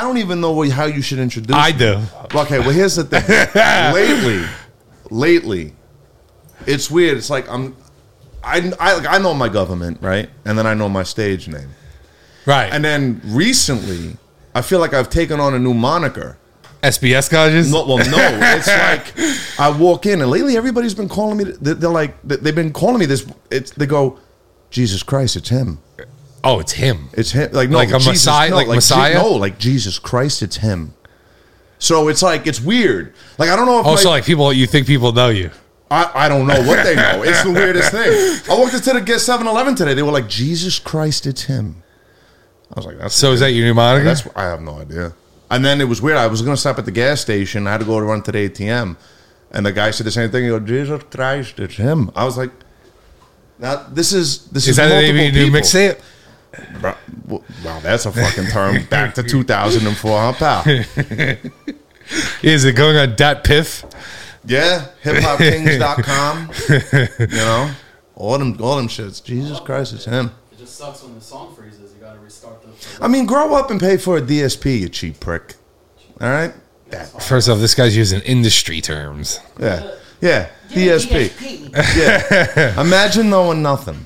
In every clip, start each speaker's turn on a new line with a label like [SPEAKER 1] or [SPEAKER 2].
[SPEAKER 1] don't even know what- how you should introduce.
[SPEAKER 2] I
[SPEAKER 1] me.
[SPEAKER 2] do.
[SPEAKER 1] Okay, well here's the thing. lately, lately, it's weird. It's like I'm, I I, like, I know my government right, and then I know my stage name,
[SPEAKER 2] Right.
[SPEAKER 1] and
[SPEAKER 2] And
[SPEAKER 1] then recently, I feel like I've taken on a new moniker.
[SPEAKER 2] SBS colleges.
[SPEAKER 1] No, well, no. It's like I walk in, and lately everybody's been calling me. They're they're like they've been calling me this. It's they go, Jesus Christ, it's him.
[SPEAKER 2] Oh, it's him.
[SPEAKER 1] It's him. Like no,
[SPEAKER 2] Like a
[SPEAKER 1] Jesus,
[SPEAKER 2] Messiah-
[SPEAKER 1] no,
[SPEAKER 2] like
[SPEAKER 1] Je-
[SPEAKER 2] Messiah?
[SPEAKER 1] no, like Jesus Christ. It's him. So it's like it's weird. Like I don't know if
[SPEAKER 2] Oh,
[SPEAKER 1] like,
[SPEAKER 2] so like people, you think people know you?
[SPEAKER 1] I, I don't know what they know. It's the weirdest thing. I walked into the get 7-Eleven today. They were like Jesus Christ. It's him. I was like, that's
[SPEAKER 2] So is that your new moniker?
[SPEAKER 1] that's I have no idea. And then it was weird. I was gonna stop at the gas station. I had to go to run to the ATM, and the guy said the same thing. He goes, "Jesus Christ, it's him." I was like, "Now this is this is,
[SPEAKER 2] is that the name
[SPEAKER 1] multiple
[SPEAKER 2] of your
[SPEAKER 1] people."
[SPEAKER 2] new mixtape?
[SPEAKER 1] Bro, w- Wow, that's a fucking term. Back to 2004, huh, pal?
[SPEAKER 2] Is it going on dot piff?
[SPEAKER 1] Yeah, hiphopkings.com. You know, all them all them shits. Jesus Christ, it's him.
[SPEAKER 3] It just sucks when the song freezes. You gotta restart the.
[SPEAKER 1] I mean, grow up and pay for a DSP, you cheap prick. All right. That-
[SPEAKER 2] First off, this guy's using industry terms.
[SPEAKER 1] Yeah. Yeah. DSP. Yeah. Imagine knowing nothing.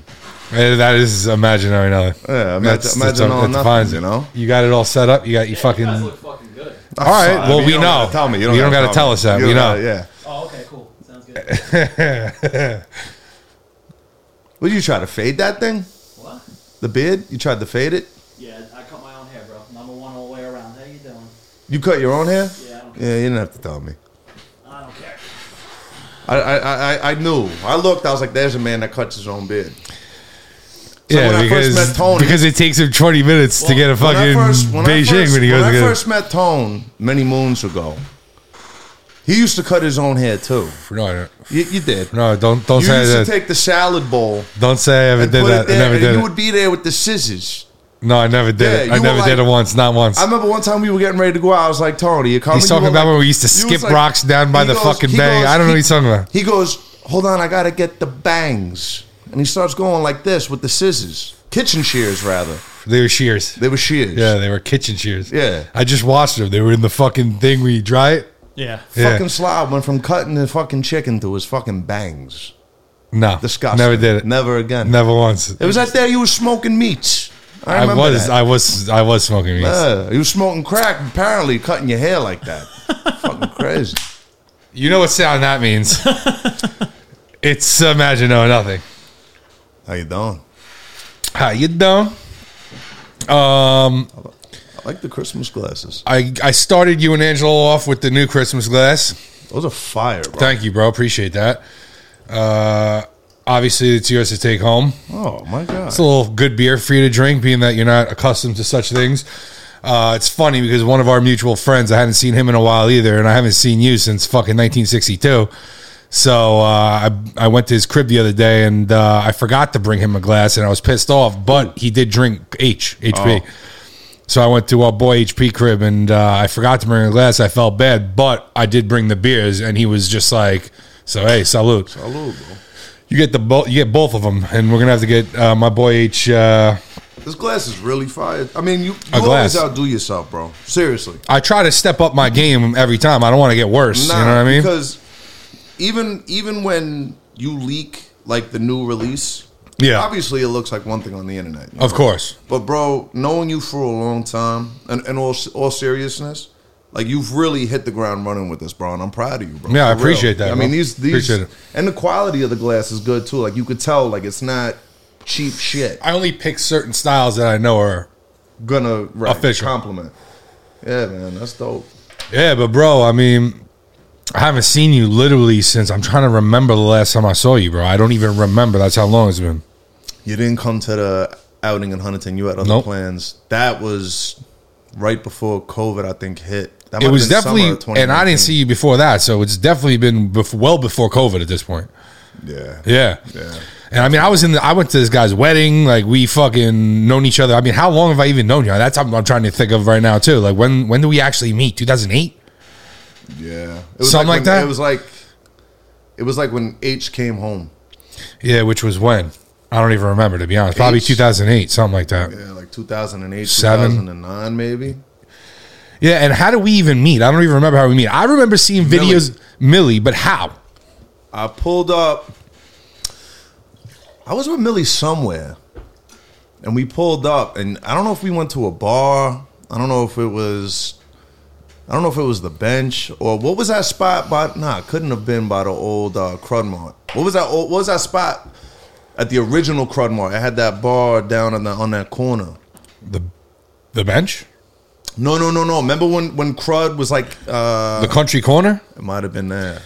[SPEAKER 2] Eh, That is imaginary nothing.
[SPEAKER 1] Yeah, imagine-
[SPEAKER 2] That's- that's-
[SPEAKER 1] imagine all
[SPEAKER 2] that
[SPEAKER 1] nothing,
[SPEAKER 2] defines it.
[SPEAKER 1] you know?
[SPEAKER 2] You got it all set up. You got you fucking.
[SPEAKER 3] You guys
[SPEAKER 2] All
[SPEAKER 3] look fucking good.
[SPEAKER 2] right.
[SPEAKER 1] I
[SPEAKER 2] well,
[SPEAKER 1] mean, you
[SPEAKER 2] we
[SPEAKER 1] don't
[SPEAKER 2] know.
[SPEAKER 1] gotta Tell me. You don't,
[SPEAKER 2] got to
[SPEAKER 1] tell
[SPEAKER 2] tell
[SPEAKER 1] me.
[SPEAKER 2] us that.
[SPEAKER 1] You
[SPEAKER 2] We
[SPEAKER 1] don't
[SPEAKER 2] know.
[SPEAKER 1] gotta- yeah.
[SPEAKER 3] Oh, okay, cool. Sounds good.
[SPEAKER 1] Would you try to fade that thing?
[SPEAKER 3] what?
[SPEAKER 1] The beard? You tried to fade it?
[SPEAKER 3] Yeah, I cut my own hair, bro. Number one all the way around. How you doing?
[SPEAKER 1] You cut your own hair?
[SPEAKER 3] Yeah, I don't care.
[SPEAKER 1] Yeah. You didn't have to tell me.
[SPEAKER 3] I don't care.
[SPEAKER 1] I, I, I- I, I knew. I looked. I was like, "There's a man that cuts his own beard." So
[SPEAKER 2] yeah,
[SPEAKER 1] when I
[SPEAKER 2] because,
[SPEAKER 1] first met Tony-
[SPEAKER 2] because it takes him 20 minutes to
[SPEAKER 3] Well,
[SPEAKER 2] get
[SPEAKER 1] When
[SPEAKER 2] a
[SPEAKER 1] I
[SPEAKER 2] fucking
[SPEAKER 1] first- when I
[SPEAKER 2] Beijing
[SPEAKER 1] first-
[SPEAKER 2] when he goes
[SPEAKER 1] When
[SPEAKER 2] to
[SPEAKER 1] I
[SPEAKER 2] get a-
[SPEAKER 1] first met Tone many moons ago, he used to cut his own hair too.
[SPEAKER 2] No, I don't-
[SPEAKER 1] You, you did.
[SPEAKER 2] no, don't don't
[SPEAKER 1] you
[SPEAKER 2] say
[SPEAKER 1] used
[SPEAKER 2] that.
[SPEAKER 1] to take the salad bowl
[SPEAKER 2] don't say I ever
[SPEAKER 1] and
[SPEAKER 2] did
[SPEAKER 1] put
[SPEAKER 2] that.
[SPEAKER 1] it
[SPEAKER 2] I
[SPEAKER 1] there,
[SPEAKER 2] never
[SPEAKER 1] and
[SPEAKER 2] did
[SPEAKER 1] you
[SPEAKER 2] it.
[SPEAKER 1] would be there with the scissors.
[SPEAKER 2] no, I never did
[SPEAKER 1] Yeah,
[SPEAKER 2] it.
[SPEAKER 1] you
[SPEAKER 2] I
[SPEAKER 1] were
[SPEAKER 2] never
[SPEAKER 1] like-
[SPEAKER 2] did it once. Not once.
[SPEAKER 1] I remember one time we were getting ready to go out. I was like, Tony, you coming?
[SPEAKER 2] He's
[SPEAKER 1] You
[SPEAKER 2] talking
[SPEAKER 1] were
[SPEAKER 2] about
[SPEAKER 1] like-
[SPEAKER 2] when we used to
[SPEAKER 1] you was
[SPEAKER 2] skip rocks down by
[SPEAKER 1] he
[SPEAKER 2] the fucking
[SPEAKER 1] he
[SPEAKER 2] bay. I don't
[SPEAKER 1] he-
[SPEAKER 2] know what he's talking about.
[SPEAKER 1] He goes, hold on, I gotta get the bangs, and he starts going like this with the scissors, kitchen shears rather.
[SPEAKER 2] They were shears.
[SPEAKER 1] They were shears.
[SPEAKER 2] Yeah, they were kitchen shears.
[SPEAKER 1] Yeah.
[SPEAKER 2] I just watched them. They were in the fucking thing where you dry it.
[SPEAKER 3] Yeah.
[SPEAKER 2] Yeah.
[SPEAKER 1] Fucking slob went from cutting the fucking chicken to his fucking bangs.
[SPEAKER 2] No.
[SPEAKER 1] Disgusting.
[SPEAKER 2] Never did it.
[SPEAKER 1] Never again.
[SPEAKER 2] Never once.
[SPEAKER 1] It was out there you were smoking meats. I,
[SPEAKER 2] I, Uh.
[SPEAKER 1] remember
[SPEAKER 2] was
[SPEAKER 1] that.
[SPEAKER 2] I was I was smoking weed.
[SPEAKER 1] Yeah, you were smoking crack, apparently cutting your hair like that. fucking crazy.
[SPEAKER 2] you know what sound that means. it's uh, imagine no nothing.
[SPEAKER 1] How you doing?
[SPEAKER 2] How you doing? Um
[SPEAKER 1] I like the Christmas glasses.
[SPEAKER 2] I I started you and Angelo off with the new Christmas glass.
[SPEAKER 1] Those are fire, bro.
[SPEAKER 2] Thank you, bro. Appreciate that. Uh obviously it's yours to take home.
[SPEAKER 1] oh my god.
[SPEAKER 2] It's a little good beer for you to drink, being that you're not accustomed to such things. Uh, it's funny because one of our mutual friends, I hadn't seen him in a while either, and I haven't seen you since fucking 1962. So uh, I, I went to his crib the other day and uh, I forgot to bring him a glass and I was pissed off, but he did drink H, HP. So I went to our boy HP crib and uh, I forgot to bring a glass. I felt bad, but I did bring the beers and he was just like, so hey, salute.
[SPEAKER 1] Salute, bro.
[SPEAKER 2] You get the bo- you get both of them, and we're gonna have to get uh, my boy H. Uh,
[SPEAKER 1] This glass is really fire. I mean, you, you
[SPEAKER 2] A glass.
[SPEAKER 1] always outdo yourself, bro. Seriously.
[SPEAKER 2] I try to step up my game every time. I don't want to get worse.
[SPEAKER 1] Nah,
[SPEAKER 2] you know what I mean?
[SPEAKER 1] Because even even when you leak like the new release,
[SPEAKER 2] Yeah.
[SPEAKER 1] obviously it looks like one thing on the internet. you
[SPEAKER 2] Of course.
[SPEAKER 1] But bro, knowing you for a long time, and in all all seriousness, like you've really hit the ground running with this, bro. And I'm proud of you, bro.
[SPEAKER 2] Yeah, I
[SPEAKER 1] For real.
[SPEAKER 2] appreciate that,
[SPEAKER 1] I mean,
[SPEAKER 2] bro.
[SPEAKER 1] these these
[SPEAKER 2] Appreciate it.
[SPEAKER 1] and the quality of the glass is good too. Like you could tell, like it's not cheap shit.
[SPEAKER 2] I only pick certain styles that I know are.
[SPEAKER 1] Gonna right,
[SPEAKER 2] Official.
[SPEAKER 1] compliment. Yeah, man, that's dope.
[SPEAKER 2] Yeah, but bro, I mean, I haven't seen you literally since I'm trying to remember the last time I saw you, bro. I don't even remember. That's how long it's been.
[SPEAKER 1] You didn't come to the outing in Huntington. You had other
[SPEAKER 2] Nope.
[SPEAKER 1] plans. That was right before COVID, I think, hit. That might
[SPEAKER 2] It
[SPEAKER 1] have
[SPEAKER 2] was
[SPEAKER 1] been summer of
[SPEAKER 2] definitely, and I didn't see you before that, so it's definitely been bef- well before COVID at this point.
[SPEAKER 1] 2019. Yeah.
[SPEAKER 2] Yeah.
[SPEAKER 1] Yeah.
[SPEAKER 2] And I mean, I was in. The, I went to this guy's wedding. Like we fucking known each other. I mean, how long have I even known you? That's what I'm trying to think of right now too. Like when when do we actually meet? 2008.
[SPEAKER 1] Yeah. It
[SPEAKER 2] Something like
[SPEAKER 1] when-
[SPEAKER 2] that?
[SPEAKER 1] It was like it was like when H came home.
[SPEAKER 2] Yeah, which was when I don't even remember to be honest. Probably
[SPEAKER 1] Eight.
[SPEAKER 2] 2008, something like that.
[SPEAKER 1] Yeah, like 2008,
[SPEAKER 2] Seven.
[SPEAKER 1] 2009 maybe.
[SPEAKER 2] Yeah, and how do we even meet? I don't even remember how we meet. I remember seeing
[SPEAKER 1] Millie.
[SPEAKER 2] videos, Millie, but how?
[SPEAKER 1] I pulled up. I was with Millie somewhere, and we pulled up, and I don't know if we went to a bar. I don't know if it was, I don't know if it was the bench or what was that spot? By nah, it couldn't have been by the old uh, Crud Mart. What was that? Old, what was that spot at the original Crud Mart? I had that bar down on the on that corner.
[SPEAKER 2] The the bench,
[SPEAKER 1] No, no, no, no. Remember when when Crud was like, uh,
[SPEAKER 2] the country corner.
[SPEAKER 1] it might have been there.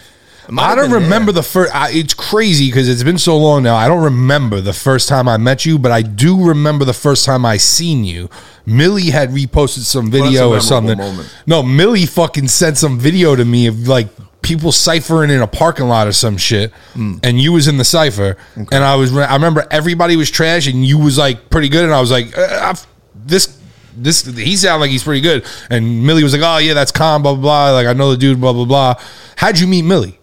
[SPEAKER 1] It might
[SPEAKER 2] I
[SPEAKER 1] have
[SPEAKER 2] don't
[SPEAKER 1] been
[SPEAKER 2] remember
[SPEAKER 1] there.
[SPEAKER 2] the first. It's crazy because it's been so long now. I don't remember the first time I met you, but I do remember the first time I seen you. Millie had reposted some
[SPEAKER 1] that's a
[SPEAKER 2] video or
[SPEAKER 1] memorable
[SPEAKER 2] something.
[SPEAKER 1] moment.
[SPEAKER 2] No, Millie fucking sent some video to me of like people ciphering in a parking lot or some shit,
[SPEAKER 1] Hmm.
[SPEAKER 2] and you was in the cipher, and I was. I remember everybody was trash, and you was like pretty good, and I was like, uh, I've, this. This he sounded like he's pretty good, and Millie was like, "Oh yeah, that's calm, blah blah blah." Like I know the dude, blah blah blah. How'd you meet Millie?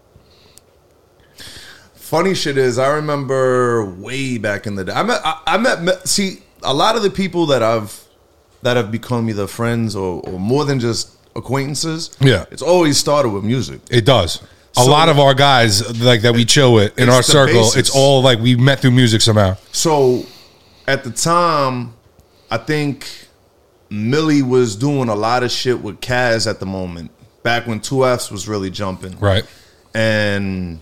[SPEAKER 1] Funny shit is, I remember way back in the day. I met, I, I met, see, a lot of the people that I've that have become either friends or, or more than just acquaintances.
[SPEAKER 2] Yeah.
[SPEAKER 1] it's always started with music.
[SPEAKER 2] It does. A
[SPEAKER 1] So-
[SPEAKER 2] lot of our guys like that we chill with in
[SPEAKER 1] it's
[SPEAKER 2] our
[SPEAKER 1] the
[SPEAKER 2] circle.
[SPEAKER 1] basis.
[SPEAKER 2] It's all like we met through music somehow.
[SPEAKER 1] So at the time, I think Millie was doing a lot of shit with Kaz at the moment. Back when Two Fs was really jumping,
[SPEAKER 2] Right.
[SPEAKER 1] and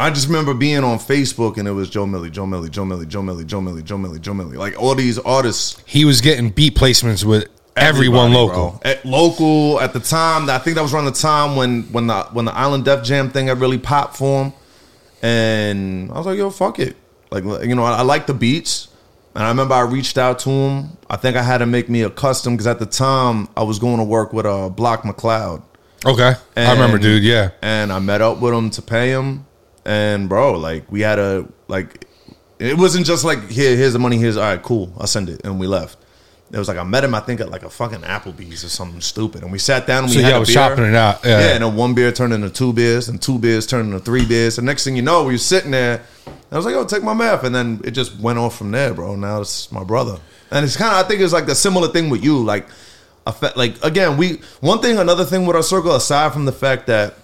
[SPEAKER 1] I just remember being on Facebook and it was Joe Millie, Joe Millie, Joe Millie, Joe Millie, Joe Millie, Joe Millie, Joe Millie, like all these artists.
[SPEAKER 2] He was getting beat placements with everyone
[SPEAKER 1] Everybody,
[SPEAKER 2] local.
[SPEAKER 1] bro. At local at the time, I think that was around the time when when the when the Island Def Jam thing had really popped for him, and I was like, yo, fuck it, like you know, I, I like the beats, and I remember I reached out to him. I think I had to make me a custom because at the time I was going to work with uh, Block McLeod.
[SPEAKER 2] Okay. I remember,
[SPEAKER 1] And-
[SPEAKER 2] dude. Yeah.
[SPEAKER 1] And I met up with him to pay him. And bro, like we had a like it wasn't just like here, here's the money, here's all right, cool, I'll send it. And we left. It was like I met him, I think, at like a fucking Applebee's or something stupid. And we sat down and we
[SPEAKER 2] So,
[SPEAKER 1] had
[SPEAKER 2] yeah,
[SPEAKER 1] a
[SPEAKER 2] I was
[SPEAKER 1] beer.
[SPEAKER 2] shopping it out. Yeah.
[SPEAKER 1] Yeah. and then one beer turned into two beers, and two beers turned into three beers. And next thing you know, we were sitting there. And I was like, "Yo, take my math," and then it just went off from there, bro. Now it's my brother, and it's kind of I think it's like the similar thing with you, like, a fa- like again, we one thing, another thing with our circle, aside from the fact that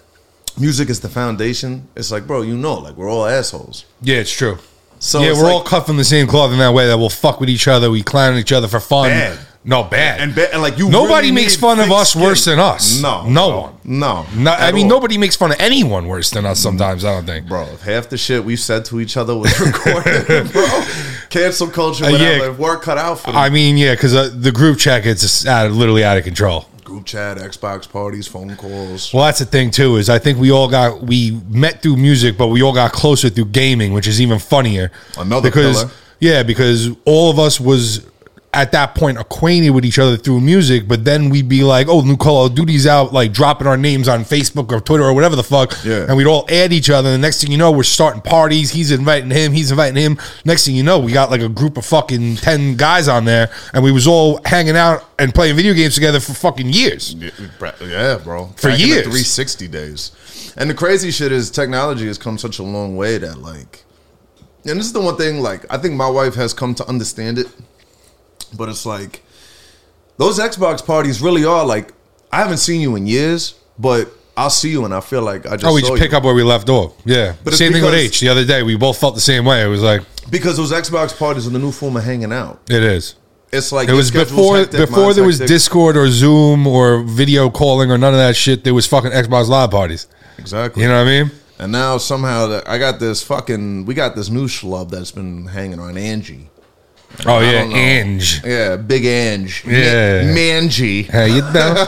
[SPEAKER 1] music is the foundation, it's like, bro, you know, like we're all assholes.
[SPEAKER 2] Yeah, it's true.
[SPEAKER 1] So
[SPEAKER 2] yeah,
[SPEAKER 1] it's
[SPEAKER 2] we're
[SPEAKER 1] like-
[SPEAKER 2] all cut from the same cloth in that way that we'll fuck with each other. We clown each other for fun.
[SPEAKER 1] Bad.
[SPEAKER 2] No, bad.
[SPEAKER 1] and, ba- and like you.
[SPEAKER 2] Nobody
[SPEAKER 1] really
[SPEAKER 2] makes
[SPEAKER 1] need
[SPEAKER 2] fun of
[SPEAKER 1] thick
[SPEAKER 2] us worse
[SPEAKER 1] skin.
[SPEAKER 2] than us.
[SPEAKER 1] No,
[SPEAKER 2] No
[SPEAKER 1] bro.
[SPEAKER 2] one.
[SPEAKER 1] no.
[SPEAKER 2] No, I
[SPEAKER 1] at
[SPEAKER 2] mean,
[SPEAKER 1] all.
[SPEAKER 2] nobody makes fun of anyone worse than us sometimes, I don't think.
[SPEAKER 1] Bro, if half the shit we said to each other was recorded, bro, cancel culture,
[SPEAKER 2] Uh, yeah.
[SPEAKER 1] whatever, work cut out for them.
[SPEAKER 2] I mean, yeah, because uh, the group chat gets us out, literally out of control.
[SPEAKER 1] Group chat, Xbox parties, phone calls.
[SPEAKER 2] Well, that's the thing too. Is I think we all got we met through music, but we all got closer through gaming, which is even funnier.
[SPEAKER 1] Another
[SPEAKER 2] because
[SPEAKER 1] pillar.
[SPEAKER 2] yeah, because all of us was at that point acquainted with each other through music, but then we'd be like, "Oh, new Call of Duty's out!" Like dropping our names on Facebook or Twitter or whatever the fuck.
[SPEAKER 1] Yeah.
[SPEAKER 2] and we'd all add each other. And the next thing you know, we're starting parties. He's inviting him. He's inviting him. Next thing you know, we got like a group of fucking ten guys on there, and we was all hanging out and playing video games together for fucking years.
[SPEAKER 1] Yeah, bro.
[SPEAKER 2] For
[SPEAKER 1] Back in the
[SPEAKER 2] years.
[SPEAKER 1] 360 days. And the crazy shit is technology has come such a long way that, like, and this is the one thing, like, I think my wife has come to understand it, but it's like, those Xbox parties really are like, I haven't seen you in years, but I'll see you and I feel like I just
[SPEAKER 2] Oh, we
[SPEAKER 1] saw
[SPEAKER 2] just
[SPEAKER 1] you.
[SPEAKER 2] pick up where we left off. Yeah.
[SPEAKER 1] But it's
[SPEAKER 2] same thing with
[SPEAKER 1] because-
[SPEAKER 2] H the other day. We both felt the same way. It was like,
[SPEAKER 1] Because those Xbox parties are the new form of hanging out.
[SPEAKER 2] it is.
[SPEAKER 1] It's like
[SPEAKER 2] It
[SPEAKER 1] your
[SPEAKER 2] was
[SPEAKER 1] schedule's
[SPEAKER 2] before
[SPEAKER 1] hectic,
[SPEAKER 2] before
[SPEAKER 1] mine's
[SPEAKER 2] there was
[SPEAKER 1] hectic.
[SPEAKER 2] Discord or Zoom or video calling or none of that shit. There was fucking Xbox Live parties.
[SPEAKER 1] Exactly.
[SPEAKER 2] You know what I mean?
[SPEAKER 1] And now somehow that I got this fucking we got this new schlub that's been hanging on Angie.
[SPEAKER 2] Oh
[SPEAKER 1] I
[SPEAKER 2] yeah,
[SPEAKER 1] don't know.
[SPEAKER 2] Ange.
[SPEAKER 1] Yeah, big Ange. Ma-
[SPEAKER 2] Yeah.
[SPEAKER 1] Mangy.
[SPEAKER 2] Hey, you know?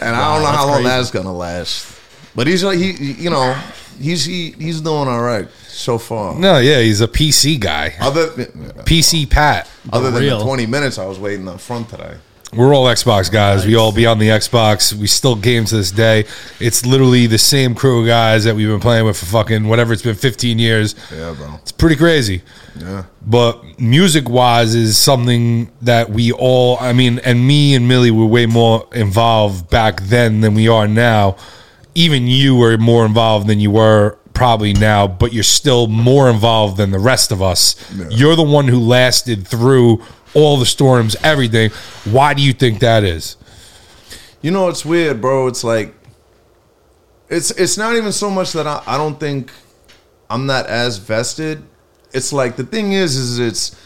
[SPEAKER 1] And I don't know how long
[SPEAKER 2] crazy.
[SPEAKER 1] that's gonna last. But he's like he he- you know, he's he, he's doing all right so far.
[SPEAKER 2] no, yeah, he's a PC guy.
[SPEAKER 1] Other
[SPEAKER 2] PC Pat.
[SPEAKER 1] other than
[SPEAKER 4] real.
[SPEAKER 1] the twenty minutes I was waiting up front today.
[SPEAKER 2] We're all Xbox guys. We all be on the Xbox. We still game to this day. It's literally the same crew of guys that we've been playing with for fucking whatever it's been 15 years.
[SPEAKER 1] Yeah, bro.
[SPEAKER 2] It's pretty crazy.
[SPEAKER 1] Yeah.
[SPEAKER 2] but music wise is something that we all i mean and me and millie were way more involved back then than we are now even you were more involved than you were probably now but you're still more involved than the rest of us you're the one who lasted through all the storms everything why do you think that is
[SPEAKER 1] you know it's weird, bro. It's like it's it's not even so much that I, I don't think I'm not as vested. It's like the thing is is it's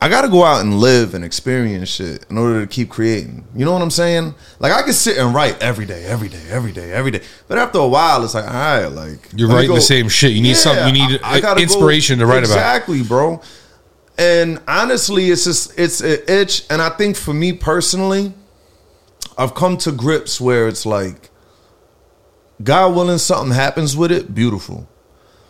[SPEAKER 1] I gotta go out and live and experience shit in order to keep creating. You know what I'm saying? Like I can sit and write every day, every day, every day, every day. But after a while, it's like, all right, like
[SPEAKER 2] You're
[SPEAKER 1] let me
[SPEAKER 2] writing the
[SPEAKER 1] go-
[SPEAKER 2] same shit. You need something. You need
[SPEAKER 1] I- I gotta
[SPEAKER 2] inspiration
[SPEAKER 1] go-
[SPEAKER 2] to write about.
[SPEAKER 1] Exactly, bro. And honestly, it's just it's an itch, and I think for me personally, I've come to grips where it's like, God willing, something happens with it, beautiful.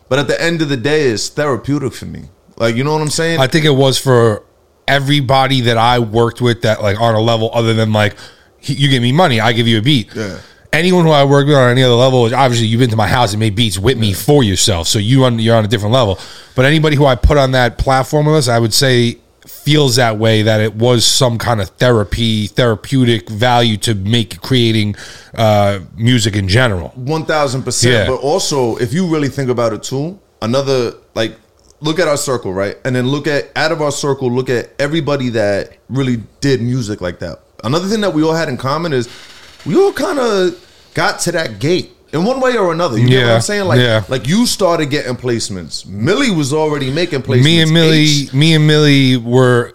[SPEAKER 1] But at the end of the day, it's therapeutic for me. Like you know what I'm saying?
[SPEAKER 2] I think it was for everybody that I worked with that like on a level other than like he- you give me money, I give you a beat.
[SPEAKER 1] Yeah.
[SPEAKER 2] Anyone who I work with on any other level, obviously you've been to my house and made beats with me for yourself, so you on, you're on a different level. But anybody who I put on that platform with us, I would say feels that way that it was some kind of therapy, therapeutic value to make creating uh, music in general.
[SPEAKER 1] One thousand
[SPEAKER 2] Yeah.
[SPEAKER 1] percent. But also, if you really think about it too, another like look at our circle, right? And then look at out of our circle, look at everybody that really did music like that. Another thing that we all had in common is we all kind of got to that gate in one way or another. You know what
[SPEAKER 2] Yeah.
[SPEAKER 1] I'm saying? Like,
[SPEAKER 2] Yeah.
[SPEAKER 1] like you started getting placements. Millie was already making placements.
[SPEAKER 2] me and
[SPEAKER 1] H.
[SPEAKER 2] Millie, me and Millie were.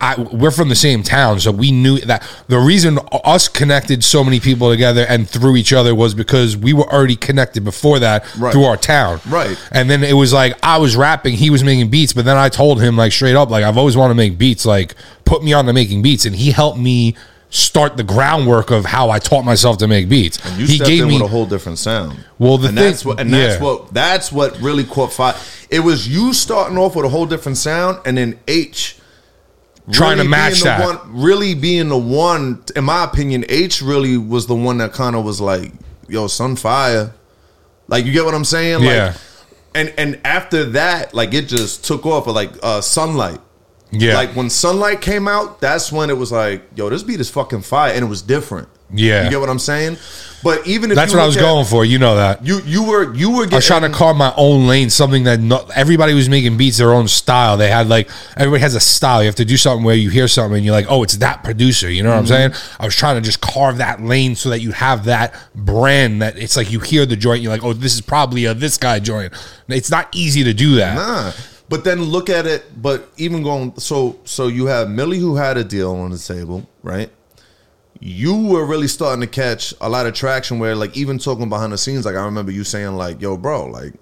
[SPEAKER 2] I, we're from the same town, so we knew that the reason us connected so many people together and through each other was because we were already connected before that
[SPEAKER 1] Right.
[SPEAKER 2] through our town.
[SPEAKER 1] Right.
[SPEAKER 2] And then it was like I was rapping, he was making beats, but then I told him like straight up, like I've always wanted to make beats, like put me on to making beats, and he helped me start the groundwork of how I taught myself to make beats.
[SPEAKER 1] You
[SPEAKER 2] he
[SPEAKER 1] stepped
[SPEAKER 2] gave
[SPEAKER 1] in
[SPEAKER 2] me
[SPEAKER 1] with a whole different sound.
[SPEAKER 2] Well, the
[SPEAKER 1] and
[SPEAKER 2] thing-
[SPEAKER 1] that's what and that's
[SPEAKER 2] yeah.
[SPEAKER 1] what that's what really caught fire. It was you starting off with a whole different sound, and then H
[SPEAKER 2] Trying to
[SPEAKER 1] being
[SPEAKER 2] match
[SPEAKER 1] the
[SPEAKER 2] that.
[SPEAKER 1] One, really being the one, in my opinion, H really was the one that kind of was like, "Yo, Sunfire," like you get what I'm saying? Like,
[SPEAKER 2] Yeah.
[SPEAKER 1] And and after that, like it just took off. But like uh, sunlight,
[SPEAKER 2] yeah,
[SPEAKER 1] like when sunlight came out, that's when it was like, "Yo, this beat is fucking fire," and it was different.
[SPEAKER 2] Yeah.
[SPEAKER 1] you get what I'm saying? But even if
[SPEAKER 2] that's
[SPEAKER 1] you
[SPEAKER 2] what I
[SPEAKER 1] look
[SPEAKER 2] was
[SPEAKER 1] at-
[SPEAKER 2] going for. You know that.
[SPEAKER 1] you you were you were getting
[SPEAKER 2] I was trying to carve my own lane, something that not, everybody was making beats their own style. They had like everybody has a style. You have to do something where you hear something and you're like, oh, it's that producer. You know what
[SPEAKER 1] Mm-hmm.
[SPEAKER 2] I'm saying? I was trying to just carve that lane so that you have that brand that it's like you hear the joint, you're like, oh, this is probably a this guy joint. It's not easy to do that.
[SPEAKER 1] Nah. But then look at it. But even going so so you have Millie who had a deal on the table, right? You were really starting to catch a lot of traction where like even talking behind the scenes, like I remember you saying like, "Yo, bro, like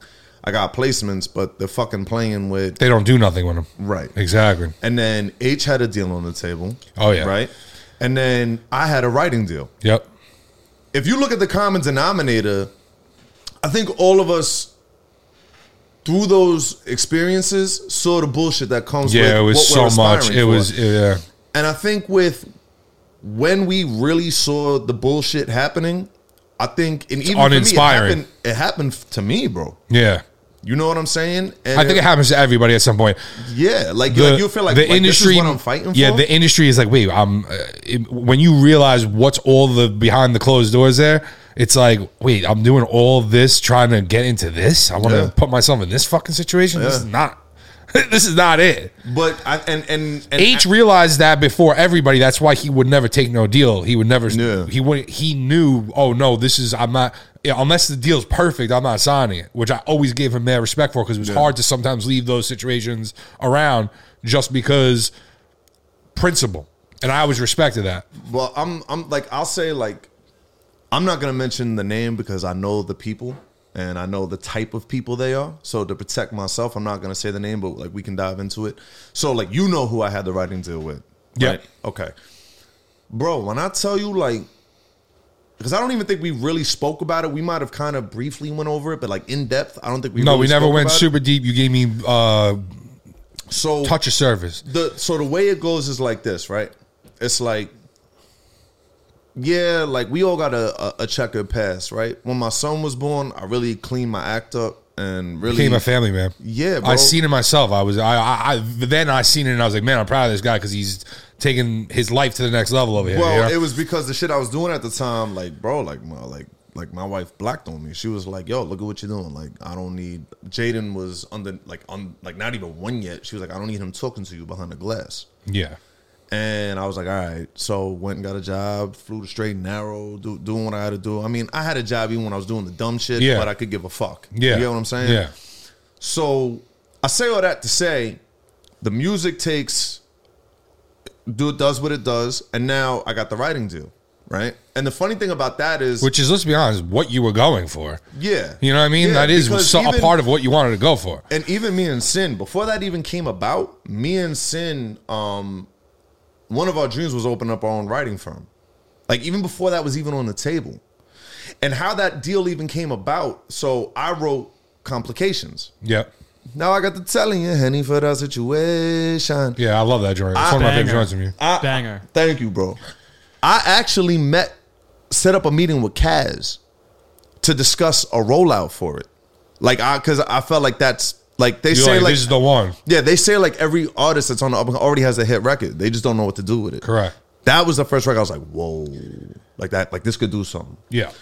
[SPEAKER 1] I got placements, but they're fucking playing with
[SPEAKER 2] They don't do nothing with them.
[SPEAKER 1] right."
[SPEAKER 2] Exactly.
[SPEAKER 1] And then H had a deal on the table.
[SPEAKER 2] Oh, yeah.
[SPEAKER 1] right. And then I had a writing deal
[SPEAKER 2] Yep.
[SPEAKER 1] if you look at the common denominator, I think all of us through those experiences saw the bullshit that comes with
[SPEAKER 2] Yeah, it was
[SPEAKER 1] what we're
[SPEAKER 2] so much.
[SPEAKER 1] aspiring
[SPEAKER 2] It
[SPEAKER 1] for.
[SPEAKER 2] was, yeah.
[SPEAKER 1] and I think with when we really saw the bullshit happening, I think and even
[SPEAKER 2] uninspiring.
[SPEAKER 1] For me, it, happened, it happened to me, bro.
[SPEAKER 2] Yeah.
[SPEAKER 1] You know what I'm saying? And
[SPEAKER 2] I think it happens to everybody at some point.
[SPEAKER 1] yeah, like, you- like you feel like the industry, this is what I'm fighting
[SPEAKER 2] yeah,
[SPEAKER 1] for.
[SPEAKER 2] the industry is like, wait, I'm. Uh, it- when you realize what's all the behind the closed doors there, it's like, wait, I'm doing all this trying to get into this. I want
[SPEAKER 1] Yeah.
[SPEAKER 2] to put myself in this fucking situation. This is
[SPEAKER 1] Yeah.
[SPEAKER 2] not. this is not it.
[SPEAKER 1] but I, and and, and
[SPEAKER 2] H realized that before everybody. That's why he would never take no deal. He would never.
[SPEAKER 1] Yeah.
[SPEAKER 2] He would. He knew. Oh no, this is. I'm not. yeah, unless the deal's perfect, I'm not signing it. Which I always gave him mad respect for because it was hard to sometimes leave those situations around just because principle. And I always respected that.
[SPEAKER 1] Well, I'm I'm like I'll say like I'm not gonna mention the name because I know the people and I know the type of people they are. So to protect myself, I'm not gonna say the name, but like we can dive into it. So like you know who I had the writing deal with.
[SPEAKER 2] Yeah.
[SPEAKER 1] Okay. Bro, when I tell you like because I don't even think we really spoke about it. We might have kind of briefly went over it, but like in depth, I don't think we.
[SPEAKER 2] No,
[SPEAKER 1] really
[SPEAKER 2] we never
[SPEAKER 1] spoke
[SPEAKER 2] went
[SPEAKER 1] about it.
[SPEAKER 2] super deep. You gave me uh,
[SPEAKER 1] So
[SPEAKER 2] touch of service.
[SPEAKER 1] the so the way it goes is like this, right? It's like, yeah, like we all got a a, a checkered past, right? When my son was born, I really cleaned my act up and really
[SPEAKER 2] Became a family man.
[SPEAKER 1] Yeah, bro.
[SPEAKER 2] I seen it myself. I was I, I, I then I seen it and I was like, man, I'm proud of this guy because he's taking his life to the next level over here.
[SPEAKER 1] Well,
[SPEAKER 2] you know?
[SPEAKER 1] it was because the shit I was doing at the time, like, bro, like my like like my wife blacked on me. She was like, "Yo, look at what you're doing." Like, I don't need. Jaden was under like on like not even one yet. She was like, "I don't need him talking to you behind the glass."
[SPEAKER 2] yeah.
[SPEAKER 1] And I was like, all right. So went and got a job, flew the straight and narrow, do, doing what I had to do. I mean, I had a job even when I was doing the dumb shit,
[SPEAKER 2] Yeah.
[SPEAKER 1] but I could give a fuck.
[SPEAKER 2] Yeah.
[SPEAKER 1] You know what I'm saying?
[SPEAKER 2] Yeah.
[SPEAKER 1] So I say all that to say the music takes do does what it does, and now I got the writing deal, right? And the funny thing about that is
[SPEAKER 2] Which is, let's be honest, what you were going for.
[SPEAKER 1] yeah.
[SPEAKER 2] You know what I mean?
[SPEAKER 1] Yeah,
[SPEAKER 2] that is
[SPEAKER 1] because
[SPEAKER 2] so, a
[SPEAKER 1] even-
[SPEAKER 2] part of what you wanted to go for.
[SPEAKER 1] and even me and Sin, before that even came about, me and Sin, um, one of our dreams was open up our own writing firm. Like even before that was even on the table. And how that deal even came about, so I wrote complications.
[SPEAKER 2] Yep.
[SPEAKER 1] Now I got to telling you, Henny, for that situation.
[SPEAKER 2] Yeah, I love that joint. It's one of my favorite
[SPEAKER 4] Banger. Ah.
[SPEAKER 2] joints from you.
[SPEAKER 1] I-
[SPEAKER 4] Banger.
[SPEAKER 1] Thank you, bro. I actually met, set up a meeting with Kaz to discuss a rollout for it. Like I, because I felt like that's like they
[SPEAKER 2] You're
[SPEAKER 1] say
[SPEAKER 2] like,
[SPEAKER 1] like
[SPEAKER 2] this is the one.
[SPEAKER 1] yeah they say like every artist that's on the up and- already has a hit record. They just don't know what to do with it.
[SPEAKER 2] Correct.
[SPEAKER 1] That was the first record I was like, whoa, like that, like this could do something.
[SPEAKER 2] Yeah.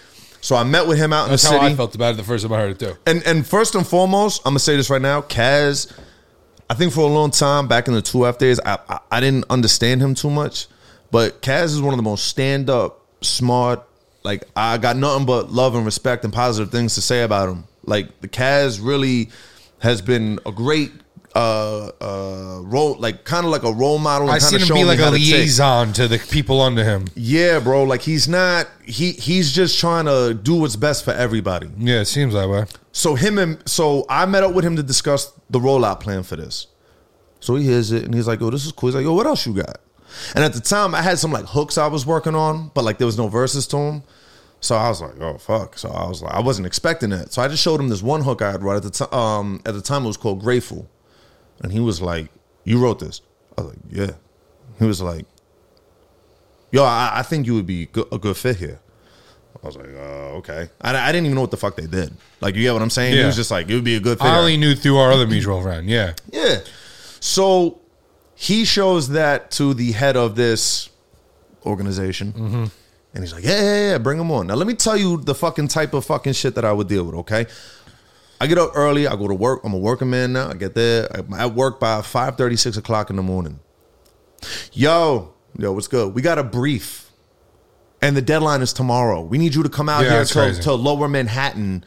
[SPEAKER 1] So I met with him out in
[SPEAKER 2] That's
[SPEAKER 1] the
[SPEAKER 2] how
[SPEAKER 1] city.
[SPEAKER 2] I felt about it the first time I heard it, too.
[SPEAKER 1] And and first and foremost, I'm gonna say this right now, Kaz. I think for a long time back in the two F days, I, I I didn't understand him too much, but Kaz is one of the most stand up, smart. Like I got nothing but love and respect and positive things to say about him. Like the Kaz really has been a great uh uh role, like kind of like a role model. And
[SPEAKER 2] I
[SPEAKER 1] kinda
[SPEAKER 2] seen him
[SPEAKER 1] showing
[SPEAKER 2] be
[SPEAKER 1] me
[SPEAKER 2] like
[SPEAKER 1] how
[SPEAKER 2] a
[SPEAKER 1] to take-
[SPEAKER 2] liaison to the people under him.
[SPEAKER 1] Yeah, bro. Like he's not. He he's just trying to do what's best for everybody.
[SPEAKER 2] Yeah, it seems that way.
[SPEAKER 1] So him and so I met up with him to discuss the rollout plan for this. So he hears it and he's like, "Yo, this is cool." He's like, "Yo, what else you got?" And at the time, I had some like hooks I was working on, but like there was no verses to them. So I was like, "Oh fuck!" So I was like, I wasn't expecting that. So I just showed him this one hook I had wrote at the time. Um, at the time, it was called "Grateful," and he was like, "You wrote this?" I was like, "Yeah." He was like, "Yo, I, I think you would be go- a good fit here." I was like, uh, okay. I, I didn't even know what the fuck they did. Like, you get what I'm saying? It
[SPEAKER 2] Yeah.
[SPEAKER 1] was just like, it would be a good fit.
[SPEAKER 2] I
[SPEAKER 1] here.
[SPEAKER 2] only knew through our other mutual friend. Yeah.
[SPEAKER 1] Yeah. So he shows that to the head of this organization.
[SPEAKER 2] Mm-hmm.
[SPEAKER 1] And he's like, yeah, yeah, yeah, bring him on. Now, let me tell you the fucking type of fucking shit that I would deal with, okay? I get up early. I go to work. I'm a working man now. I get there. I'm at work by 5 6 o'clock in the morning. Yo, yo, what's good? We got a brief. And the deadline is tomorrow. We need you to come out
[SPEAKER 2] Yeah,
[SPEAKER 1] here
[SPEAKER 2] that's
[SPEAKER 1] to,
[SPEAKER 2] crazy.
[SPEAKER 1] to lower Manhattan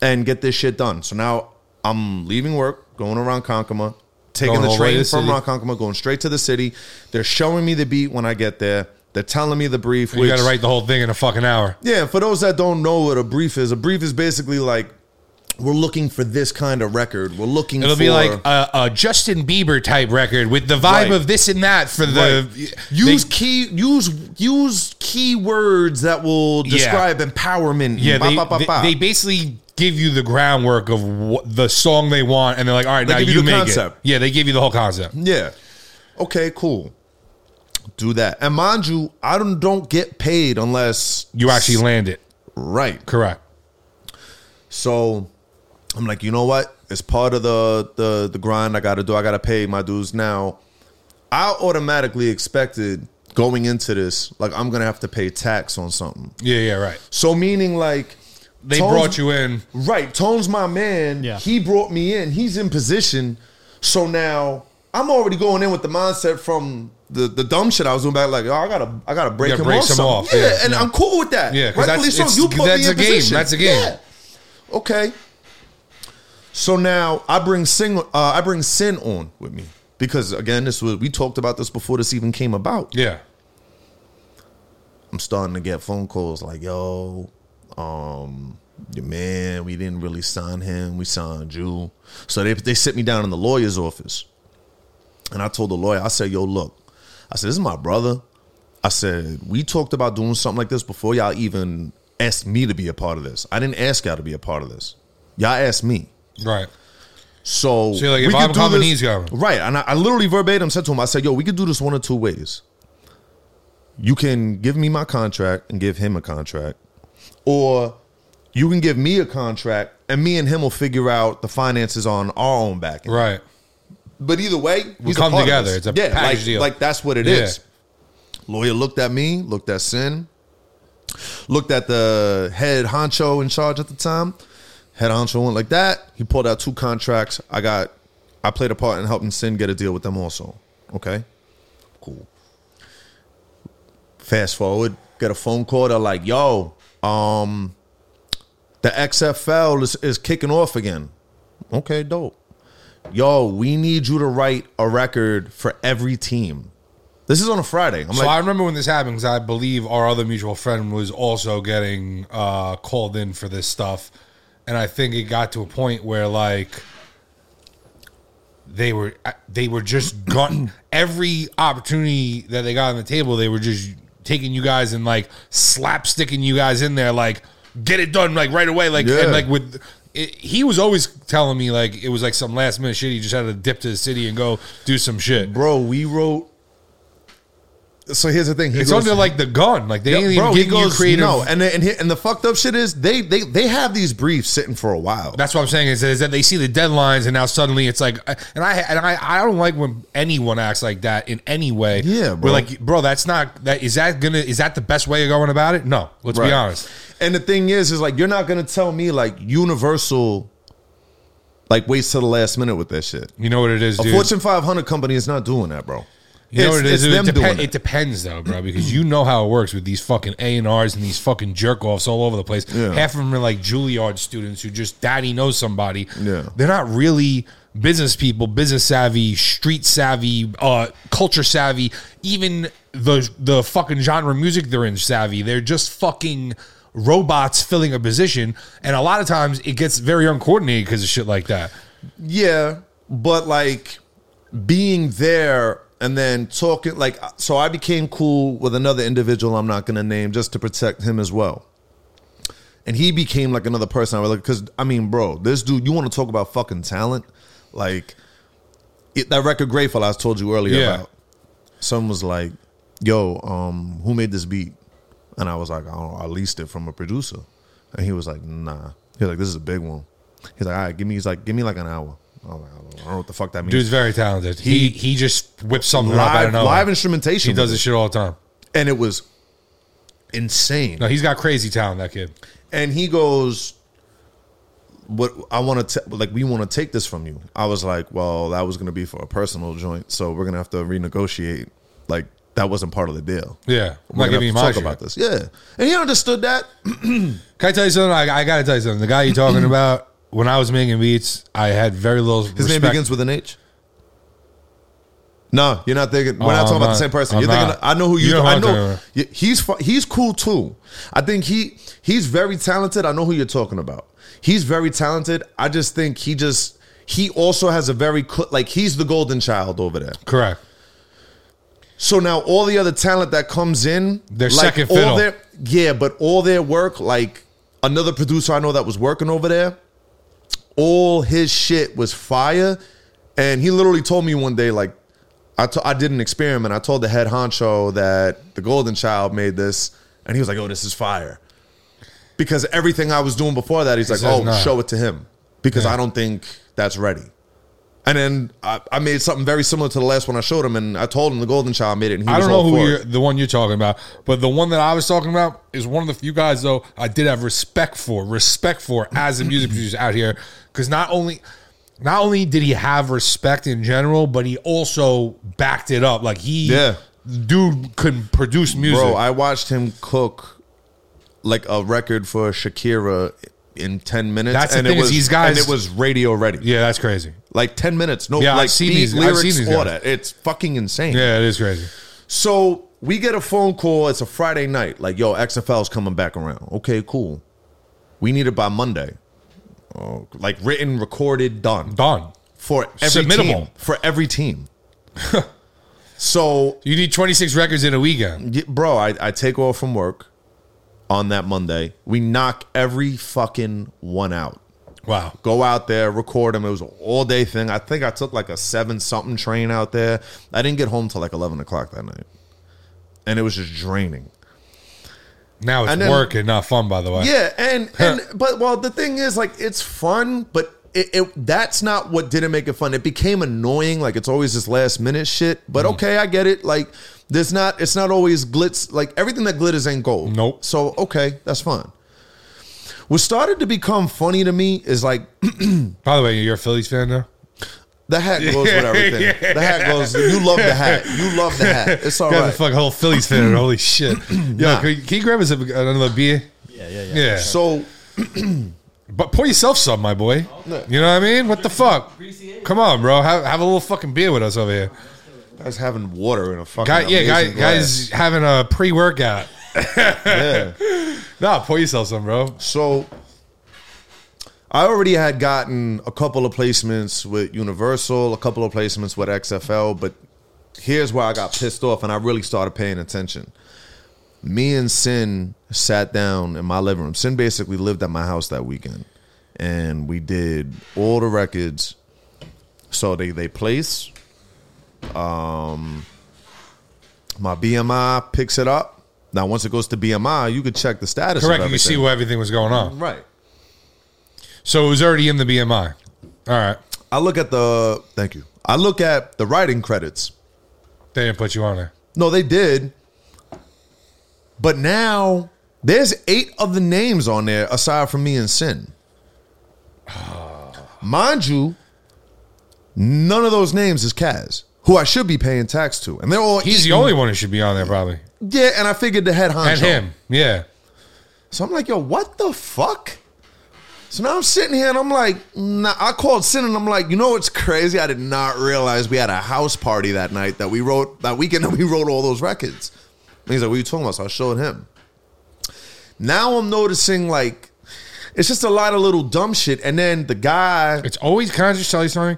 [SPEAKER 1] and get this shit done. So now I'm leaving work, going around Konkama, taking
[SPEAKER 2] Going all
[SPEAKER 1] the
[SPEAKER 2] the way
[SPEAKER 1] train
[SPEAKER 2] to the
[SPEAKER 1] from
[SPEAKER 2] city.
[SPEAKER 1] Ronkonkoma, going straight to the city. They're showing me the beat when I get there. They're telling me the brief.
[SPEAKER 2] You got to write the whole thing in a fucking hour.
[SPEAKER 1] Yeah, for those that don't know what a brief is, a brief is basically like we're looking for this kind of record. We're looking.
[SPEAKER 2] It'll
[SPEAKER 1] for,
[SPEAKER 2] be like uh, a, a Justin Bieber type record with the vibe
[SPEAKER 1] Right.
[SPEAKER 2] of this and that for the
[SPEAKER 1] Right.
[SPEAKER 2] they-
[SPEAKER 1] use key use use key words that will
[SPEAKER 2] Yeah.
[SPEAKER 1] describe empowerment.
[SPEAKER 2] yeah,
[SPEAKER 1] Ba-
[SPEAKER 2] they,
[SPEAKER 1] ba- ba-
[SPEAKER 2] they-
[SPEAKER 1] ba.
[SPEAKER 2] they basically give you the groundwork of what, the song they want, and they're like, "All right,
[SPEAKER 1] They
[SPEAKER 2] now
[SPEAKER 1] give
[SPEAKER 2] you,
[SPEAKER 1] you the
[SPEAKER 2] make
[SPEAKER 1] concept.
[SPEAKER 2] it." Yeah, they give you the whole concept.
[SPEAKER 1] Yeah. Okay, cool. Do that. And mind you, I don't don't get paid unless
[SPEAKER 2] You actually land it
[SPEAKER 1] right.
[SPEAKER 2] correct.
[SPEAKER 1] So I'm like, you know what? It's part of the the the grind I got to do. I got to pay my dues now. I automatically expected going into this like I'm going to have to pay tax on something.
[SPEAKER 2] Yeah, yeah, right.
[SPEAKER 1] So meaning like
[SPEAKER 2] They
[SPEAKER 1] Tones-
[SPEAKER 2] brought you in.
[SPEAKER 1] Right. Tone's my man.
[SPEAKER 4] Yeah.
[SPEAKER 1] He brought me in. He's in position. So now I'm already going in with the mindset from the, the dumb shit I was doing back, like, oh, I gotta I gotta break
[SPEAKER 2] Yeah,
[SPEAKER 1] him
[SPEAKER 2] break
[SPEAKER 1] off.
[SPEAKER 2] some
[SPEAKER 1] some-
[SPEAKER 2] off.
[SPEAKER 1] Yeah,
[SPEAKER 2] Yeah,
[SPEAKER 1] and I'm cool with that.
[SPEAKER 2] Yeah, 'cause
[SPEAKER 1] Rightfully
[SPEAKER 2] that's-
[SPEAKER 1] so. You
[SPEAKER 2] it's-
[SPEAKER 1] put
[SPEAKER 2] that's
[SPEAKER 1] me in
[SPEAKER 2] a game.
[SPEAKER 1] position.
[SPEAKER 2] That's a game.
[SPEAKER 1] Yeah. Okay. So now I bring sing uh, I bring sin on with me. Because again, this was we talked about this before this even came about.
[SPEAKER 2] Yeah,
[SPEAKER 1] I'm starting to get phone calls like, yo, um, your man, we didn't really sign him, we signed you. So they they sit me down in the lawyer's office. And I told the lawyer, I said, yo, look, I said, this is my brother. I said, we talked about doing something like this before y'all even asked me to be a part of this. I didn't ask y'all to be a part of this. Y'all asked me.
[SPEAKER 2] right.
[SPEAKER 1] So,
[SPEAKER 2] So you're like, if
[SPEAKER 1] could
[SPEAKER 2] I'm
[SPEAKER 1] do
[SPEAKER 2] coming,
[SPEAKER 1] this-
[SPEAKER 2] he's coming.
[SPEAKER 1] Right. And I, I literally verbatim said to him, I said, yo, we could do this one of two ways. You can give me my contract and give him a contract, or you can give me a contract and me and him will figure out the finances on our own back. end."
[SPEAKER 2] Right.
[SPEAKER 1] But either way, we
[SPEAKER 2] come together. It's a package
[SPEAKER 1] like,
[SPEAKER 2] deal.
[SPEAKER 1] Like that's what it
[SPEAKER 2] Yeah.
[SPEAKER 1] is. Lawyer looked at me, looked at Sin, looked at the head honcho in charge at the time. Head honcho went like that. He pulled out two contracts. I got, I played a part in helping Sin get a deal with them also. Okay, cool. Fast forward, get a phone call. They're like, "Yo, um, the XFL is, is kicking off again." Okay, dope. Yo, we need you to write a record for every team. This is on a Friday. I'm
[SPEAKER 2] So
[SPEAKER 1] like,
[SPEAKER 2] I remember when this happened because I believe our other mutual friend was also getting uh, called in for this stuff, and I think it got to a point where like they were uh, they were just gun every opportunity that they got on the table they were just taking you guys and like slapsticking you guys in there like get it done like right away like
[SPEAKER 1] Yeah.
[SPEAKER 2] and like with. It, he was always telling me like it was like some last minute shit. He just had to dip to the city and go do some shit.
[SPEAKER 1] bro, we wrote. So here's the thing. He
[SPEAKER 2] It's
[SPEAKER 1] goes-
[SPEAKER 2] under like the gun. Like they
[SPEAKER 1] Yeah,
[SPEAKER 2] ain't
[SPEAKER 1] bro,
[SPEAKER 2] even
[SPEAKER 1] he
[SPEAKER 2] giving you
[SPEAKER 1] goes,
[SPEAKER 2] creative.
[SPEAKER 1] No, and the, and, he- and the fucked up shit is they they they have these briefs sitting for a while.
[SPEAKER 2] That's what I'm saying is that, is that they see the deadlines and now suddenly it's like, uh, and I and I, I don't like when anyone acts like that in any way.
[SPEAKER 1] Yeah,
[SPEAKER 2] We're
[SPEAKER 1] bro.
[SPEAKER 2] like, bro, that's not that. Is that gonna? Is that the best way of going about it? No. Let's be
[SPEAKER 1] Right.
[SPEAKER 2] honest.
[SPEAKER 1] And the thing is, is like you're not gonna tell me like Universal, like waits till the last minute with that shit.
[SPEAKER 2] You know what it is,
[SPEAKER 1] A
[SPEAKER 2] dude.
[SPEAKER 1] Fortune 500 company is not doing that, bro.
[SPEAKER 2] You know
[SPEAKER 1] it's,
[SPEAKER 2] what it is.
[SPEAKER 1] it's
[SPEAKER 2] It,
[SPEAKER 1] them
[SPEAKER 2] depen-
[SPEAKER 1] doing
[SPEAKER 2] it depends, though, bro, because you know how it works with these fucking A and R's and these fucking jerk offs all over the place.
[SPEAKER 1] Yeah.
[SPEAKER 2] Half of them are like Juilliard students who just daddy knows somebody.
[SPEAKER 1] Yeah.
[SPEAKER 2] they're not really business people, business savvy, street savvy, uh, culture savvy, even the the fucking genre music they're in savvy. They're just fucking robots filling a position, and a lot of times it gets very uncoordinated because of shit like that.
[SPEAKER 1] Yeah, but like being there and then talking like so I became cool with another individual I'm not going to name just to protect him as well. And he became like another person I was like cuz I mean, bro, this dude, you want to talk about fucking talent? Like it, that record Grateful I told you earlier
[SPEAKER 2] Yeah.
[SPEAKER 1] about. Someone was like, "Yo, um who made this beat?" And I was like, "I don't know, I leased it from a producer." And he was like, "Nah." He was like, "This is a big one." He's like, "All right, give me." He's like, "Give me like an hour." I was like, I don't know what the fuck that means.
[SPEAKER 2] Dude's very talented. He he, just whips something up out of
[SPEAKER 1] live,
[SPEAKER 2] nowhere.
[SPEAKER 1] live instrumentation.
[SPEAKER 2] he does this shit all the time.
[SPEAKER 1] and it was insane.
[SPEAKER 2] No, he's got crazy talent, that kid.
[SPEAKER 1] and he goes what i want to like we want to take this from you i was like well that was going to be for a personal joint so we're going to have to renegotiate like that wasn't part of the deal we're
[SPEAKER 2] Yeah. I'm not
[SPEAKER 1] gonna
[SPEAKER 2] giving you
[SPEAKER 1] have
[SPEAKER 2] my
[SPEAKER 1] to talk
[SPEAKER 2] shit.
[SPEAKER 1] about this yeah and he understood that
[SPEAKER 2] Can I tell you something? I, I got to tell you something. The guy you're talking about, when I was making beats, I had very little
[SPEAKER 1] his name begins with an h no, you're not thinking. We're
[SPEAKER 2] Oh,
[SPEAKER 1] not talking
[SPEAKER 2] I'm
[SPEAKER 1] about the
[SPEAKER 2] not.
[SPEAKER 1] same person.
[SPEAKER 2] I'm
[SPEAKER 1] you're thinking.
[SPEAKER 2] not.
[SPEAKER 1] I know who you.
[SPEAKER 2] You know who
[SPEAKER 1] I
[SPEAKER 2] I'm talking
[SPEAKER 1] know
[SPEAKER 2] about.
[SPEAKER 1] y- he's fu- he's cool too. I think he he's very talented. I know who you're talking about. He's very talented. I just think he just he also has a very cl- like he's the golden child over there.
[SPEAKER 2] Correct.
[SPEAKER 1] So now all the other talent that comes in,
[SPEAKER 2] They're
[SPEAKER 1] like
[SPEAKER 2] second
[SPEAKER 1] all
[SPEAKER 2] fiddle.
[SPEAKER 1] Their, yeah, but all their work, like another producer I know that was working over there, all his shit was fire, and he literally told me one day like. I to- I did an experiment. I told the head honcho that the Golden Child made this, and he was like, "Oh, this is fire," because everything I was doing before that, he's like,
[SPEAKER 2] says
[SPEAKER 1] "Oh,
[SPEAKER 2] no."
[SPEAKER 1] show it to him," because I don't think that's ready. And then I, I made something very similar to the last one I showed him, and I told him the Golden Child made it. And he
[SPEAKER 2] I
[SPEAKER 1] was
[SPEAKER 2] don't know
[SPEAKER 1] all
[SPEAKER 2] who
[SPEAKER 1] for
[SPEAKER 2] you're,
[SPEAKER 1] it.
[SPEAKER 2] the one you're talking about, but the one that I was talking about is one of the few guys though I did have respect for, respect for as a music producer out here, because not only, not only did he have respect in general, but he also backed it up. Like he,
[SPEAKER 1] Yeah.
[SPEAKER 2] dude, could produce music.
[SPEAKER 1] Bro, I watched him cook like a record for Shakira in ten minutes.
[SPEAKER 2] That's the
[SPEAKER 1] and
[SPEAKER 2] thing
[SPEAKER 1] it
[SPEAKER 2] is
[SPEAKER 1] was,
[SPEAKER 2] these guys-
[SPEAKER 1] and it was radio ready.
[SPEAKER 2] yeah, that's crazy.
[SPEAKER 1] Like ten minutes, no,
[SPEAKER 2] Yeah, I've
[SPEAKER 1] like
[SPEAKER 2] seen
[SPEAKER 1] beat,
[SPEAKER 2] these- I've
[SPEAKER 1] lyrics,
[SPEAKER 2] seen these
[SPEAKER 1] all
[SPEAKER 2] guys.
[SPEAKER 1] that. It's fucking insane.
[SPEAKER 2] Yeah, it is crazy.
[SPEAKER 1] So we get a phone call. It's a Friday night. Like, yo, XFL's coming back around. Okay, cool. We need it by Monday. Oh, like written, recorded, done
[SPEAKER 2] Done.
[SPEAKER 1] for every
[SPEAKER 2] Submittable.
[SPEAKER 1] team. For every team. so
[SPEAKER 2] You need 26 records in a weekend.
[SPEAKER 1] Yeah, bro, I, I take off from work on that Monday. We knock every fucking one out.
[SPEAKER 2] Wow.
[SPEAKER 1] Go out there, record them. It was an all day thing. I think I took like a seven something train out there. I didn't get home till like eleven o'clock that night, and it was just draining.
[SPEAKER 2] Now it's
[SPEAKER 1] And then-
[SPEAKER 2] work and not fun, by the way.
[SPEAKER 1] Yeah, and and but well, the thing is, like, it's fun, but it, it that's not what didn't make it fun. It became annoying. Like, it's always this last minute shit. But
[SPEAKER 2] Mm-hmm.
[SPEAKER 1] okay, I get it. Like, there's not. It's not always glitz. Like everything that glitters ain't gold.
[SPEAKER 2] Nope.
[SPEAKER 1] So okay, that's fine. What started to become funny to me is like
[SPEAKER 2] By the way, you're a Phillies fan now?
[SPEAKER 1] The hat goes with everything. The hat goes. You love the hat. You love the hat. It's all
[SPEAKER 2] Got
[SPEAKER 1] Oh, right.
[SPEAKER 2] the fucking whole Phillies fan. Holy shit! Yo,
[SPEAKER 1] Nah.
[SPEAKER 2] can, you- can you grab us a, another beer?
[SPEAKER 3] Yeah, yeah, yeah.
[SPEAKER 2] Yeah,
[SPEAKER 1] So
[SPEAKER 2] but pour yourself some, my boy. You know what I mean? What the fuck?
[SPEAKER 3] Appreciate it.
[SPEAKER 2] Come on, bro. Have, have a little fucking beer with us over here.
[SPEAKER 1] guys having water in a fucking
[SPEAKER 2] Guy, yeah, guy,
[SPEAKER 1] amazing glass.
[SPEAKER 2] guys having a pre-workout.
[SPEAKER 1] Yeah.
[SPEAKER 2] Nah, pour yourself some, bro.
[SPEAKER 1] So I already had gotten a couple of placements with Universal, a couple of placements with XFL, but here's where I got pissed off and I really started paying attention. Me and Sin sat down in my living room. Sin basically lived at my house that weekend. And we did all the records. So they they place. Um my BMI picks it up. Now once it goes to BMI, you could check the status. of
[SPEAKER 2] Correct. You can see
[SPEAKER 1] everything.
[SPEAKER 2] where everything was going on.
[SPEAKER 1] Right.
[SPEAKER 2] So it was already in the BMI. All right.
[SPEAKER 1] I look at the thank you. I look at the writing credits.
[SPEAKER 2] They didn't put you on there.
[SPEAKER 1] No, they did. But now there's eight of the names on there aside from me and Sin. Mind you, none of those names is Kaz, who I should be paying tax to. And they're all e-,
[SPEAKER 2] He's the only one who should be on there, probably.
[SPEAKER 1] Yeah, and I figured the head honcho.
[SPEAKER 2] And him. Yeah.
[SPEAKER 1] So I'm like, yo, what the fuck? So now I'm sitting here and I'm like, nah, I called Sin and I'm like, you know what's crazy? I did not realize we had a house party that night that we wrote that weekend that we wrote all those records. And he's like, what are you talking about? So I showed him. Now I'm noticing like it's just a lot of little dumb shit. And then the guy
[SPEAKER 2] It's always, can I just tell you something?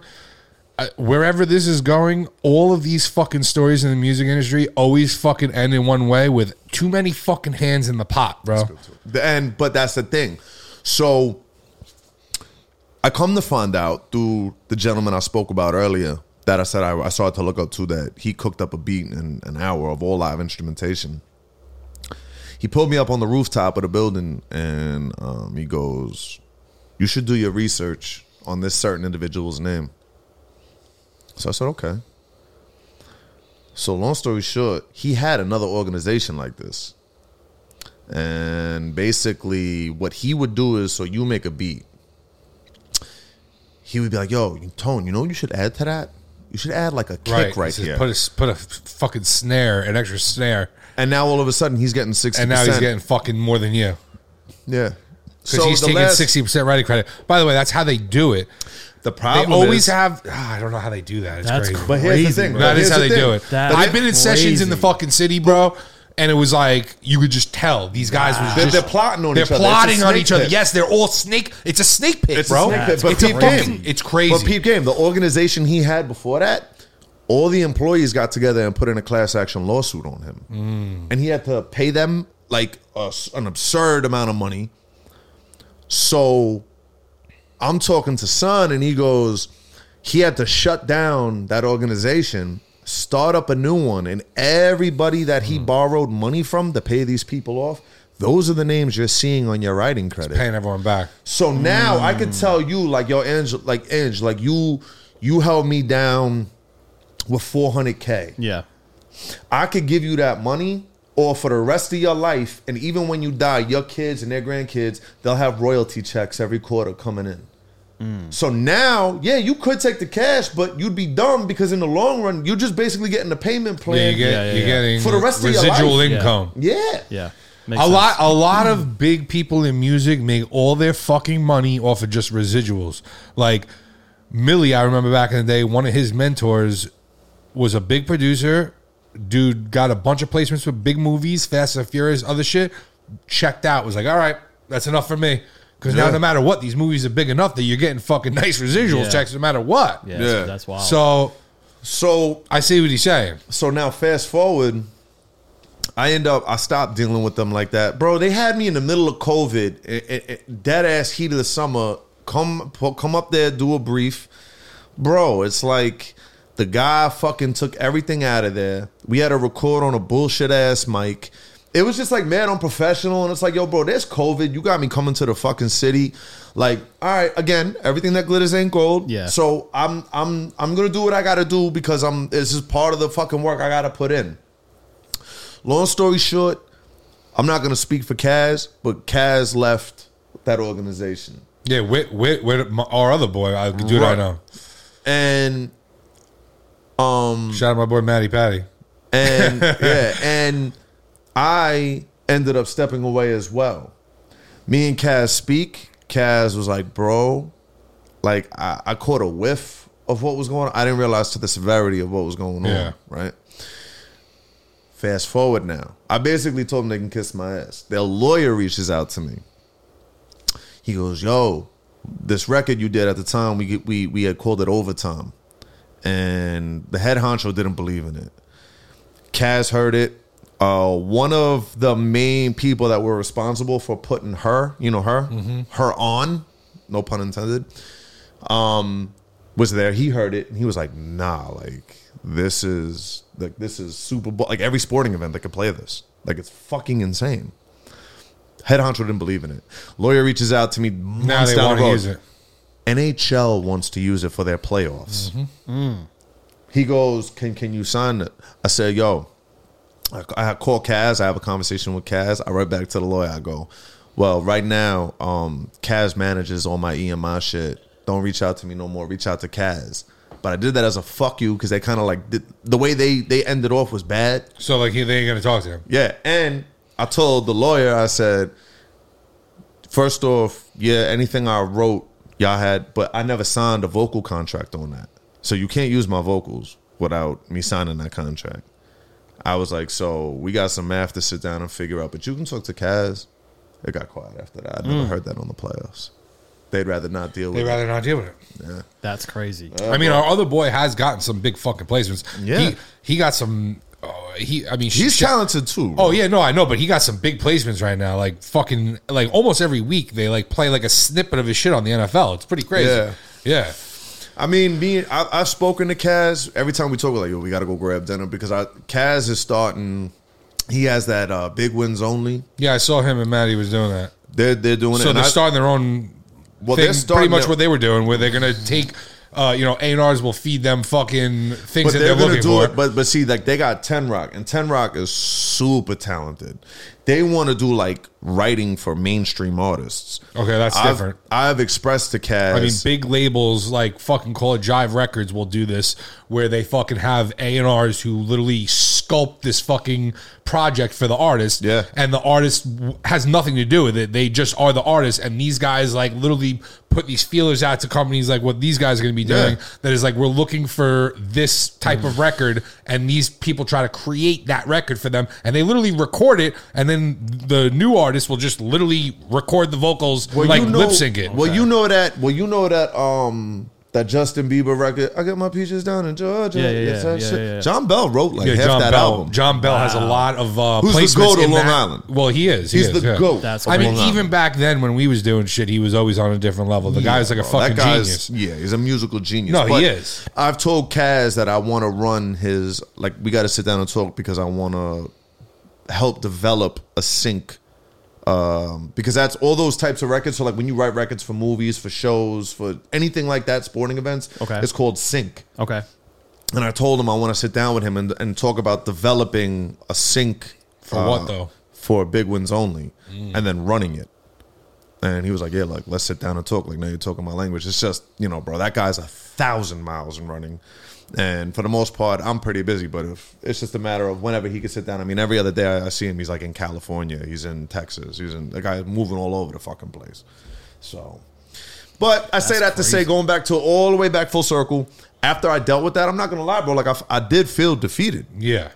[SPEAKER 2] Uh, wherever this is going, all of these fucking stories in the music industry always fucking end in one way with too many fucking hands in the pot, bro.
[SPEAKER 1] The end, but that's the thing. So I come to find out through the gentleman I spoke about earlier that I said I, I started to look up to that he cooked up a beat in an hour of all live instrumentation. He pulled me up on the rooftop of the building and um, he goes, You should do your research on this certain individual's name. So I said, Okay. So, long story short, he had another organization like this. And basically, what he would do is so you make a beat. He would be like, "Yo, Tone, you know what you should add to that? You should add like a kick right,
[SPEAKER 2] He says,
[SPEAKER 1] here."
[SPEAKER 2] Put a, s- put a f- fucking snare, an extra snare.
[SPEAKER 1] and now all of a sudden, he's getting sixty.
[SPEAKER 2] And now he's getting fucking more than you.
[SPEAKER 1] yeah.
[SPEAKER 2] Because he's
[SPEAKER 1] the
[SPEAKER 2] taking
[SPEAKER 1] last-
[SPEAKER 2] 60% writing credit. By the way, that's how they do it.
[SPEAKER 1] The
[SPEAKER 2] They
[SPEAKER 1] problem
[SPEAKER 2] always
[SPEAKER 1] is,
[SPEAKER 2] have. ah, I don't know how they do that. It's
[SPEAKER 4] That's
[SPEAKER 2] crazy.
[SPEAKER 4] crazy.
[SPEAKER 1] here's the thing, bro.
[SPEAKER 2] That is
[SPEAKER 1] Here's
[SPEAKER 2] how
[SPEAKER 1] the
[SPEAKER 2] they do
[SPEAKER 1] thing.
[SPEAKER 2] it.
[SPEAKER 4] That's
[SPEAKER 2] I've been in sessions in the
[SPEAKER 4] crazy.
[SPEAKER 2] fucking city, bro, and it was like you could just tell these guys was
[SPEAKER 1] They're-
[SPEAKER 2] just
[SPEAKER 1] they're plotting on
[SPEAKER 2] they're
[SPEAKER 1] each other. It's a
[SPEAKER 2] plotting on
[SPEAKER 1] snake
[SPEAKER 2] each other.
[SPEAKER 1] pit.
[SPEAKER 2] Yes, they're all snake. It's a snake pit,
[SPEAKER 1] It's a
[SPEAKER 2] bro.
[SPEAKER 1] snake pit, but
[SPEAKER 2] it's a
[SPEAKER 1] peep
[SPEAKER 2] fucking.
[SPEAKER 1] game.
[SPEAKER 2] It's crazy.
[SPEAKER 1] But peep game, the organization he had before that, all the employees got together and put in a class action lawsuit on him,
[SPEAKER 2] Mm.
[SPEAKER 1] and he had to pay them like a s an absurd amount of money. So, I'm talking to Son, and he goes, he had to shut down that organization, start up a new one, and everybody that
[SPEAKER 2] Mm.
[SPEAKER 1] he borrowed money from to pay these people off. Those are the names you're seeing on your writing credit.
[SPEAKER 2] Paying everyone back.
[SPEAKER 1] So now I
[SPEAKER 2] Mm.
[SPEAKER 1] can tell you, like yo, Ange, like Ange, like you, you held me down with 400k.
[SPEAKER 4] Yeah.
[SPEAKER 1] I could give you that money, or for the rest of your life, and even when you die, your kids and their grandkids, they'll have royalty checks every quarter coming in.
[SPEAKER 2] Mm.
[SPEAKER 1] So now, yeah, you could take the cash, but you'd be dumb because in the long run, you're just basically getting the payment
[SPEAKER 2] Yeah,
[SPEAKER 1] plan.
[SPEAKER 2] you get,
[SPEAKER 4] Yeah, yeah,
[SPEAKER 2] you're
[SPEAKER 4] yeah.
[SPEAKER 2] getting
[SPEAKER 1] For the rest of your
[SPEAKER 2] residual
[SPEAKER 1] life.
[SPEAKER 4] Yeah.
[SPEAKER 2] income.
[SPEAKER 1] yeah.
[SPEAKER 4] Yeah.
[SPEAKER 2] A
[SPEAKER 4] Makes
[SPEAKER 2] lot, a lot of big people in music make all their fucking money off of just residuals. Like Millie, I remember back in the day, one of his mentors was a big producer. Dude got a bunch of placements with big movies, Fast and Furious, other shit. Checked out. Was like, all right, that's enough for me. Because now,
[SPEAKER 1] Yeah.
[SPEAKER 2] no matter what, these movies are big enough that you're getting fucking nice residuals
[SPEAKER 4] Yeah.
[SPEAKER 2] checks, no matter what.
[SPEAKER 4] Yeah.
[SPEAKER 1] Yeah.
[SPEAKER 4] That's, that's wild.
[SPEAKER 2] So
[SPEAKER 1] So
[SPEAKER 2] I see what he's saying.
[SPEAKER 1] So now fast forward, I end up I stopped dealing with them like that, bro. They had me in the middle of COVID, i- i- i- dead ass heat of the summer. Come pu- come up there, do a brief, bro. It's like the guy fucking took everything out of there. We had to record on a bullshit ass mic. It was just like mad unprofessional, and it's like, yo, bro, there's COVID. You got me coming to the fucking city. Like, all right, again, everything that glitters ain't gold.
[SPEAKER 4] Yeah.
[SPEAKER 1] So so I'm I'm I'm gonna do what I gotta do because I'm this is part of the fucking work I gotta put in. Long story short, I'm not gonna speak for Kaz, but Kaz left that organization.
[SPEAKER 2] Yeah, where, where, where, my, our other boy, I, dude, I
[SPEAKER 1] Right.
[SPEAKER 2] know.
[SPEAKER 1] and um,
[SPEAKER 2] Shout out my boy Matty Patty.
[SPEAKER 1] and yeah, and I ended up stepping away as well. Me and Kaz speak. Kaz was like, "Bro, like I, I caught a whiff of what was going on. I didn't realize to the severity of what was going
[SPEAKER 2] Yeah.
[SPEAKER 1] on." Right. Fast forward now. I basically told them they can kiss my ass. Their lawyer reaches out to me. He goes, "Yo, this record you did at the time, we we we had called it overtime, and the head honcho didn't believe in it. Kaz heard it. Uh, one of the main people that were responsible for putting her, you know, her,
[SPEAKER 2] Mm-hmm.
[SPEAKER 1] her on, no pun intended, um, was there. He heard it and he was like, "Nah, like this is like this is Super Bowl, like every sporting event that could play this, like it's fucking insane." Head honcho didn't believe in it. Lawyer reaches out to me
[SPEAKER 2] Now
[SPEAKER 1] months
[SPEAKER 2] they
[SPEAKER 1] down
[SPEAKER 2] want
[SPEAKER 1] the
[SPEAKER 2] to
[SPEAKER 1] road.
[SPEAKER 2] use it.
[SPEAKER 1] NHL wants to use it for their playoffs. He goes, "Can can you sign it?" I said, "Yo, I, I call Kaz. I have a conversation with Kaz. I write back to the lawyer. I go, well, right now, um, Kaz manages all my EMI shit. Don't reach out to me no more. Reach out to Kaz." But I did that as a fuck you because they kind of like did, the way they they ended off was bad.
[SPEAKER 2] So like he, they ain't gonna talk to him.
[SPEAKER 1] Yeah, and I told the lawyer, I said, first off, yeah, anything I wrote, y'all had, but I never signed a vocal contract on that. So you can't use my vocals without me signing that contract. I was like, so we got some math to sit down and figure out, but you can talk to Kaz. It got quiet after that. I never heard that on the playoffs. They'd rather not deal with
[SPEAKER 2] Mm. They'd rather not deal with it.
[SPEAKER 4] That's crazy.
[SPEAKER 2] I mean, our other boy has gotten some big fucking placements.
[SPEAKER 1] Yeah.
[SPEAKER 2] he, he got some. Oh, he, I mean,
[SPEAKER 1] it. He's
[SPEAKER 2] Sha-
[SPEAKER 1] talented too.
[SPEAKER 2] Oh yeah, no, I know, but he got some big placements right now. Like fucking, like almost every week they like play like a snippet of his shit on the NFL. It's pretty crazy.
[SPEAKER 1] Yeah.
[SPEAKER 2] Yeah,
[SPEAKER 1] I mean, me, I, I've spoken to Kaz. Every time we talk, we're like, yo, we got to go grab dinner because I, Kaz is starting. He has that uh, big wins only.
[SPEAKER 2] Yeah, I saw him and Maddie was doing that.
[SPEAKER 1] They're they're doing it.
[SPEAKER 2] So
[SPEAKER 1] and
[SPEAKER 2] they're
[SPEAKER 1] I-
[SPEAKER 2] starting their own.
[SPEAKER 1] Well,
[SPEAKER 2] thing,
[SPEAKER 1] they're starting
[SPEAKER 2] pretty much
[SPEAKER 1] their-
[SPEAKER 2] what they were doing, where they're gonna take, uh, you know, A and R's will feed them fucking things
[SPEAKER 1] but
[SPEAKER 2] that
[SPEAKER 1] they're,
[SPEAKER 2] they're,
[SPEAKER 1] gonna
[SPEAKER 2] looking
[SPEAKER 1] do
[SPEAKER 2] for.
[SPEAKER 1] it. But but see, like they got Ten Rock, and Ten Rock is super talented. They want to do like writing for mainstream artists.
[SPEAKER 2] okay, that's
[SPEAKER 1] I've,
[SPEAKER 2] Oh, different.
[SPEAKER 1] I've expressed to Kaz.
[SPEAKER 2] I mean, big labels like fucking call it Jive Records will do this, where they fucking have A and R's who literally sculpt this fucking project for the artist.
[SPEAKER 1] Yeah.
[SPEAKER 2] and the artist w- has nothing to do with it. They just are the artist, and these guys like literally put these feelers out to companies like what these guys are going to be doing.
[SPEAKER 1] Yeah. Mm.
[SPEAKER 2] That is like we're looking for this type of record, and these people try to create that record for them, and they literally record it, and then the new artist will just literally record the vocals like
[SPEAKER 1] you know-
[SPEAKER 2] lip sync it.
[SPEAKER 1] Well, you know that. Well, you know that. Um, that Justin Bieber record. I got my peaches down in Georgia.
[SPEAKER 4] Yeah, yeah,
[SPEAKER 1] It's that
[SPEAKER 4] yeah,
[SPEAKER 1] shit.
[SPEAKER 4] yeah, yeah.
[SPEAKER 1] John Bell wrote like
[SPEAKER 2] Yeah,
[SPEAKER 1] half
[SPEAKER 2] John
[SPEAKER 1] that
[SPEAKER 2] Bell.
[SPEAKER 1] album.
[SPEAKER 2] John Bell has a lot of uh,
[SPEAKER 1] Who's the
[SPEAKER 2] placements
[SPEAKER 1] GOAT of
[SPEAKER 2] in
[SPEAKER 1] Long
[SPEAKER 2] that-
[SPEAKER 1] Island?
[SPEAKER 2] Well, he is. he
[SPEAKER 1] He's
[SPEAKER 2] is,
[SPEAKER 1] the
[SPEAKER 2] yeah.
[SPEAKER 1] goat.
[SPEAKER 4] That's
[SPEAKER 1] of
[SPEAKER 2] I mean,
[SPEAKER 1] Long Island.
[SPEAKER 2] even back then when we was doing shit, he was always on a different level. The guy's like a
[SPEAKER 1] Bro,
[SPEAKER 2] fucking
[SPEAKER 1] that guy's,
[SPEAKER 2] genius.
[SPEAKER 1] Yeah, he's a musical genius.
[SPEAKER 2] No, he is.
[SPEAKER 1] I've told Kaz that I want to run his like we got to sit down and talk because I want to help develop a sync. Um, because that's all those types of records. So like when you write records for movies, for shows, for anything like that, sporting events,
[SPEAKER 4] Okay.
[SPEAKER 1] it's called sync.
[SPEAKER 4] Okay.
[SPEAKER 1] And I told him I want to sit down with him and, and talk about developing a sync
[SPEAKER 2] For what, though? Mm.
[SPEAKER 1] For big wins only, and then running it. And he was like, "Yeah, like let's sit down and talk. Like now you're talking my language. It's just you know, bro, that guy's a thousand miles in running, and for the most part, I'm pretty busy. But if it's just a matter of whenever he could sit down. I mean, every other day I, I see him. He's like in California. He's in Texas. He's in the guy's moving all over the fucking place. So but I say that to say, going back to all the way back full circle, after I dealt with that, I'm not gonna lie, bro. Like I, f- I did feel defeated,
[SPEAKER 2] Yeah.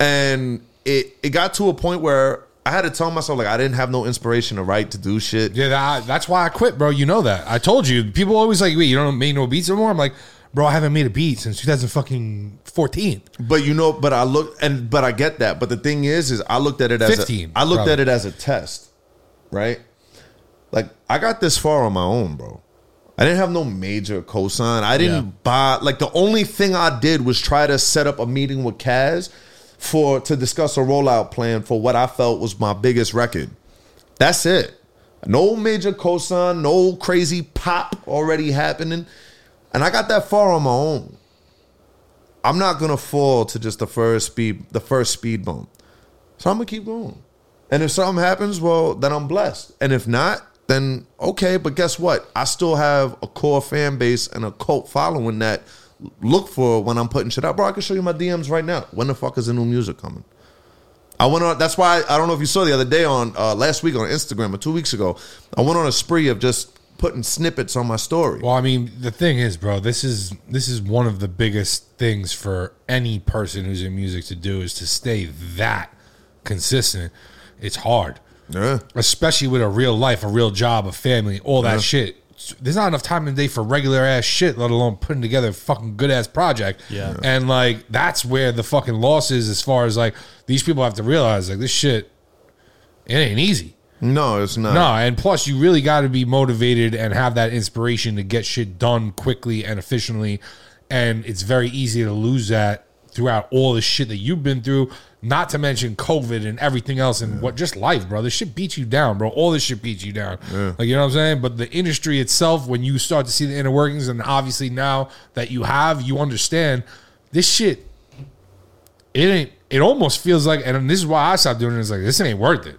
[SPEAKER 1] and it it got to a point where I had to tell myself like I didn't have no inspiration to write to do shit.
[SPEAKER 2] Yeah, that, that's why I quit, bro. You know that. I told you. People always like, wait, you don't make no beats anymore? I'm like, bro, I haven't made a beat since 2014.
[SPEAKER 1] But you know, but I look and but I get that. But the thing is, is I looked at it as
[SPEAKER 2] 15,
[SPEAKER 1] a, I looked
[SPEAKER 2] probably.
[SPEAKER 1] at it as a test, right? Like I got this far on my own, bro. I didn't have no major cosign. I didn't
[SPEAKER 4] Yeah.
[SPEAKER 1] buy like the only thing I did was try to set up a meeting with Kaz for to discuss a rollout plan for what I felt was my biggest record. That's it. No major cosign, no crazy pop already happening. And I got that far on my own. I'm not gonna fall to just the first speed, the first speed bump. So I'm gonna keep going. And if something happens, well, then I'm blessed. And if not, then okay. But guess what? I still have a core fan base and a cult following that look for when I'm putting shit out. Bro, I can show you my DMs right now. When the fuck is the new music coming? I went on. That's why I, don't know if you saw the other day on uh, last week on Instagram or two weeks ago. I went on a spree of just putting snippets on my story.
[SPEAKER 2] Well, I mean, the thing is, bro, this is this is one of the biggest things for any person who's in music to do is to stay that consistent. It's hard,
[SPEAKER 1] Yeah,
[SPEAKER 2] especially with a real life, a real job, a family, all that
[SPEAKER 1] Yeah.
[SPEAKER 2] shit. There's not enough time in the day for regular ass shit, let alone putting together a fucking good ass project.
[SPEAKER 4] Yeah. Yeah.
[SPEAKER 2] And like that's where the fucking loss is as far as like these people have to realize like this shit it ain't easy.
[SPEAKER 1] no, it's not.
[SPEAKER 2] No, and plus you really got to be motivated and have that inspiration to get shit done quickly and efficiently. And it's very easy to lose that throughout all the shit that you've been through. Not to mention COVID and everything else and what just life, bro. This shit beats you down, bro. All this shit beats you down. Like you know what I'm saying? But the industry itself, when you start to see the inner workings, and obviously now that you have, you understand this shit. It ain't. It almost feels like, and this is why I stopped doing it. It's like this ain't worth it.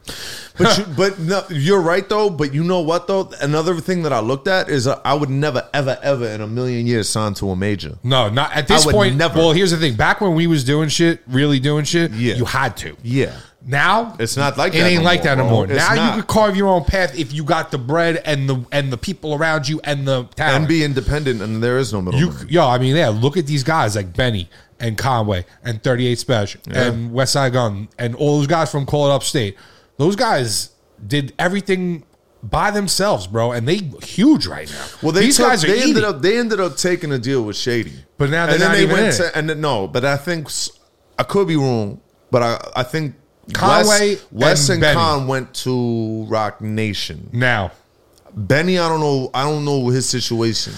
[SPEAKER 1] But you, but no, you're right though. But you know what though? Another thing that I looked at is uh, I would never, ever, ever in a million years sign to a major.
[SPEAKER 2] No, not at this
[SPEAKER 1] I would
[SPEAKER 2] point.
[SPEAKER 1] never.
[SPEAKER 2] Well, here's the thing. Back when we was doing shit, really doing shit,
[SPEAKER 1] Yeah.
[SPEAKER 2] you had to.
[SPEAKER 1] Yeah,
[SPEAKER 2] Now
[SPEAKER 1] It's not like
[SPEAKER 2] it
[SPEAKER 1] that
[SPEAKER 2] ain't
[SPEAKER 1] no
[SPEAKER 2] like
[SPEAKER 1] more,
[SPEAKER 2] that
[SPEAKER 1] bro.
[SPEAKER 2] anymore.
[SPEAKER 1] It's
[SPEAKER 2] Now
[SPEAKER 1] not.
[SPEAKER 2] you could carve your own path if you got the bread and the and the people around you and the talent.
[SPEAKER 1] and be independent, and there is no middle.
[SPEAKER 2] You, yo, I mean, yeah, look at these guys like Benny and Conway and 38 Special and West Side Gun and all those guys from Call It Upstate. Those guys did everything by themselves, bro, and they huge right now.
[SPEAKER 1] Well, they
[SPEAKER 2] these
[SPEAKER 1] took-
[SPEAKER 2] guys are
[SPEAKER 1] they
[SPEAKER 2] eating.
[SPEAKER 1] ended up they ended up taking a deal with Shady,
[SPEAKER 2] But now they're
[SPEAKER 1] and then
[SPEAKER 2] not
[SPEAKER 1] they
[SPEAKER 2] even
[SPEAKER 1] went
[SPEAKER 2] in
[SPEAKER 1] to
[SPEAKER 2] it.
[SPEAKER 1] and then, no, but I think s- I could be wrong, but I I think
[SPEAKER 2] Conway
[SPEAKER 1] Wes, Wes
[SPEAKER 2] and
[SPEAKER 1] and,
[SPEAKER 2] Benny.
[SPEAKER 1] Con went to Rock Nation.
[SPEAKER 2] now.
[SPEAKER 1] Benny, I don't know, I don't know his situation.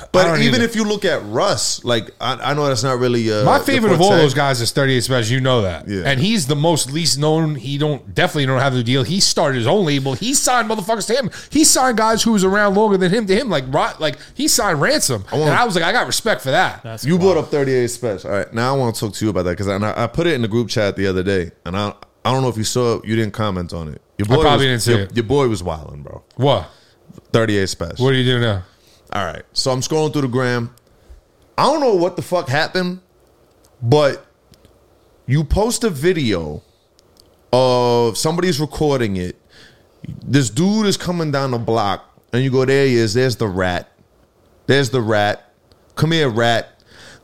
[SPEAKER 2] don't
[SPEAKER 1] But even
[SPEAKER 2] either.
[SPEAKER 1] if you look at Russ, like I, I know that's not really uh,
[SPEAKER 2] My
[SPEAKER 1] the
[SPEAKER 2] favorite of all
[SPEAKER 1] forte.
[SPEAKER 2] those guys is 38 Special. You know that.
[SPEAKER 1] Yeah.
[SPEAKER 2] And he's the most least known. He don't definitely don't have the deal. He started his own label. He signed motherfuckers to him. He signed guys who was around longer than him to him. Like Rot, like he signed Ransom.
[SPEAKER 1] wanna-
[SPEAKER 2] and I was like, I got respect for that.
[SPEAKER 4] That's
[SPEAKER 1] You
[SPEAKER 4] wild.
[SPEAKER 1] brought up 38 special. All right, now I want to talk to you about that because I, I put it in the group chat the other day, and I I don't know if you saw it. You didn't comment on it. Your boy
[SPEAKER 2] probably didn't
[SPEAKER 1] was,
[SPEAKER 2] see
[SPEAKER 1] your,
[SPEAKER 2] it.
[SPEAKER 1] Your boy was wilding, bro.
[SPEAKER 2] What?
[SPEAKER 1] 38 special.
[SPEAKER 2] What do you do now?
[SPEAKER 1] All right, so I'm scrolling through the gram. I don't know what the fuck happened, but you post a video of somebody's recording it. This dude is coming down the block, and you go, "There he is. There's the rat. There's the rat. Come here, rat."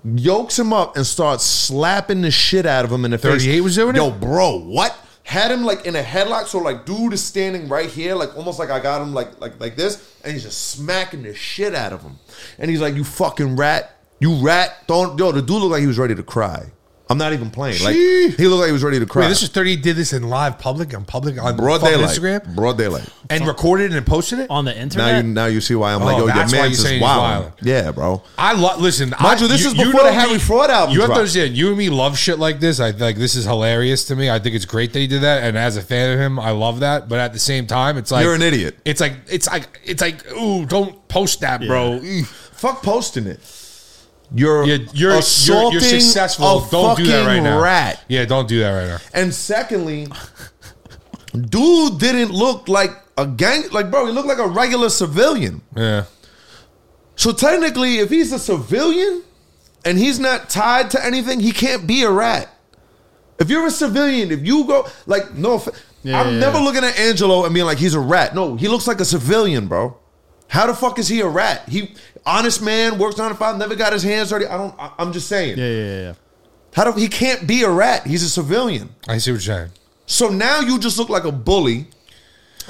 [SPEAKER 1] Yokes him up and starts slapping the shit out of him in the
[SPEAKER 2] 38
[SPEAKER 1] face.
[SPEAKER 2] was doing it?
[SPEAKER 1] Yo, bro, what? Had him like in a headlock, so like dude is standing right here, like almost like I got him like like like this, and he's just smacking the shit out of him. And he's like, "You fucking rat, you rat!" Don't yo, the dude looked like he was ready to cry. I'm not even playing. Like
[SPEAKER 2] Sheesh.
[SPEAKER 1] he looked like he was ready to cry.
[SPEAKER 2] Wait, this is 38 did this in live public on public on
[SPEAKER 1] broad
[SPEAKER 2] fucking
[SPEAKER 1] daylight.
[SPEAKER 2] Instagram
[SPEAKER 1] Broad daylight.
[SPEAKER 2] and recorded it and posted it.
[SPEAKER 4] on the
[SPEAKER 1] Now you
[SPEAKER 4] internet.
[SPEAKER 1] now you see why I'm like,
[SPEAKER 2] Oh,
[SPEAKER 1] yo, your
[SPEAKER 2] that's why
[SPEAKER 1] man's
[SPEAKER 2] you're saying
[SPEAKER 1] is
[SPEAKER 2] he's
[SPEAKER 1] wild.
[SPEAKER 2] wild.
[SPEAKER 1] Yeah, bro.
[SPEAKER 2] I love. Listen,
[SPEAKER 1] Mind
[SPEAKER 2] I,
[SPEAKER 1] you, this is before
[SPEAKER 2] know
[SPEAKER 1] the Harry
[SPEAKER 2] me-
[SPEAKER 1] Fraud album
[SPEAKER 2] You have
[SPEAKER 1] dropped.
[SPEAKER 2] to understand. You and me love shit like this. I like this is hilarious to me. I think it's great that he did that, and as a fan of him, I love that. But at the same time, it's like
[SPEAKER 1] You're an idiot.
[SPEAKER 2] It's like it's like it's like ooh, don't post that, bro.
[SPEAKER 1] Fuck posting it. You're
[SPEAKER 2] You're, you're, you're,
[SPEAKER 1] assaulting
[SPEAKER 2] you're successful.
[SPEAKER 1] a
[SPEAKER 2] Don't do that right
[SPEAKER 1] fucking
[SPEAKER 2] now.
[SPEAKER 1] Rat.
[SPEAKER 2] Yeah, don't do that right now.
[SPEAKER 1] And secondly, dude didn't look like a gang. Like, bro, he looked like a regular civilian.
[SPEAKER 2] Yeah.
[SPEAKER 1] So technically, if he's a civilian and he's not tied to anything, he can't be a rat. If you're a civilian, if you go like no, off-
[SPEAKER 4] Yeah,
[SPEAKER 1] I'm
[SPEAKER 4] yeah,
[SPEAKER 1] never
[SPEAKER 4] yeah.
[SPEAKER 1] looking at Angelo and being like he's a rat. No, he looks like a civilian, bro. How the fuck is he a rat? He honest man works nine to five, never got his hands dirty. I don't. I, I'm just saying.
[SPEAKER 4] yeah, yeah, yeah, yeah.
[SPEAKER 1] How do he can't be a rat? He's a civilian.
[SPEAKER 2] I see what you're saying.
[SPEAKER 1] So now you just look like a bully.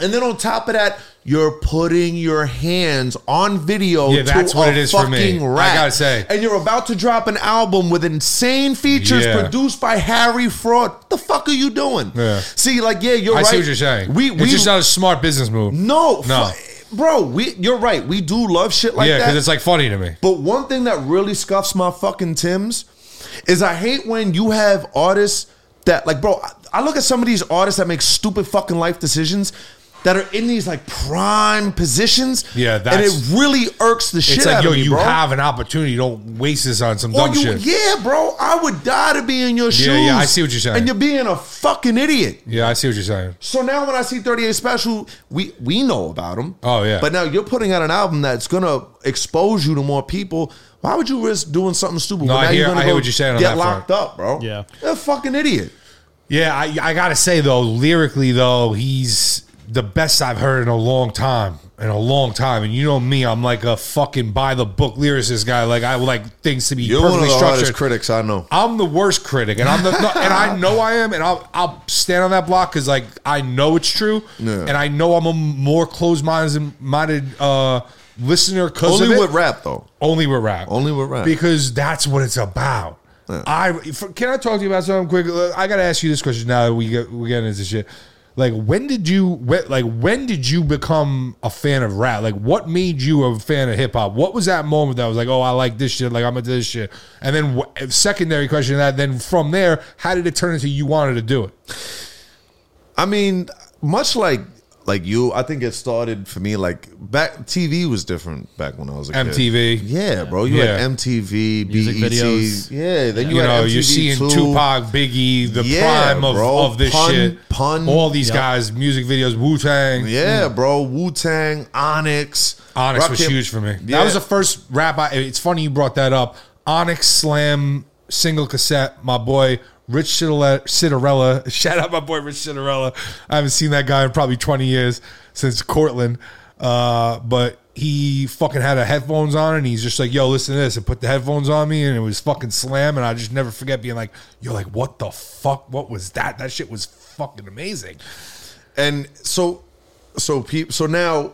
[SPEAKER 1] And then on top of that, you're putting your hands on video.
[SPEAKER 2] Yeah, that's
[SPEAKER 1] to
[SPEAKER 2] what
[SPEAKER 1] a
[SPEAKER 2] it is for
[SPEAKER 1] fucking
[SPEAKER 2] me. I
[SPEAKER 1] Rat.
[SPEAKER 2] gotta say.
[SPEAKER 1] and you're about to drop an album with insane features
[SPEAKER 2] Yeah.
[SPEAKER 1] produced by Harry Fraud. What the fuck are you doing?
[SPEAKER 2] Yeah.
[SPEAKER 1] See, like, yeah, you're
[SPEAKER 2] I
[SPEAKER 1] right.
[SPEAKER 2] see what you're saying.
[SPEAKER 1] We, we
[SPEAKER 2] it's just not a smart business move.
[SPEAKER 1] no,
[SPEAKER 2] No.
[SPEAKER 1] fu- bro. We, you're right. We do love shit like
[SPEAKER 2] yeah,
[SPEAKER 1] that.
[SPEAKER 2] because it's like funny to me.
[SPEAKER 1] But one thing that really scuffs my fucking Tim's is I hate when you have artists that like, bro, I- I look at some of these artists that make stupid fucking life decisions that are in these like prime positions.
[SPEAKER 2] Yeah,
[SPEAKER 1] and it
[SPEAKER 2] that's-
[SPEAKER 1] really irks the shit
[SPEAKER 2] It's
[SPEAKER 1] out
[SPEAKER 2] like, yo,
[SPEAKER 1] of me,
[SPEAKER 2] you
[SPEAKER 1] bro.
[SPEAKER 2] have an opportunity. Don't waste this on some
[SPEAKER 1] Or
[SPEAKER 2] dumb
[SPEAKER 1] you-
[SPEAKER 2] shit.
[SPEAKER 1] yeah, bro, I would die to be in your shoes.
[SPEAKER 2] Yeah, yeah, I see what you're saying.
[SPEAKER 1] And you're being a fucking idiot.
[SPEAKER 2] Yeah, I see what you're saying.
[SPEAKER 1] So now when I see 38 Special, we we know about them.
[SPEAKER 2] Oh, yeah.
[SPEAKER 1] But now you're putting out an album that's gonna expose you to more people. Why would you risk doing something stupid?
[SPEAKER 2] No,
[SPEAKER 1] when
[SPEAKER 2] I
[SPEAKER 1] now
[SPEAKER 2] hear-
[SPEAKER 1] gonna
[SPEAKER 2] I hear
[SPEAKER 1] go
[SPEAKER 2] what you're saying on
[SPEAKER 1] get
[SPEAKER 2] that front.
[SPEAKER 1] locked up, bro.
[SPEAKER 4] Yeah.
[SPEAKER 1] you're a fucking idiot.
[SPEAKER 2] Yeah, I, I gotta say though, lyrically though, he's the best I've heard in a long time, in a long time. And you know me, I'm like a fucking by the book lyricist guy. Like I like things to be perfectly structured.
[SPEAKER 1] critics I know.
[SPEAKER 2] I'm the worst critic, and I'm the no, and I know I am, and I'll I'll stand on that block because like I know it's true,
[SPEAKER 1] Yeah.
[SPEAKER 2] and I know I'm a more closed minded minded uh, listener because
[SPEAKER 1] Only
[SPEAKER 2] of it.
[SPEAKER 1] with rap though.
[SPEAKER 2] Only with rap.
[SPEAKER 1] Only with rap.
[SPEAKER 2] Because that's what it's about. I f- can I talk to you about something quick? Uh, I gotta ask you this question now that we get we get into this shit. Like when did you when, like when did you become a fan of rap? Like what made you a fan of hip hop? What was that moment that was like, oh, I like this shit, like I'm into this shit? And then wh- secondary question to that, then from there, how did it turn into you wanted to do it?
[SPEAKER 1] I mean, much like like you, I think it started for me like back TV was different back when I was a kid.
[SPEAKER 2] MTV,
[SPEAKER 1] Yeah, bro. You
[SPEAKER 2] Yeah.
[SPEAKER 1] had MTV,
[SPEAKER 4] Music
[SPEAKER 1] BET.
[SPEAKER 4] videos.
[SPEAKER 1] E Yeah, then you,
[SPEAKER 2] you
[SPEAKER 1] had
[SPEAKER 2] know,
[SPEAKER 1] MTV
[SPEAKER 2] you're seeing
[SPEAKER 1] too.
[SPEAKER 2] Tupac, Biggie, the
[SPEAKER 1] Yeah,
[SPEAKER 2] prime of,
[SPEAKER 1] bro.
[SPEAKER 2] of this
[SPEAKER 1] Pun-
[SPEAKER 2] shit,
[SPEAKER 1] Pun.
[SPEAKER 2] all these
[SPEAKER 4] Yep.
[SPEAKER 2] guys, music videos, Wu Tang,
[SPEAKER 1] Yeah, bro. Wu Tang, Onyx.
[SPEAKER 2] Onyx
[SPEAKER 1] Rock
[SPEAKER 2] was
[SPEAKER 1] Camp-
[SPEAKER 2] huge for me.
[SPEAKER 1] Yeah.
[SPEAKER 2] That was the first rap. I, it's funny you brought that up. Onyx Slam single cassette. My boy Rich Citarella. Citarella shout out my boy Rich Citarella. I haven't seen that guy in probably twenty years since Cortland. Uh, but he fucking had a headphones on and he's just like, "Yo, listen to this," and put the headphones on me and it was fucking slam. And I just never forget being like, "Yo, like what the fuck? What was that? That shit was fucking amazing."
[SPEAKER 1] And so, so peop, so now,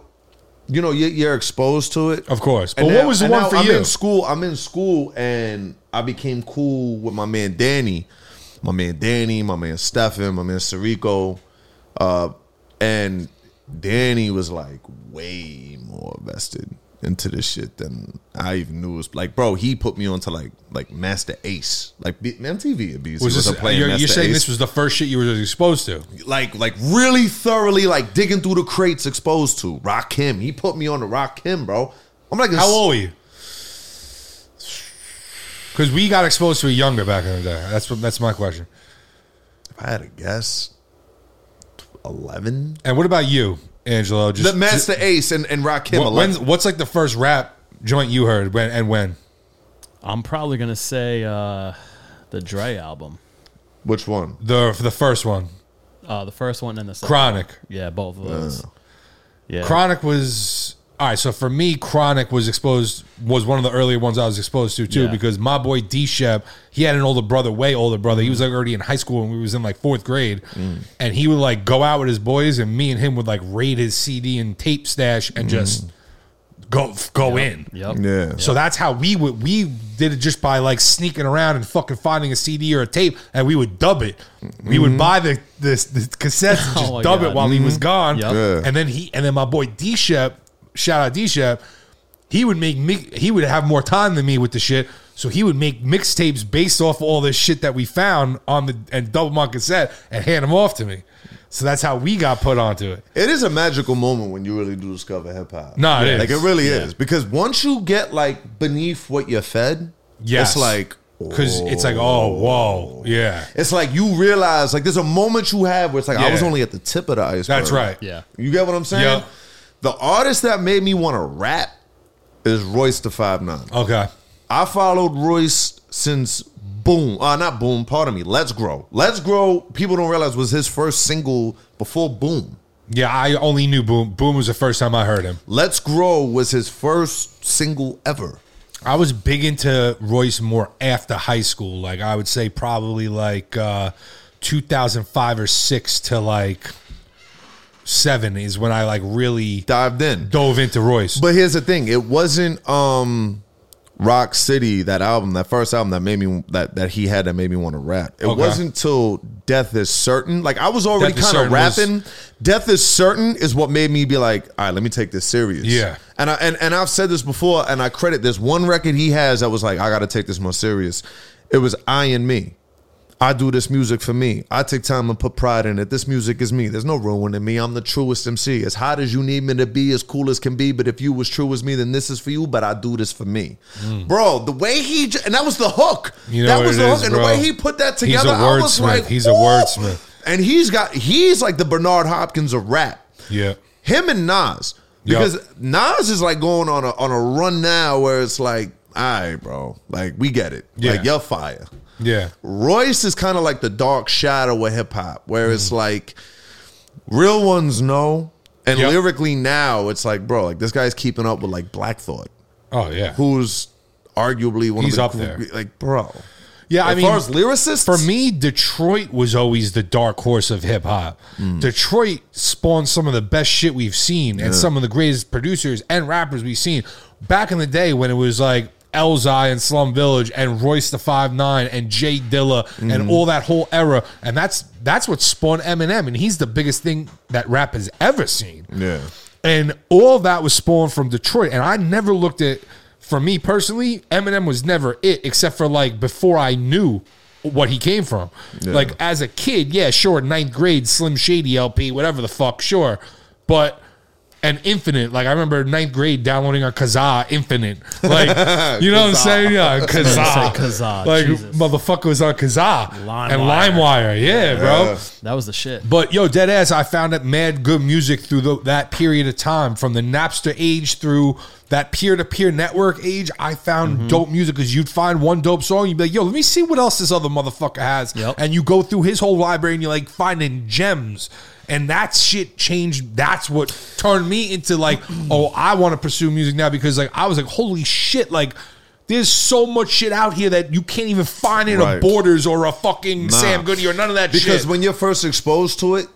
[SPEAKER 1] you know, you're, you're exposed to it.
[SPEAKER 2] Of course. But
[SPEAKER 1] And
[SPEAKER 2] what
[SPEAKER 1] now-
[SPEAKER 2] was the
[SPEAKER 1] and
[SPEAKER 2] one
[SPEAKER 1] now
[SPEAKER 2] for
[SPEAKER 1] I'm
[SPEAKER 2] you?
[SPEAKER 1] In school, I'm in school, and I became cool with my man Danny, my man Danny, my man Stefan, my man Sirico, uh, and Danny was like way more invested into this shit than I even knew. It was like, bro, he put me onto like like Master Ace, like B- MTV abuse.
[SPEAKER 2] Was this,
[SPEAKER 1] playing
[SPEAKER 2] you're,
[SPEAKER 1] Master
[SPEAKER 2] you're saying
[SPEAKER 1] Ace
[SPEAKER 2] this was the first shit you were exposed to?
[SPEAKER 1] like like really thoroughly like digging through the crates exposed to rock him he put me on the rock him bro i'm like a
[SPEAKER 2] How old were you? Because we got exposed to it younger back in the day. That's what, that's my question.
[SPEAKER 1] if i had a guess 11
[SPEAKER 2] And what about you, Angelo? Just,
[SPEAKER 1] the master ace and, and rock him
[SPEAKER 2] what-
[SPEAKER 1] 11
[SPEAKER 2] when's- what's like the first rap joint you heard when and when?
[SPEAKER 4] I'm probably gonna say uh, the Dre album,
[SPEAKER 1] which one
[SPEAKER 2] The the first one,
[SPEAKER 4] uh, the first one and the second.
[SPEAKER 2] Chronic.
[SPEAKER 4] Yeah, both of those. Yeah,
[SPEAKER 2] Chronic was all right. So for me, Chronic was exposed was one of the earlier ones I was exposed to too
[SPEAKER 4] Yeah.
[SPEAKER 2] because my boy D Shep, he had an older brother, way older brother. He was like already in high school when we was in like fourth grade,
[SPEAKER 4] Mm.
[SPEAKER 2] and he would like go out with his boys, and me and him would like raid his CD and tape stash
[SPEAKER 4] Mm.
[SPEAKER 2] and just go go in.
[SPEAKER 4] Yep.
[SPEAKER 1] yeah
[SPEAKER 2] So that's how we would we did it just by like sneaking around and fucking finding a CD or a tape and we would dub it. We
[SPEAKER 1] Mm-hmm.
[SPEAKER 2] would buy the this the cassettes and just
[SPEAKER 4] Oh my
[SPEAKER 2] dub it
[SPEAKER 4] God.
[SPEAKER 2] while he was gone.
[SPEAKER 4] Yep.
[SPEAKER 1] Yeah.
[SPEAKER 2] And then he and then my boy D Shep, shout out D Shep, he would make mi- he would have more time than me with the shit. So he would make mixtapes based off all this shit that we found on the and double my cassette and hand them off to me. So that's how we got put onto it.
[SPEAKER 1] it is a magical moment when you really do discover hip-hop
[SPEAKER 2] No, it is.
[SPEAKER 1] like it really is because once you get like beneath what you're fed
[SPEAKER 2] Yes.
[SPEAKER 1] it's like
[SPEAKER 2] Cause it's like, oh, whoa, yeah,
[SPEAKER 1] it's like you realize like there's a moment you have where it's like i
[SPEAKER 2] Yeah.
[SPEAKER 1] was only at the tip of the iceberg
[SPEAKER 2] that's right.
[SPEAKER 4] Yeah.
[SPEAKER 1] You get what I'm saying?
[SPEAKER 2] Yeah.
[SPEAKER 1] The artist that made me want to rap is Royce the Five Nine.
[SPEAKER 2] Okay.
[SPEAKER 1] I followed Royce since Boom. Uh, not Boom, pardon me. Let's Grow. Let's Grow, people don't realize, was his first single before Boom.
[SPEAKER 2] Yeah, I only knew Boom. Boom was the first time I heard him.
[SPEAKER 1] Let's Grow was his first single ever.
[SPEAKER 2] I was big into Royce more after high school. Like I would say probably like uh 2005 or 6 to like 7 is when I like really
[SPEAKER 1] Dived in.
[SPEAKER 2] dove into Royce.
[SPEAKER 1] But here's the thing it wasn't um, Rock City, that album, that first album that made me, that, that he had that made me want to rap. It
[SPEAKER 2] Okay.
[SPEAKER 1] wasn't till Death is Certain. Like I was already
[SPEAKER 2] Death is
[SPEAKER 1] kind of
[SPEAKER 2] Certain was-
[SPEAKER 1] rapping. Death is certain is what made me be like, all right, let me take this serious.
[SPEAKER 2] Yeah.
[SPEAKER 1] And I and, and I've said this before, and I credit this one record he has that was like, I gotta take this more serious. It was I and Me. I do this music for me. I take time and put pride in it. This music is me. There's no ruining me. I'm the truest MC. As hot as you need me to be, as cool as can be. But if you was true as me, then this is for you. But I do this for me, bro. The way he j- and that was the hook.
[SPEAKER 2] Hmm. You know
[SPEAKER 1] that
[SPEAKER 2] what
[SPEAKER 1] was
[SPEAKER 2] it
[SPEAKER 1] the
[SPEAKER 2] is,
[SPEAKER 1] hook. And the
[SPEAKER 2] bro.
[SPEAKER 1] way he put that
[SPEAKER 2] He's
[SPEAKER 1] together,
[SPEAKER 2] a
[SPEAKER 1] I was
[SPEAKER 2] wordsmith.
[SPEAKER 1] like,
[SPEAKER 2] He's a
[SPEAKER 1] "Ooh."
[SPEAKER 2] wordsmith.
[SPEAKER 1] And he's got he's like the Bernard Hopkins of rap
[SPEAKER 2] Yeah.
[SPEAKER 1] him and Nas
[SPEAKER 2] Yup.
[SPEAKER 1] because Nas is like going on a on a run now where it's like, all right, bro, like we get it,
[SPEAKER 2] Yeah.
[SPEAKER 1] like you're fire.
[SPEAKER 2] Yeah.
[SPEAKER 1] Royce is kind of like the dark shadow of hip hop, where it's
[SPEAKER 2] Mm-hmm.
[SPEAKER 1] like real ones know, and
[SPEAKER 2] Yup.
[SPEAKER 1] lyrically now it's like, bro, like this guy's keeping up with like Black Thought,
[SPEAKER 2] Oh yeah.
[SPEAKER 1] who's arguably one
[SPEAKER 2] He's
[SPEAKER 1] of the
[SPEAKER 2] up there.
[SPEAKER 1] like, bro.
[SPEAKER 2] Yeah,
[SPEAKER 1] As
[SPEAKER 2] I mean
[SPEAKER 1] far as lyricists,
[SPEAKER 2] For me, Detroit was always the dark horse of hip hop. Detroit spawned some of the best shit we've seen and some of the greatest producers and rappers we've seen. Back in the day when it was like Elzai and Slum Village and Royce the Five Nine and Jay Dilla and all that whole era, and that's that's what spawned Eminem, and he's the biggest thing that rap has ever seen.
[SPEAKER 1] yeah,
[SPEAKER 2] And all that was spawned from Detroit. And I never looked at, for me personally, Eminem was never it, except for like before I knew what he came from. Like as a kid, yeah, sure, ninth grade, Slim Shady LP, whatever the fuck, sure. But an infinite, like I remember ninth grade downloading a Kazaa infinite. Like, you know what I'm saying? Yeah, Kazaa.
[SPEAKER 4] say Kazaa,
[SPEAKER 2] Like,
[SPEAKER 4] Jesus.
[SPEAKER 2] motherfucker was on Kazaa
[SPEAKER 4] LimeWire.
[SPEAKER 2] and LimeWire. Yeah, bro.
[SPEAKER 4] That was the shit.
[SPEAKER 2] But yo, dead ass, I found that mad good music through the, that period of time, from the Napster age through that peer to peer network age. I found
[SPEAKER 1] Mm-hmm.
[SPEAKER 2] dope music because you'd find one dope song, you'd be like, yo, let me see what else this other motherfucker has,
[SPEAKER 4] Yep.
[SPEAKER 2] and you go through his whole library and you're like finding gems. And that shit changed. That's what turned me into like, oh, I want to pursue music now because like I was like, holy shit, like. There's so much shit out here that you can't even find in a
[SPEAKER 1] Right.
[SPEAKER 2] Borders or a fucking Sam Goody or none of that shit.
[SPEAKER 1] because when you're first exposed to it,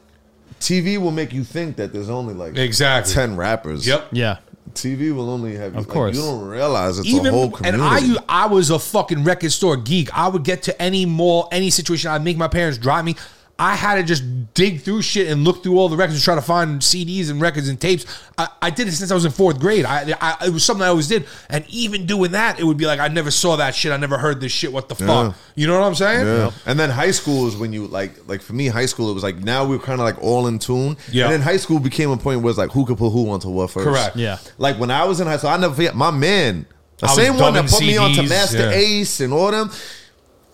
[SPEAKER 1] TV will make you think that there's only like
[SPEAKER 2] Exactly.
[SPEAKER 1] ten rappers.
[SPEAKER 2] Yep.
[SPEAKER 4] Yeah.
[SPEAKER 1] TV will only have you. Of
[SPEAKER 4] course.
[SPEAKER 1] you don't realize it's a
[SPEAKER 2] Even
[SPEAKER 1] whole
[SPEAKER 2] and
[SPEAKER 1] community.
[SPEAKER 2] I, u- I was a fucking record store geek. I would get to any mall, any situation. I'd make my parents drive me. I had to just dig through shit and look through all the records and try to find CDs and records and tapes. I, I did it since I was in fourth grade. I, I it was something I always did. And even doing that, it would be like I never saw that shit. I never heard this shit. What the fuck? You know what I'm saying?
[SPEAKER 1] yeah. And then high school is when you like like for me high school it was like now we are kind of like all in tune.
[SPEAKER 2] Yeah.
[SPEAKER 1] And then high school became a point where it's like who could put who onto what first.
[SPEAKER 2] Correct.
[SPEAKER 4] Yeah.
[SPEAKER 1] Like when I was in high school, I never forget my man, the
[SPEAKER 2] I was
[SPEAKER 1] same one that
[SPEAKER 2] dubbing
[SPEAKER 1] put me onto
[SPEAKER 2] CDs,
[SPEAKER 1] Master
[SPEAKER 2] yeah.
[SPEAKER 1] Ace and all them.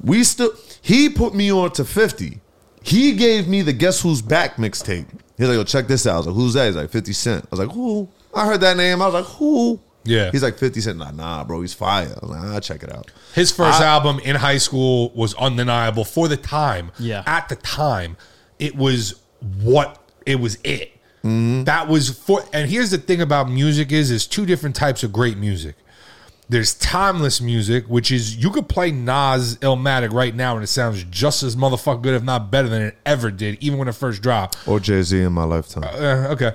[SPEAKER 1] We still he put me on to 50. He gave me the Guess Who's Back mixtape. He's like, yo, check this out. I was like, who's that? He's like, 50 Cent. I was like, who? I heard that name. I was like, who?
[SPEAKER 2] Yeah.
[SPEAKER 1] He's like, 50 Cent. Nah, nah, bro, he's fire. I was like, ah, check it out.
[SPEAKER 2] His first album in high school was undeniable for the time.
[SPEAKER 4] Yeah.
[SPEAKER 2] At the time, it was what it was it. That was for and here's the thing about music is there's two different types of great music. There's timeless music, which is you could play Nas Illmatic right now and it sounds just as motherfucking good, if not better than it ever did, even when it first dropped.
[SPEAKER 1] Or Jay Z in my lifetime.
[SPEAKER 2] Uh, okay.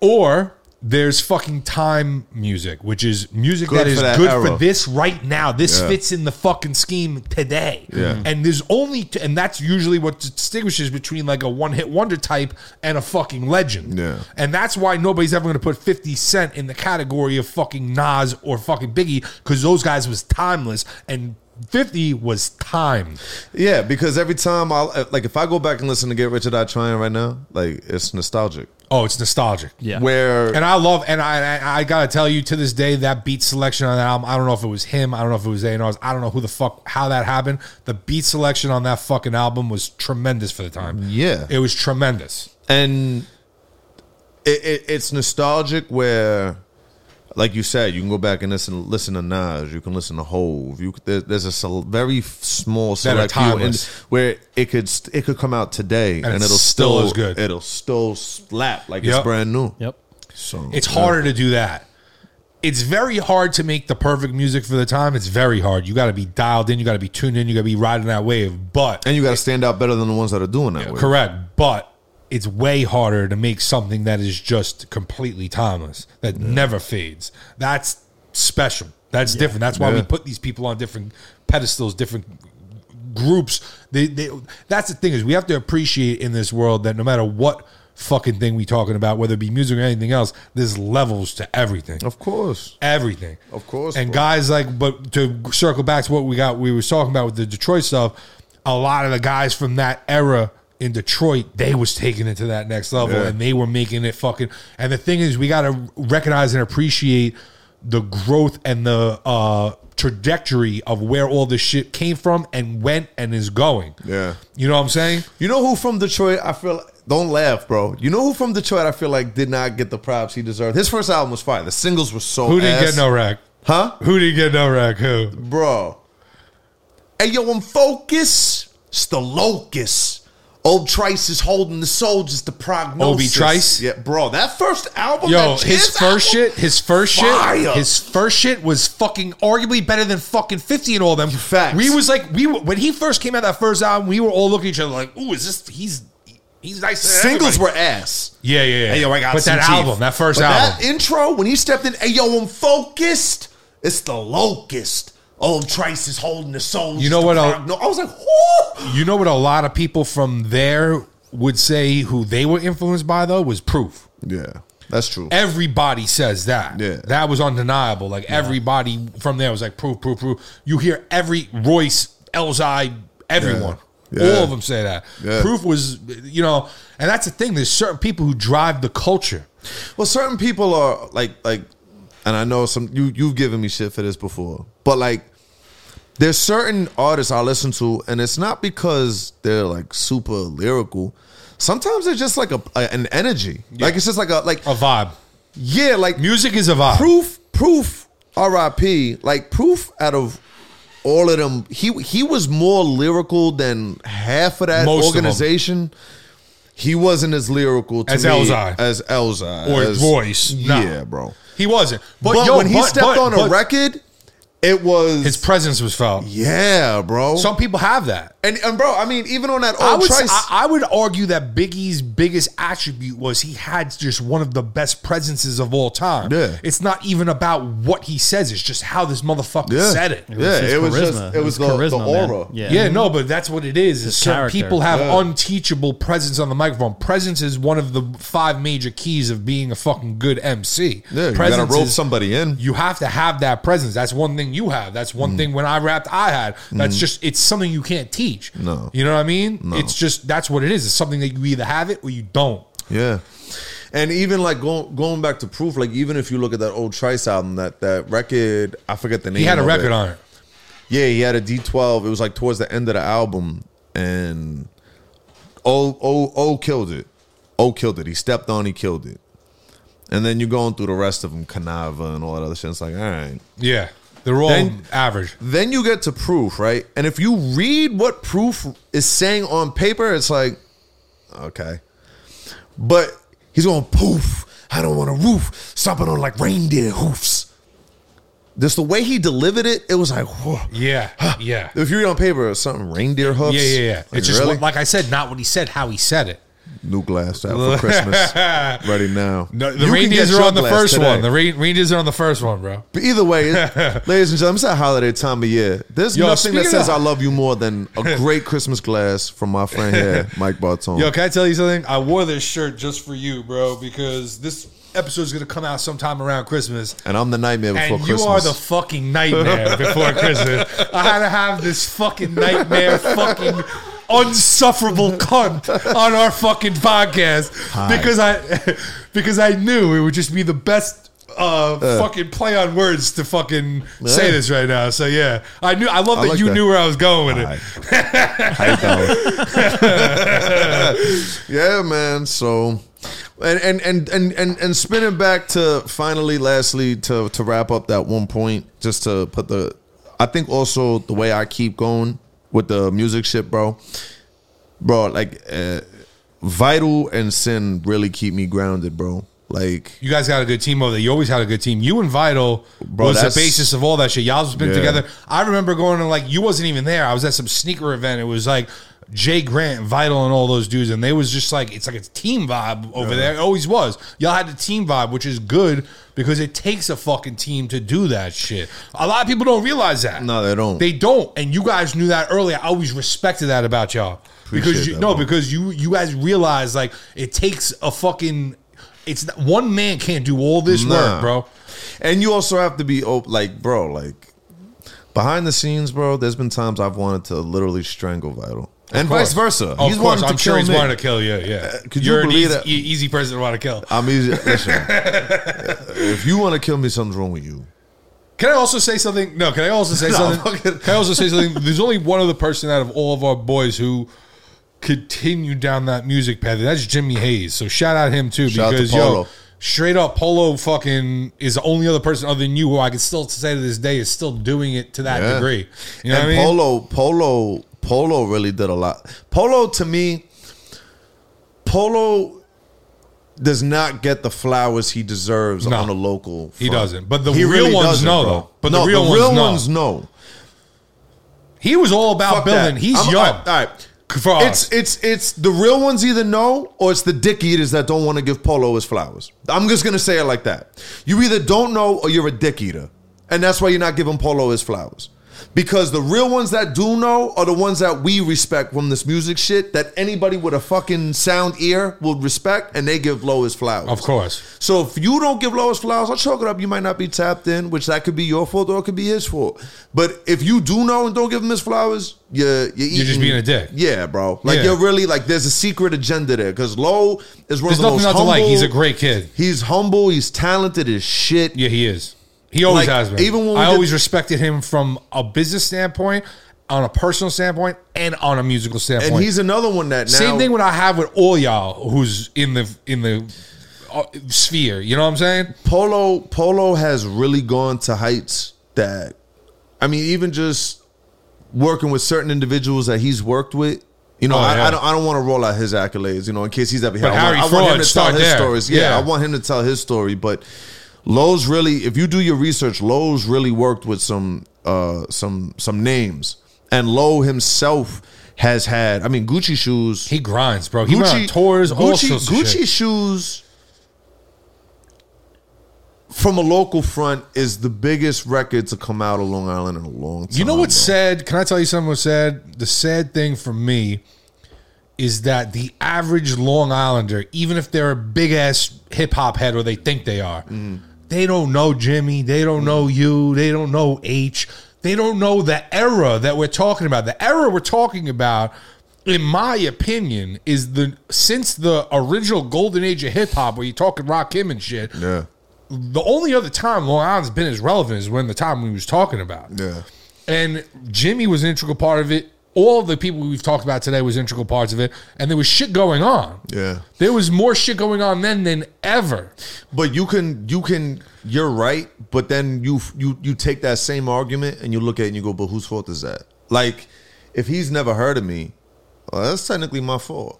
[SPEAKER 2] Or there's fucking time music, which is music
[SPEAKER 1] Good
[SPEAKER 2] that is
[SPEAKER 1] for that
[SPEAKER 2] good for
[SPEAKER 1] era.
[SPEAKER 2] this right now. This
[SPEAKER 1] Yeah.
[SPEAKER 2] fits in the fucking scheme today.
[SPEAKER 1] Yeah. Mm-hmm.
[SPEAKER 2] And there's only, t- and that's usually what distinguishes between like a one hit wonder type and a fucking legend.
[SPEAKER 1] Yeah.
[SPEAKER 2] And that's why nobody's ever going to put 50 Cent in the category of fucking Nas or fucking Biggie because those guys was timeless and 50 was time.
[SPEAKER 1] Yeah, because every time I uh, like, if I go back and listen to Get Rich or Die Trying right now, like it's nostalgic.
[SPEAKER 2] Oh, it's nostalgic.
[SPEAKER 4] Yeah.
[SPEAKER 1] Where
[SPEAKER 2] And I love, and I, I, I gotta tell you, to this day, that beat selection on that album, I don't know if it was him, I don't know if it was A&R's, I don't know who the fuck, how that happened. The beat selection on that fucking album was tremendous for the time.
[SPEAKER 1] Yeah.
[SPEAKER 2] It was tremendous.
[SPEAKER 1] and it, it, it's nostalgic where, like you said, you can go back and listen listen to Nas, you can listen to Hove. You there, there's a sel- very f- small
[SPEAKER 2] That are
[SPEAKER 1] select few in-
[SPEAKER 2] timeless.
[SPEAKER 1] where it could st- it could come out today and,
[SPEAKER 2] it's
[SPEAKER 1] it'll
[SPEAKER 2] still
[SPEAKER 1] still,
[SPEAKER 2] as good.
[SPEAKER 1] It'll still slap like
[SPEAKER 2] Yep.
[SPEAKER 1] it's brand new.
[SPEAKER 4] Yep.
[SPEAKER 1] So
[SPEAKER 2] It's harder to do that. It's very hard to make the perfect music for the time. It's very hard. You gotta be dialed in, you gotta be tuned in, you gotta be riding that wave. But
[SPEAKER 1] and you got to stand out better than the ones that are doing that. way.
[SPEAKER 2] Correct, but it's way harder to make something that is just completely timeless that never fades. That's special. That's different. That's why we
[SPEAKER 1] Yeah.
[SPEAKER 2] put these people on different pedestals, different groups. They, they, that's the thing is we have to appreciate in this world that no matter what fucking thing we talking about, whether it be music or anything else, there's levels to everything
[SPEAKER 1] Of course.
[SPEAKER 2] everything.
[SPEAKER 1] Of course,
[SPEAKER 2] And
[SPEAKER 1] bro.
[SPEAKER 2] guys like, but to circle back to what we got, we was talking about with the Detroit stuff. a lot of the guys from that era in Detroit, they was taking it to that next level
[SPEAKER 5] Yeah.
[SPEAKER 2] and they were making it fucking and the thing is we gotta recognize and appreciate the growth and the uh trajectory of where all this shit came from and went and is going.
[SPEAKER 5] Yeah.
[SPEAKER 2] You know what I'm saying?
[SPEAKER 5] You know who from Detroit? I feel. Don't laugh, bro. You know who from Detroit? I feel like did not get the props he deserved. His first album was fire. The singles were so.
[SPEAKER 2] Who didn't
[SPEAKER 5] ass.
[SPEAKER 2] get no rack?
[SPEAKER 5] Huh,
[SPEAKER 2] Who didn't get no rack? Who?
[SPEAKER 5] bro? Hey, yo, I'm focus. It's the locus. Old Trice is holding the soldiers. The prognosis.
[SPEAKER 2] Obi Trice?
[SPEAKER 5] Yeah, bro. That first album.
[SPEAKER 2] Yo,
[SPEAKER 5] Oh, that
[SPEAKER 2] his
[SPEAKER 5] Chiz
[SPEAKER 2] first
[SPEAKER 5] album?
[SPEAKER 2] shit, his first
[SPEAKER 5] Fire.
[SPEAKER 2] shit, his first shit was fucking arguably better than fucking fifty and all them.
[SPEAKER 5] Facts.
[SPEAKER 2] We was like, we were, when he first came out that first album, we were all looking at each other like, ooh, is this he's he's nice.
[SPEAKER 5] Singles were ass.
[SPEAKER 2] yeah, yeah, yeah.
[SPEAKER 5] Hey, yo, I got
[SPEAKER 2] but
[SPEAKER 5] some
[SPEAKER 2] that
[SPEAKER 5] teeth.
[SPEAKER 2] album, that first
[SPEAKER 5] But
[SPEAKER 2] album,
[SPEAKER 5] That intro, when he stepped in, hey, yo, I'm focused. It's the locust. Old Trice is holding the soul.
[SPEAKER 2] You know what, I'll-
[SPEAKER 5] No, I was like, whoo!
[SPEAKER 2] you know what? A lot of people from there would say who they were influenced by though was Proof.
[SPEAKER 5] Yeah, that's true.
[SPEAKER 2] Everybody says that.
[SPEAKER 5] Yeah.
[SPEAKER 2] That was undeniable. Like everybody from there was like proof, proof, proof. You hear every Royce, Elzai, everyone.
[SPEAKER 5] Yeah. Yeah.
[SPEAKER 2] All of them say that.
[SPEAKER 5] Yeah.
[SPEAKER 2] Proof was, you know, and that's the thing. There's certain people who drive the culture.
[SPEAKER 5] Well, certain people are like, like, and I know some. You you've given me shit for this before, but like, there's certain artists I listen to, and it's not because they're like super lyrical. Sometimes they're just like a, a- an energy. Like it's just like a like
[SPEAKER 2] A vibe.
[SPEAKER 5] yeah, like
[SPEAKER 2] Music is a vibe.
[SPEAKER 5] proof proof r.i.p like proof out of all of them he he was more lyrical than half of that
[SPEAKER 2] Most of 'em.
[SPEAKER 5] organization he wasn't as lyrical to
[SPEAKER 2] As
[SPEAKER 5] me
[SPEAKER 2] Elzai.
[SPEAKER 5] as Elzai
[SPEAKER 2] Or
[SPEAKER 5] as,
[SPEAKER 2] Royce. Nah.
[SPEAKER 5] yeah bro
[SPEAKER 2] He wasn't. But,
[SPEAKER 5] but,
[SPEAKER 2] yo,
[SPEAKER 5] when he
[SPEAKER 2] but-
[SPEAKER 5] stepped
[SPEAKER 2] but-
[SPEAKER 5] on a
[SPEAKER 2] but
[SPEAKER 5] record it was
[SPEAKER 2] his presence was felt.
[SPEAKER 5] yeah bro
[SPEAKER 2] Some people have that.
[SPEAKER 5] and, and bro I mean even on that
[SPEAKER 2] I
[SPEAKER 5] old
[SPEAKER 2] would,
[SPEAKER 5] Oh, Trice
[SPEAKER 2] I, I would argue that Biggie's biggest attribute was he had just one of the best presences of all time.
[SPEAKER 5] Yeah.
[SPEAKER 2] It's not even about what he says, it's just how this motherfucker
[SPEAKER 5] yeah
[SPEAKER 2] said it. Yeah.
[SPEAKER 5] yeah
[SPEAKER 4] his
[SPEAKER 5] it was
[SPEAKER 4] charisma.
[SPEAKER 5] just it was
[SPEAKER 4] His
[SPEAKER 5] the, the
[SPEAKER 4] man.
[SPEAKER 5] aura
[SPEAKER 4] Yeah.
[SPEAKER 2] no, but that's what it is. Is certain
[SPEAKER 4] character.
[SPEAKER 2] people have
[SPEAKER 5] Yeah.
[SPEAKER 2] unteachable presence on the microphone. Presence is one of the five major keys of being a fucking good MC.
[SPEAKER 5] yeah you
[SPEAKER 2] presence
[SPEAKER 5] gotta rope
[SPEAKER 2] is-
[SPEAKER 5] somebody in
[SPEAKER 2] you have to have that presence. That's one thing you have. That's one thing when I rapped, I had. That's just it's something you can't teach.
[SPEAKER 5] No.
[SPEAKER 2] you know what I mean. It's just that's what it is. It's something that you either have it or you don't.
[SPEAKER 5] Yeah. And even like going going back to proof, like even if you look at that old Trice album, that that record, I forget the name.
[SPEAKER 2] He had a
[SPEAKER 5] of
[SPEAKER 2] record
[SPEAKER 5] it.
[SPEAKER 2] on it.
[SPEAKER 5] Yeah, he had a D twelve. It was like towards the end of the album, and O O O killed it. O killed it. He stepped on. He killed it. And then you're going through the rest of them, Canava and all that other shit. It's like, all right.
[SPEAKER 2] Yeah, they're all
[SPEAKER 5] Then-
[SPEAKER 2] average.
[SPEAKER 5] Then you get to proof, right? And if you read what proof is saying on paper, it's like, okay. But he's going poof. I don't want a roof. Stomping on like reindeer hoofs. Just the way he delivered it, it was like, whoa.
[SPEAKER 2] Yeah, yeah, yeah,
[SPEAKER 5] If you read on paper, it's something reindeer hoofs.
[SPEAKER 2] yeah, yeah.
[SPEAKER 5] Like,
[SPEAKER 2] it's just
[SPEAKER 5] really?
[SPEAKER 2] what, like I said, not what he said, how he said it.
[SPEAKER 5] new glass out for Christmas. Ready now.
[SPEAKER 2] No,
[SPEAKER 5] You
[SPEAKER 2] the
[SPEAKER 5] can
[SPEAKER 2] reindeers
[SPEAKER 5] get
[SPEAKER 2] are
[SPEAKER 5] your
[SPEAKER 2] on the
[SPEAKER 5] glass
[SPEAKER 2] first
[SPEAKER 5] today.
[SPEAKER 2] one. The Rein- reindeers are on the first one, bro.
[SPEAKER 5] But either way, it- ladies and gentlemen, it's that holiday time of year. There's
[SPEAKER 2] Yo,
[SPEAKER 5] nothing that
[SPEAKER 2] speaking
[SPEAKER 5] says
[SPEAKER 2] of-
[SPEAKER 5] I love you more than a great Christmas glass from my friend here, Mike Bartone.
[SPEAKER 2] Yo, can I tell you something? I wore this shirt just for you, bro, because this episode is gonna come out sometime around Christmas.
[SPEAKER 5] and I'm the nightmare before
[SPEAKER 2] and
[SPEAKER 5] Christmas.
[SPEAKER 2] you are the fucking nightmare before Christmas. I had to have this fucking nightmare, fucking unsufferable cunt on our fucking podcast because I because I knew it would just be the best. Uh, fucking play on words to fucking say this right now. So yeah, I knew. I love that
[SPEAKER 5] like
[SPEAKER 2] you
[SPEAKER 5] that.
[SPEAKER 2] knew where I was going with it.
[SPEAKER 5] yeah, man. So, and and and and and, and spinning back to finally, lastly, to to wrap up that one point, just to put the, I think also the way I keep going with the music shit, bro, bro, like, uh, vital and sin really keep me grounded, bro. Like,
[SPEAKER 2] You guys got a good team over there. You always had a good team. You and Vital
[SPEAKER 5] Bro,
[SPEAKER 2] was the
[SPEAKER 5] that's-
[SPEAKER 2] basis of all that shit. Y'all's been
[SPEAKER 5] Yeah.
[SPEAKER 2] together. I remember going to like you wasn't even there. I was at some sneaker event. It was like Jay Grant, Vital, and all those dudes, and they was just like it's like a team vibe over there. It always was. Y'all had the team vibe, which is good because it takes a fucking team to do that shit. A lot of people don't realize that.
[SPEAKER 5] No, they don't.
[SPEAKER 2] They don't. And you guys knew that earlier. I always respected that about y'all because
[SPEAKER 5] Appreciate
[SPEAKER 2] you
[SPEAKER 5] that,
[SPEAKER 2] no
[SPEAKER 5] bro.
[SPEAKER 2] because you you guys realize like it takes a fucking it's not- one man can't do all this
[SPEAKER 5] Nah.
[SPEAKER 2] work, bro.
[SPEAKER 5] And you also have to be op- like, bro, like Behind the scenes, bro, there's been times I've wanted to literally strangle Vital, and vice versa.
[SPEAKER 2] Oh,
[SPEAKER 5] he's
[SPEAKER 2] of course,
[SPEAKER 5] wanted
[SPEAKER 2] I'm
[SPEAKER 5] to
[SPEAKER 2] sure
[SPEAKER 5] kill
[SPEAKER 2] he's
[SPEAKER 5] me. Uh,
[SPEAKER 2] wanting to kill you. Yeah,
[SPEAKER 5] could you
[SPEAKER 2] you're
[SPEAKER 5] believe
[SPEAKER 2] an
[SPEAKER 5] that?
[SPEAKER 2] easy, e- easy person to want to kill.
[SPEAKER 5] I'm easy. Listen, if you want to kill me, something's wrong with you.
[SPEAKER 2] Can I also say something? No, can I also say
[SPEAKER 5] No,
[SPEAKER 2] something?
[SPEAKER 5] fucking-
[SPEAKER 2] Can I also say something? There's only one other person out of all of our boys who continued down that music path, and that's Jimmy Hayes. So shout out him too,
[SPEAKER 5] Shout out to
[SPEAKER 2] because yo,
[SPEAKER 5] Polo.
[SPEAKER 2] straight up, Polo fucking is the only other person other than you who I can still say to this day is still doing it to that
[SPEAKER 5] Yeah.
[SPEAKER 2] degree. You know
[SPEAKER 5] and
[SPEAKER 2] what I mean?
[SPEAKER 5] Polo, Polo, Polo really did a lot. Polo to me, Polo does not get the flowers he deserves
[SPEAKER 2] No.
[SPEAKER 5] on a local.
[SPEAKER 2] He
[SPEAKER 5] front.
[SPEAKER 2] doesn't. But the real ones
[SPEAKER 5] doesn't,
[SPEAKER 2] know,
[SPEAKER 5] bro.
[SPEAKER 2] though. But the
[SPEAKER 5] no,
[SPEAKER 2] real ones know.
[SPEAKER 5] know.
[SPEAKER 2] He was all about
[SPEAKER 5] Fuck
[SPEAKER 2] building.
[SPEAKER 5] that.
[SPEAKER 2] He's
[SPEAKER 5] I'm-
[SPEAKER 2] young.
[SPEAKER 5] All right. all right.
[SPEAKER 2] For us.
[SPEAKER 5] It's it's it's the real ones either know or it's the dick eaters that don't want to give Polo his flowers. I'm just gonna say it like that. You either don't know or you're a dick eater, and that's why you're not giving Polo his flowers. Because the real ones that do know are the ones that we respect from this music shit that anybody with a fucking sound ear would respect, and they give Low his flowers.
[SPEAKER 2] Of course.
[SPEAKER 5] So if you don't give Lois flowers, I'll chalk it up. You might not be tapped in, which that could be your fault or it could be his fault. But if you do know and don't give him his flowers, you're
[SPEAKER 2] You're
[SPEAKER 5] you're,
[SPEAKER 2] just
[SPEAKER 5] eating-
[SPEAKER 2] being a dick.
[SPEAKER 5] Yeah, bro. Like
[SPEAKER 2] Yeah.
[SPEAKER 5] you're really like there's a secret agenda there because Low is one
[SPEAKER 2] There's
[SPEAKER 5] of the
[SPEAKER 2] nothing
[SPEAKER 5] most
[SPEAKER 2] not to
[SPEAKER 5] humble.
[SPEAKER 2] like. He's a great kid.
[SPEAKER 5] He's humble. He's talented as shit.
[SPEAKER 2] Yeah, he is. He always
[SPEAKER 5] Like,
[SPEAKER 2] has been.
[SPEAKER 5] even when we
[SPEAKER 2] I
[SPEAKER 5] did-
[SPEAKER 2] always respected him from a business standpoint, on a personal standpoint, and on a musical standpoint.
[SPEAKER 5] and he's another one that now.
[SPEAKER 2] same thing what I have with all y'all who's in the in the uh, sphere. You know what I'm saying?
[SPEAKER 5] Polo Polo has really gone to heights that I mean, even just working with certain individuals that he's worked with. You know,
[SPEAKER 2] Oh,
[SPEAKER 5] I,
[SPEAKER 2] yeah.
[SPEAKER 5] I don't, I don't want to roll out his accolades. You know, in case he's ever here,
[SPEAKER 2] But
[SPEAKER 5] I want,
[SPEAKER 2] Harry
[SPEAKER 5] I want
[SPEAKER 2] Fraud,
[SPEAKER 5] him to tell
[SPEAKER 2] start
[SPEAKER 5] his
[SPEAKER 2] there.
[SPEAKER 5] stories. Yeah,
[SPEAKER 2] Yeah.
[SPEAKER 5] I want him to tell his story. But Lowe's really, if you do your research, Lowe's really worked with some uh, some some names, and Lowe himself has had. I mean, Gucci shoes.
[SPEAKER 2] He grinds, bro. He went on tours, all
[SPEAKER 5] Gucci,
[SPEAKER 2] sorts of
[SPEAKER 5] Gucci
[SPEAKER 2] shit.
[SPEAKER 5] shoes from a local front is the biggest record to come out of Long Island in a long time.
[SPEAKER 2] You know what's
[SPEAKER 5] bro.
[SPEAKER 2] sad? Can I tell you something what's sad? The sad thing for me is that the average Long Islander, even if they're a big ass hip hop head or they think they are,
[SPEAKER 5] Mm-hmm.
[SPEAKER 2] they don't know Jimmy, they don't know you, they don't know H, they don't know the era that we're talking about. The era we're talking about, in my opinion, is the since the original golden age of hip hop where you're talking rock him and shit.
[SPEAKER 5] Yeah.
[SPEAKER 2] The only other time Long Island's been as relevant is when the time we was talking about.
[SPEAKER 5] Yeah.
[SPEAKER 2] And Jimmy was an integral part of it. All the people we've talked about today was integral parts of it. And there was shit going on.
[SPEAKER 5] Yeah.
[SPEAKER 2] There was more shit going on then than ever.
[SPEAKER 5] But you can you can you're right, but then you you you take that same argument and you look at it and you go, but whose fault is that? Like, if he's never heard of me, well, that's technically my fault.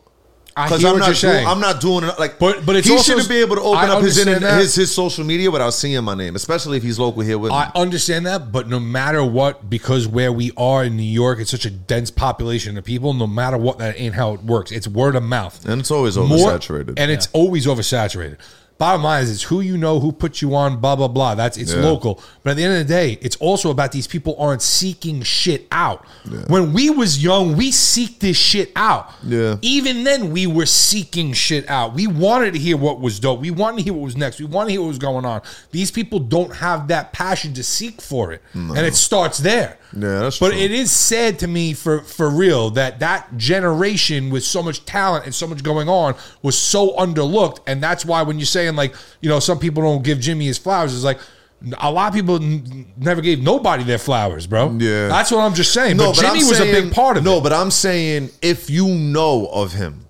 [SPEAKER 2] I
[SPEAKER 5] Because
[SPEAKER 2] hear
[SPEAKER 5] I'm
[SPEAKER 2] what
[SPEAKER 5] not
[SPEAKER 2] you're
[SPEAKER 5] doing,
[SPEAKER 2] saying.
[SPEAKER 5] I'm not doing it like
[SPEAKER 2] But- but it's
[SPEAKER 5] he
[SPEAKER 2] also-
[SPEAKER 5] shouldn't be able to open
[SPEAKER 2] I
[SPEAKER 5] up his,
[SPEAKER 2] understand
[SPEAKER 5] internet,
[SPEAKER 2] that.
[SPEAKER 5] his his social media without seeing my name, especially if he's local here with me.
[SPEAKER 2] I understand that, but no matter what, because where we are in New York, it's such a dense population of people. No matter what, that ain't how it works. It's word of mouth.
[SPEAKER 5] And it's always
[SPEAKER 2] More-
[SPEAKER 5] oversaturated.
[SPEAKER 2] and it's always oversaturated. Bottom line is, it's who you know, who put you on, blah blah blah. That's it's
[SPEAKER 5] Yeah.
[SPEAKER 2] local, but at the end of the day, it's also about these people aren't seeking shit out. When we was young, we seek this shit out.
[SPEAKER 5] Yeah.
[SPEAKER 2] Even then, we were seeking shit out. We wanted to hear what was dope. We wanted to hear what was next. We wanted to hear what was going on. These people don't have that passion to seek for it, and it starts there.
[SPEAKER 5] Yeah, that's
[SPEAKER 2] but
[SPEAKER 5] true.
[SPEAKER 2] it is sad to me for for real that that generation with so much talent and so much going on was so underlooked, and that's why when you're saying like you know some people don't give Jimmy his flowers, it's like a lot of people n- never gave nobody their flowers, bro.
[SPEAKER 5] Yeah.
[SPEAKER 2] that's what I'm just saying. but, Jimmy
[SPEAKER 5] I'm
[SPEAKER 2] was a
[SPEAKER 5] saying-
[SPEAKER 2] big part of
[SPEAKER 5] no,
[SPEAKER 2] it.
[SPEAKER 5] but I'm saying if you know of him,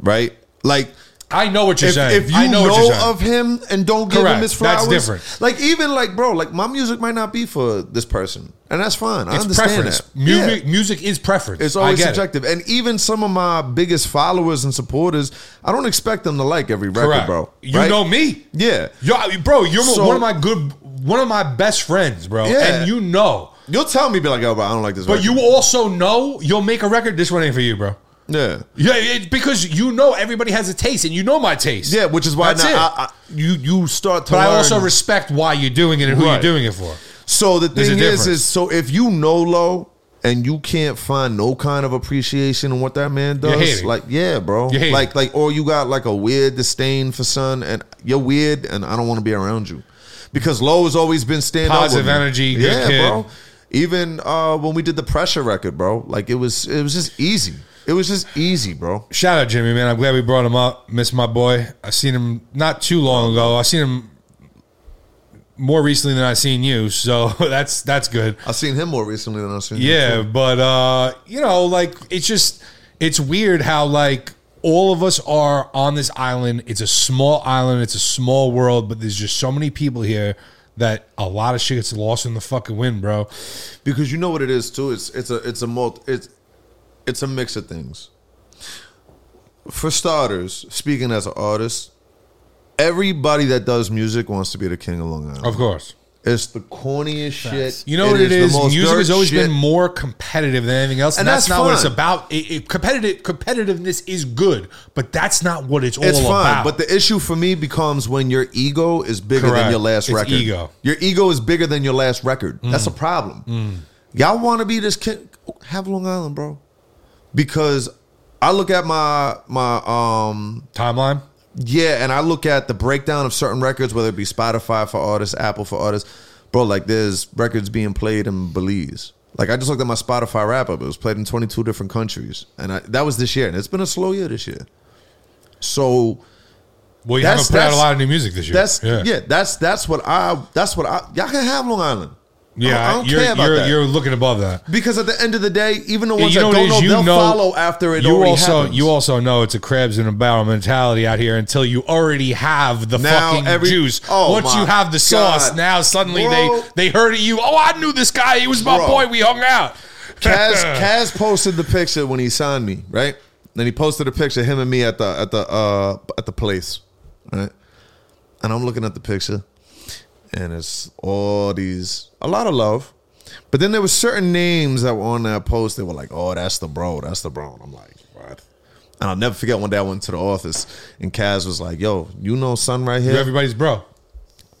[SPEAKER 5] right? Like
[SPEAKER 2] I know what you're
[SPEAKER 5] if,
[SPEAKER 2] saying.
[SPEAKER 5] if you
[SPEAKER 2] I
[SPEAKER 5] know,
[SPEAKER 2] know, what you're saying.
[SPEAKER 5] of him and don't give
[SPEAKER 2] Correct.
[SPEAKER 5] him his
[SPEAKER 2] That's
[SPEAKER 5] flowers,
[SPEAKER 2] different.
[SPEAKER 5] Like even like bro, like my music might not be for this person, and that's fine. I
[SPEAKER 2] it's
[SPEAKER 5] understand
[SPEAKER 2] preference.
[SPEAKER 5] that.
[SPEAKER 2] Music,
[SPEAKER 5] Yeah.
[SPEAKER 2] music is preference.
[SPEAKER 5] It's always
[SPEAKER 2] I get it.
[SPEAKER 5] subjective, and even some of my biggest followers and supporters, I don't expect them to like every record,
[SPEAKER 2] Correct.
[SPEAKER 5] bro.
[SPEAKER 2] You
[SPEAKER 5] right?
[SPEAKER 2] know me.
[SPEAKER 5] yeah.
[SPEAKER 2] Yo, I- bro, you're
[SPEAKER 5] So-
[SPEAKER 2] one of my good, one of my best friends, bro.
[SPEAKER 5] Yeah.
[SPEAKER 2] And you know,
[SPEAKER 5] You'll tell me, be like, oh, bro, I don't like this.
[SPEAKER 2] but
[SPEAKER 5] record.
[SPEAKER 2] you also know you'll make a record. This one ain't for you, bro.
[SPEAKER 5] yeah,
[SPEAKER 2] Yeah, it, because you know everybody has a taste, and you know my taste.
[SPEAKER 5] yeah, which is why
[SPEAKER 2] That's
[SPEAKER 5] now
[SPEAKER 2] it.
[SPEAKER 5] I, I, you you start to.
[SPEAKER 2] but I
[SPEAKER 5] learn-
[SPEAKER 2] also respect why you're doing it and who
[SPEAKER 5] Right.
[SPEAKER 2] you're doing it for.
[SPEAKER 5] So the
[SPEAKER 2] There's a
[SPEAKER 5] thing is,
[SPEAKER 2] difference.
[SPEAKER 5] is so if you know low and you can't find no kind of appreciation in what that man
[SPEAKER 2] You're
[SPEAKER 5] does,
[SPEAKER 2] hating.
[SPEAKER 5] like yeah, bro,
[SPEAKER 2] You're hating.
[SPEAKER 5] like like or you got like a weird disdain for son, and you're weird, and I don't want to be around you because low has always been stand up
[SPEAKER 2] Positive
[SPEAKER 5] with me.
[SPEAKER 2] energy, good kid.
[SPEAKER 5] Even uh, when we did the pressure record, bro, like it was it was just easy. It was just easy, bro.
[SPEAKER 2] Shout out Jimmy, man. I'm glad we brought him up. Miss my boy. I seen him not too long ago. I seen him more recently than I seen you, so that's that's good.
[SPEAKER 5] I've seen him more recently than I've seen. you,
[SPEAKER 2] Yeah,
[SPEAKER 5] too.
[SPEAKER 2] but uh, you know, like it's just it's weird how like all of us are on this island. It's a small island, it's a small world, but there's just so many people here that a lot of shit gets lost in the fucking wind, bro.
[SPEAKER 5] because you know what it is too. It's it's a it's a multi, it's it's a mix of things. For starters, speaking as an artist, everybody that does music wants to be the king of Long Island.
[SPEAKER 2] Of course.
[SPEAKER 5] It's the corniest shit.
[SPEAKER 2] You know what it is? Music has always been more competitive than anything else, and,
[SPEAKER 5] And
[SPEAKER 2] that's,
[SPEAKER 5] that's
[SPEAKER 2] not what it's
[SPEAKER 5] fun.
[SPEAKER 2] about. It, it- competitive competitiveness is good, but that's not what it's all
[SPEAKER 5] It's fun,
[SPEAKER 2] about.
[SPEAKER 5] but the issue for me becomes when your ego is bigger
[SPEAKER 2] Correct.
[SPEAKER 5] than your last
[SPEAKER 2] It's
[SPEAKER 5] record.
[SPEAKER 2] ego. Mm.
[SPEAKER 5] Your ego is bigger than your last record. That's a problem. Y'all want to be this kid? Have Long Island, bro. Because I look at my my um
[SPEAKER 2] timeline.
[SPEAKER 5] Yeah, and I look at the breakdown of certain records, whether it be Spotify for artists, Apple for artists, bro. Like there's records being played in Belize. Like I just looked at my Spotify wrap up; it was played in 22 different countries, and I, that was this year. And it's been a slow year this year. So
[SPEAKER 2] Well, you
[SPEAKER 5] That's-
[SPEAKER 2] haven't put out a
[SPEAKER 5] that's-
[SPEAKER 2] lot of new music this year.
[SPEAKER 5] that's yeah. that's that's what I that's what I y'all can have Long Island.
[SPEAKER 2] Yeah,
[SPEAKER 5] I don't, I don't
[SPEAKER 2] you're,
[SPEAKER 5] care about
[SPEAKER 2] you're,
[SPEAKER 5] that
[SPEAKER 2] you're looking above that.
[SPEAKER 5] because at the end of the day, even the
[SPEAKER 2] Yeah,
[SPEAKER 5] ones
[SPEAKER 2] you know
[SPEAKER 5] that
[SPEAKER 2] what it
[SPEAKER 5] don't
[SPEAKER 2] is?
[SPEAKER 5] know,
[SPEAKER 2] You
[SPEAKER 5] they'll
[SPEAKER 2] know-
[SPEAKER 5] follow after it
[SPEAKER 2] You
[SPEAKER 5] already
[SPEAKER 2] also
[SPEAKER 5] happens.
[SPEAKER 2] you also know it's a crabs in a barrel mentality out here until you already have the
[SPEAKER 5] Now
[SPEAKER 2] fucking
[SPEAKER 5] every-
[SPEAKER 2] juice.
[SPEAKER 5] Oh
[SPEAKER 2] Once
[SPEAKER 5] my
[SPEAKER 2] you have the sauce,
[SPEAKER 5] God.
[SPEAKER 2] now suddenly
[SPEAKER 5] Bro.
[SPEAKER 2] they they heard of you. Oh, I knew this guy. He was my
[SPEAKER 5] Bro.
[SPEAKER 2] boy. We hung out.
[SPEAKER 5] Kaz Kaz posted the picture when he signed me, right? Then he posted a picture of him and me at the at the uh at the place, right? And I'm looking at the picture, and it's all these a lot of love, but then there were certain names that were on that post. They were like, "Oh, that's the bro, that's the bro," and I'm like, "What?" And I'll never forget one day I went to the office, and Kaz was like, "Yo, you know, son, right here,
[SPEAKER 2] Everybody's bro.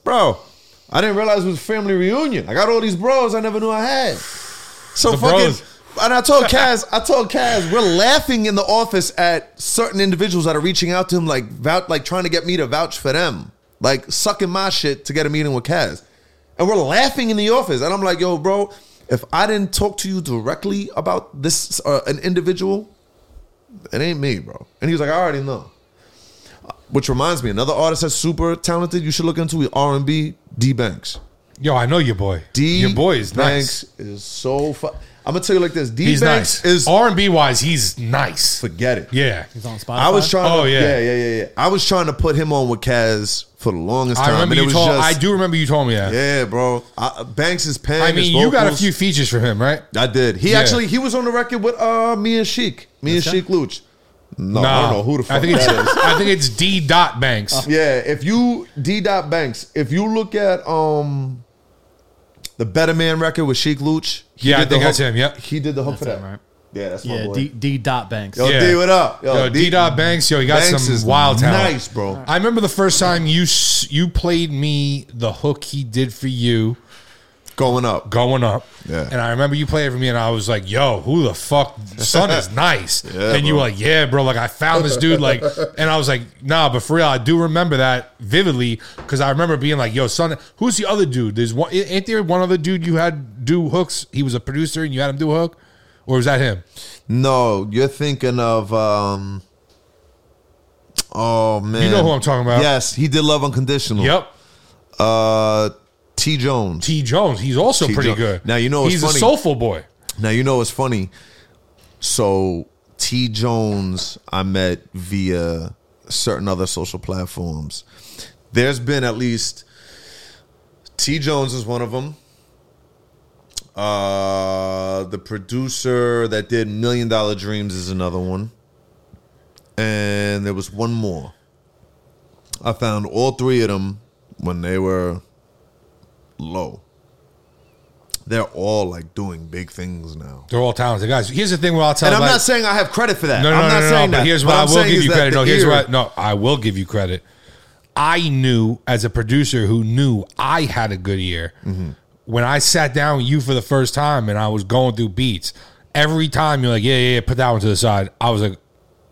[SPEAKER 5] bro. I didn't realize it was a family reunion. I got all these bros I never knew I had. So
[SPEAKER 2] The
[SPEAKER 5] fucking.
[SPEAKER 2] bros.
[SPEAKER 5] And I told Kaz, I told Kaz, we're laughing in the office at certain individuals that are reaching out to him, like vouch, like trying to get me to vouch for them, like sucking my shit to get a meeting with Kaz, and we're laughing in the office. And I'm like, yo, bro, if I didn't talk to you directly about this uh, an individual, it ain't me, bro. And he was like, I already know. Which reminds me, another artist that's super talented you should look into is R and B D Banks.
[SPEAKER 2] Yo, I know your boy.
[SPEAKER 5] D
[SPEAKER 2] your boy is nice.
[SPEAKER 5] Banks is so. Fu- I'm gonna tell you like this. D
[SPEAKER 2] He's
[SPEAKER 5] Banks
[SPEAKER 2] nice.
[SPEAKER 5] is
[SPEAKER 2] R and B wise, he's nice.
[SPEAKER 5] forget it.
[SPEAKER 2] Yeah,
[SPEAKER 4] He's on Spotify.
[SPEAKER 5] I was trying.
[SPEAKER 2] Oh,
[SPEAKER 5] to,
[SPEAKER 2] yeah.
[SPEAKER 5] yeah, yeah, yeah, yeah. I was trying to put him on with Kaz for the longest time.
[SPEAKER 2] I remember
[SPEAKER 5] and it
[SPEAKER 2] you
[SPEAKER 5] was
[SPEAKER 2] told.
[SPEAKER 5] just-
[SPEAKER 2] I do remember you told me that.
[SPEAKER 5] Yeah, bro. I, Banks is paying.
[SPEAKER 2] I mean, you got a few features from him, right?
[SPEAKER 5] I did. He
[SPEAKER 2] Yeah.
[SPEAKER 5] actually he was on the record with uh me and Sheik, me and
[SPEAKER 4] Okay.
[SPEAKER 5] Sheik Luch. No, I
[SPEAKER 2] Nah.
[SPEAKER 5] don't know who the fuck
[SPEAKER 2] I think it's,
[SPEAKER 5] that is. Uh,
[SPEAKER 2] I think it's D. Dot Banks.
[SPEAKER 5] Yeah, if you D dot Banks, if you look at um the Better Man record with Sheik Luch, he
[SPEAKER 2] Yeah, I
[SPEAKER 5] did the
[SPEAKER 2] think that's
[SPEAKER 5] hook-
[SPEAKER 2] him, yep.
[SPEAKER 5] he did the hook for
[SPEAKER 4] That's
[SPEAKER 5] that.
[SPEAKER 4] him, right?
[SPEAKER 5] Yeah, that's my
[SPEAKER 4] yeah,
[SPEAKER 5] boy.
[SPEAKER 4] D, D. Dot Banks.
[SPEAKER 5] Yo,
[SPEAKER 2] Yeah.
[SPEAKER 5] D, what up?
[SPEAKER 2] Yo, D. Dot Banks. Yo, you got
[SPEAKER 5] Banks is
[SPEAKER 2] some wild talent.
[SPEAKER 5] Nice, bro.
[SPEAKER 2] I remember the first time you s- you played me the hook he did for you
[SPEAKER 5] Going up.
[SPEAKER 2] going up.
[SPEAKER 5] Yeah.
[SPEAKER 2] And I remember you played it for me, and I was like, "Yo, who the fuck? Son is nice." and you were like, "Yeah, bro. Like I found this dude. Like," and I was like, "Nah, but for real, I do remember that vividly because I remember being like, "Yo, son, who's the other dude? There's one. Ain't there one other dude you had do hooks? He was a producer, and you had him do a hook, or was that him?
[SPEAKER 5] No, you're thinking of um Oh man.
[SPEAKER 2] You know who I'm talking about?
[SPEAKER 5] Yes, he did Love Unconditional.
[SPEAKER 2] Yep.
[SPEAKER 5] Uh T Jones.
[SPEAKER 2] T. Jones. He's also
[SPEAKER 5] T.
[SPEAKER 2] pretty
[SPEAKER 5] Jones.
[SPEAKER 2] good.
[SPEAKER 5] Now, you know what's
[SPEAKER 2] he's a
[SPEAKER 5] funny?
[SPEAKER 2] soulful boy.
[SPEAKER 5] Now you know what's funny. So T Jones, I met via certain other social platforms. There's been at least T Jones is one of them. Uh, the producer that did Million Dollar Dreams is another one, and there was one more. I found all three of them when they were low. They're all like doing big things now.
[SPEAKER 2] They're all talented guys. Here's the thing. Where I'll tell
[SPEAKER 5] And I'm
[SPEAKER 2] like-
[SPEAKER 5] not saying I have credit for that.
[SPEAKER 2] No, no,
[SPEAKER 5] I'm
[SPEAKER 2] no,
[SPEAKER 5] not
[SPEAKER 2] no,
[SPEAKER 5] saying
[SPEAKER 2] no.
[SPEAKER 5] that.
[SPEAKER 2] But here's
[SPEAKER 5] What
[SPEAKER 2] what I
[SPEAKER 5] I'm
[SPEAKER 2] will
[SPEAKER 5] saying
[SPEAKER 2] give
[SPEAKER 5] is
[SPEAKER 2] you
[SPEAKER 5] that
[SPEAKER 2] credit. No,
[SPEAKER 5] the
[SPEAKER 2] here's
[SPEAKER 5] ear-
[SPEAKER 2] what. No, I will give you credit. I knew as a producer who knew I had a good ear.
[SPEAKER 5] Mm-hmm.
[SPEAKER 2] When I sat down with you for the first time and I was going through beats, every time you're like, "Yeah, yeah, yeah put that one to the side." I was like,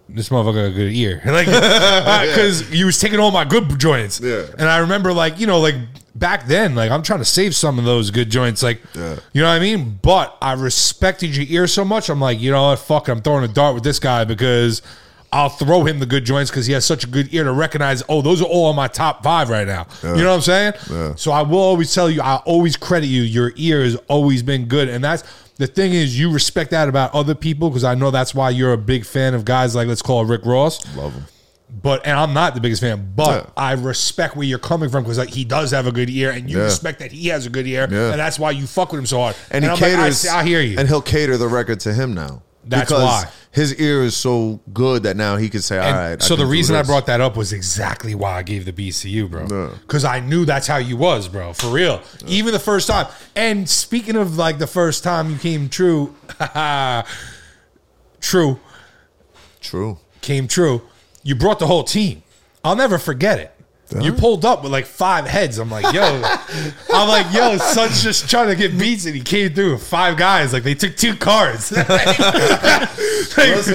[SPEAKER 2] "This motherfucker got a good ear," like because you was taking all my good joints.
[SPEAKER 5] Yeah.
[SPEAKER 2] And I remember like you know like back then, like I'm trying to save some of those good joints, like
[SPEAKER 5] Yeah.
[SPEAKER 2] you know what I mean. But I respected your ear so much, I'm like, you know what, fuck, it, I'm throwing a dart with this guy because I'll throw him the good joints because he has such a good ear to recognize. Oh, those are all on my top five right now. You know what I'm saying? So I will always tell you, I always credit you. Your ear has always been good, and that's. The thing is, you respect that about other people because I know that's why you're a big fan of guys like, let's call Rick Ross
[SPEAKER 5] Love him.
[SPEAKER 2] but and I'm not the biggest fan, but
[SPEAKER 5] Yeah.
[SPEAKER 2] I respect where you're coming from because like he does have a good ear, and you
[SPEAKER 5] Yeah.
[SPEAKER 2] respect that he has a good ear,
[SPEAKER 5] Yeah.
[SPEAKER 2] and that's why you fuck with him so hard.
[SPEAKER 5] And, he
[SPEAKER 2] I'm like, I
[SPEAKER 5] caters.
[SPEAKER 2] see- I, hear you.
[SPEAKER 5] And he'll cater the record to him now.
[SPEAKER 2] That's
[SPEAKER 5] because
[SPEAKER 2] why.
[SPEAKER 5] his ear is so good that now he can say, "All right."
[SPEAKER 2] And
[SPEAKER 5] I
[SPEAKER 2] so the
[SPEAKER 5] can do
[SPEAKER 2] reason I
[SPEAKER 5] this."
[SPEAKER 2] brought that up was exactly why I gave the BCU,
[SPEAKER 5] Yeah.
[SPEAKER 2] bro. Because I knew that's how you was, bro, for real. Even the first time. And speaking of like the first time you came true, true
[SPEAKER 5] true.
[SPEAKER 2] came true. You brought the whole team. I'll never forget it. You pulled up with like five heads. I'm like, yo, I'm like, yo, son's just trying to get beats, and he came through with five guys. Like they took two cards.
[SPEAKER 5] Listen,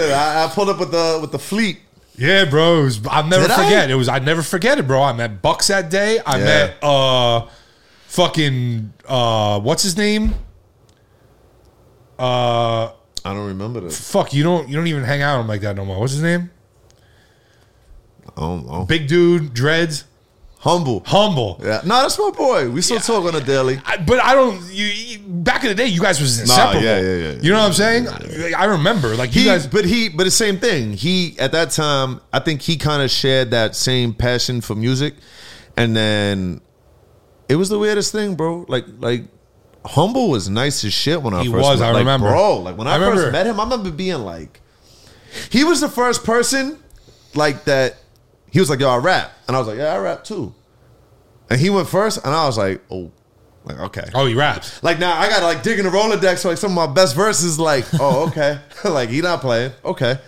[SPEAKER 5] I, I pulled up with the with the fleet.
[SPEAKER 2] Yeah, bro. It was, I'll never
[SPEAKER 5] Did I?
[SPEAKER 2] forget. It was I never forget it, bro. I met Bucks that day. I
[SPEAKER 5] Yeah.
[SPEAKER 2] met uh fucking uh what's his name?
[SPEAKER 5] I don't remember this.
[SPEAKER 2] Fuck, you don't you don't even hang out with him like that no more. What's his name?
[SPEAKER 5] I don't know.
[SPEAKER 2] Big dude, dreads,
[SPEAKER 5] Humble.
[SPEAKER 2] humble.
[SPEAKER 5] Yeah. No, that's my boy. We still talk on a daily.
[SPEAKER 2] I, but I don't. You, you- back in the day, you guys was inseparable.
[SPEAKER 5] yeah, yeah, yeah, yeah.
[SPEAKER 2] You know what I'm saying? I, I remember, like you
[SPEAKER 5] He,
[SPEAKER 2] guys.
[SPEAKER 5] but he, but the same thing. He at that time, I think he kind of shared that same passion for music, and then it was the weirdest thing, bro. Like, like humble was nice as shit when I
[SPEAKER 2] He
[SPEAKER 5] first
[SPEAKER 2] was,
[SPEAKER 5] met-
[SPEAKER 2] I
[SPEAKER 5] like,
[SPEAKER 2] remember.
[SPEAKER 5] bro. Like when I,
[SPEAKER 2] I remember.
[SPEAKER 5] first met him, I remember being like, he was the first person like that. He was like, "Yo, I rap," and I was like, "Yeah, I rap too," and he went first, and I was like, "Oh, like okay."
[SPEAKER 2] Oh, he raps.
[SPEAKER 5] Like now, I gotta like dig in the Rolodex for like some of my best verses. Like, oh, okay, like he not playing, okay.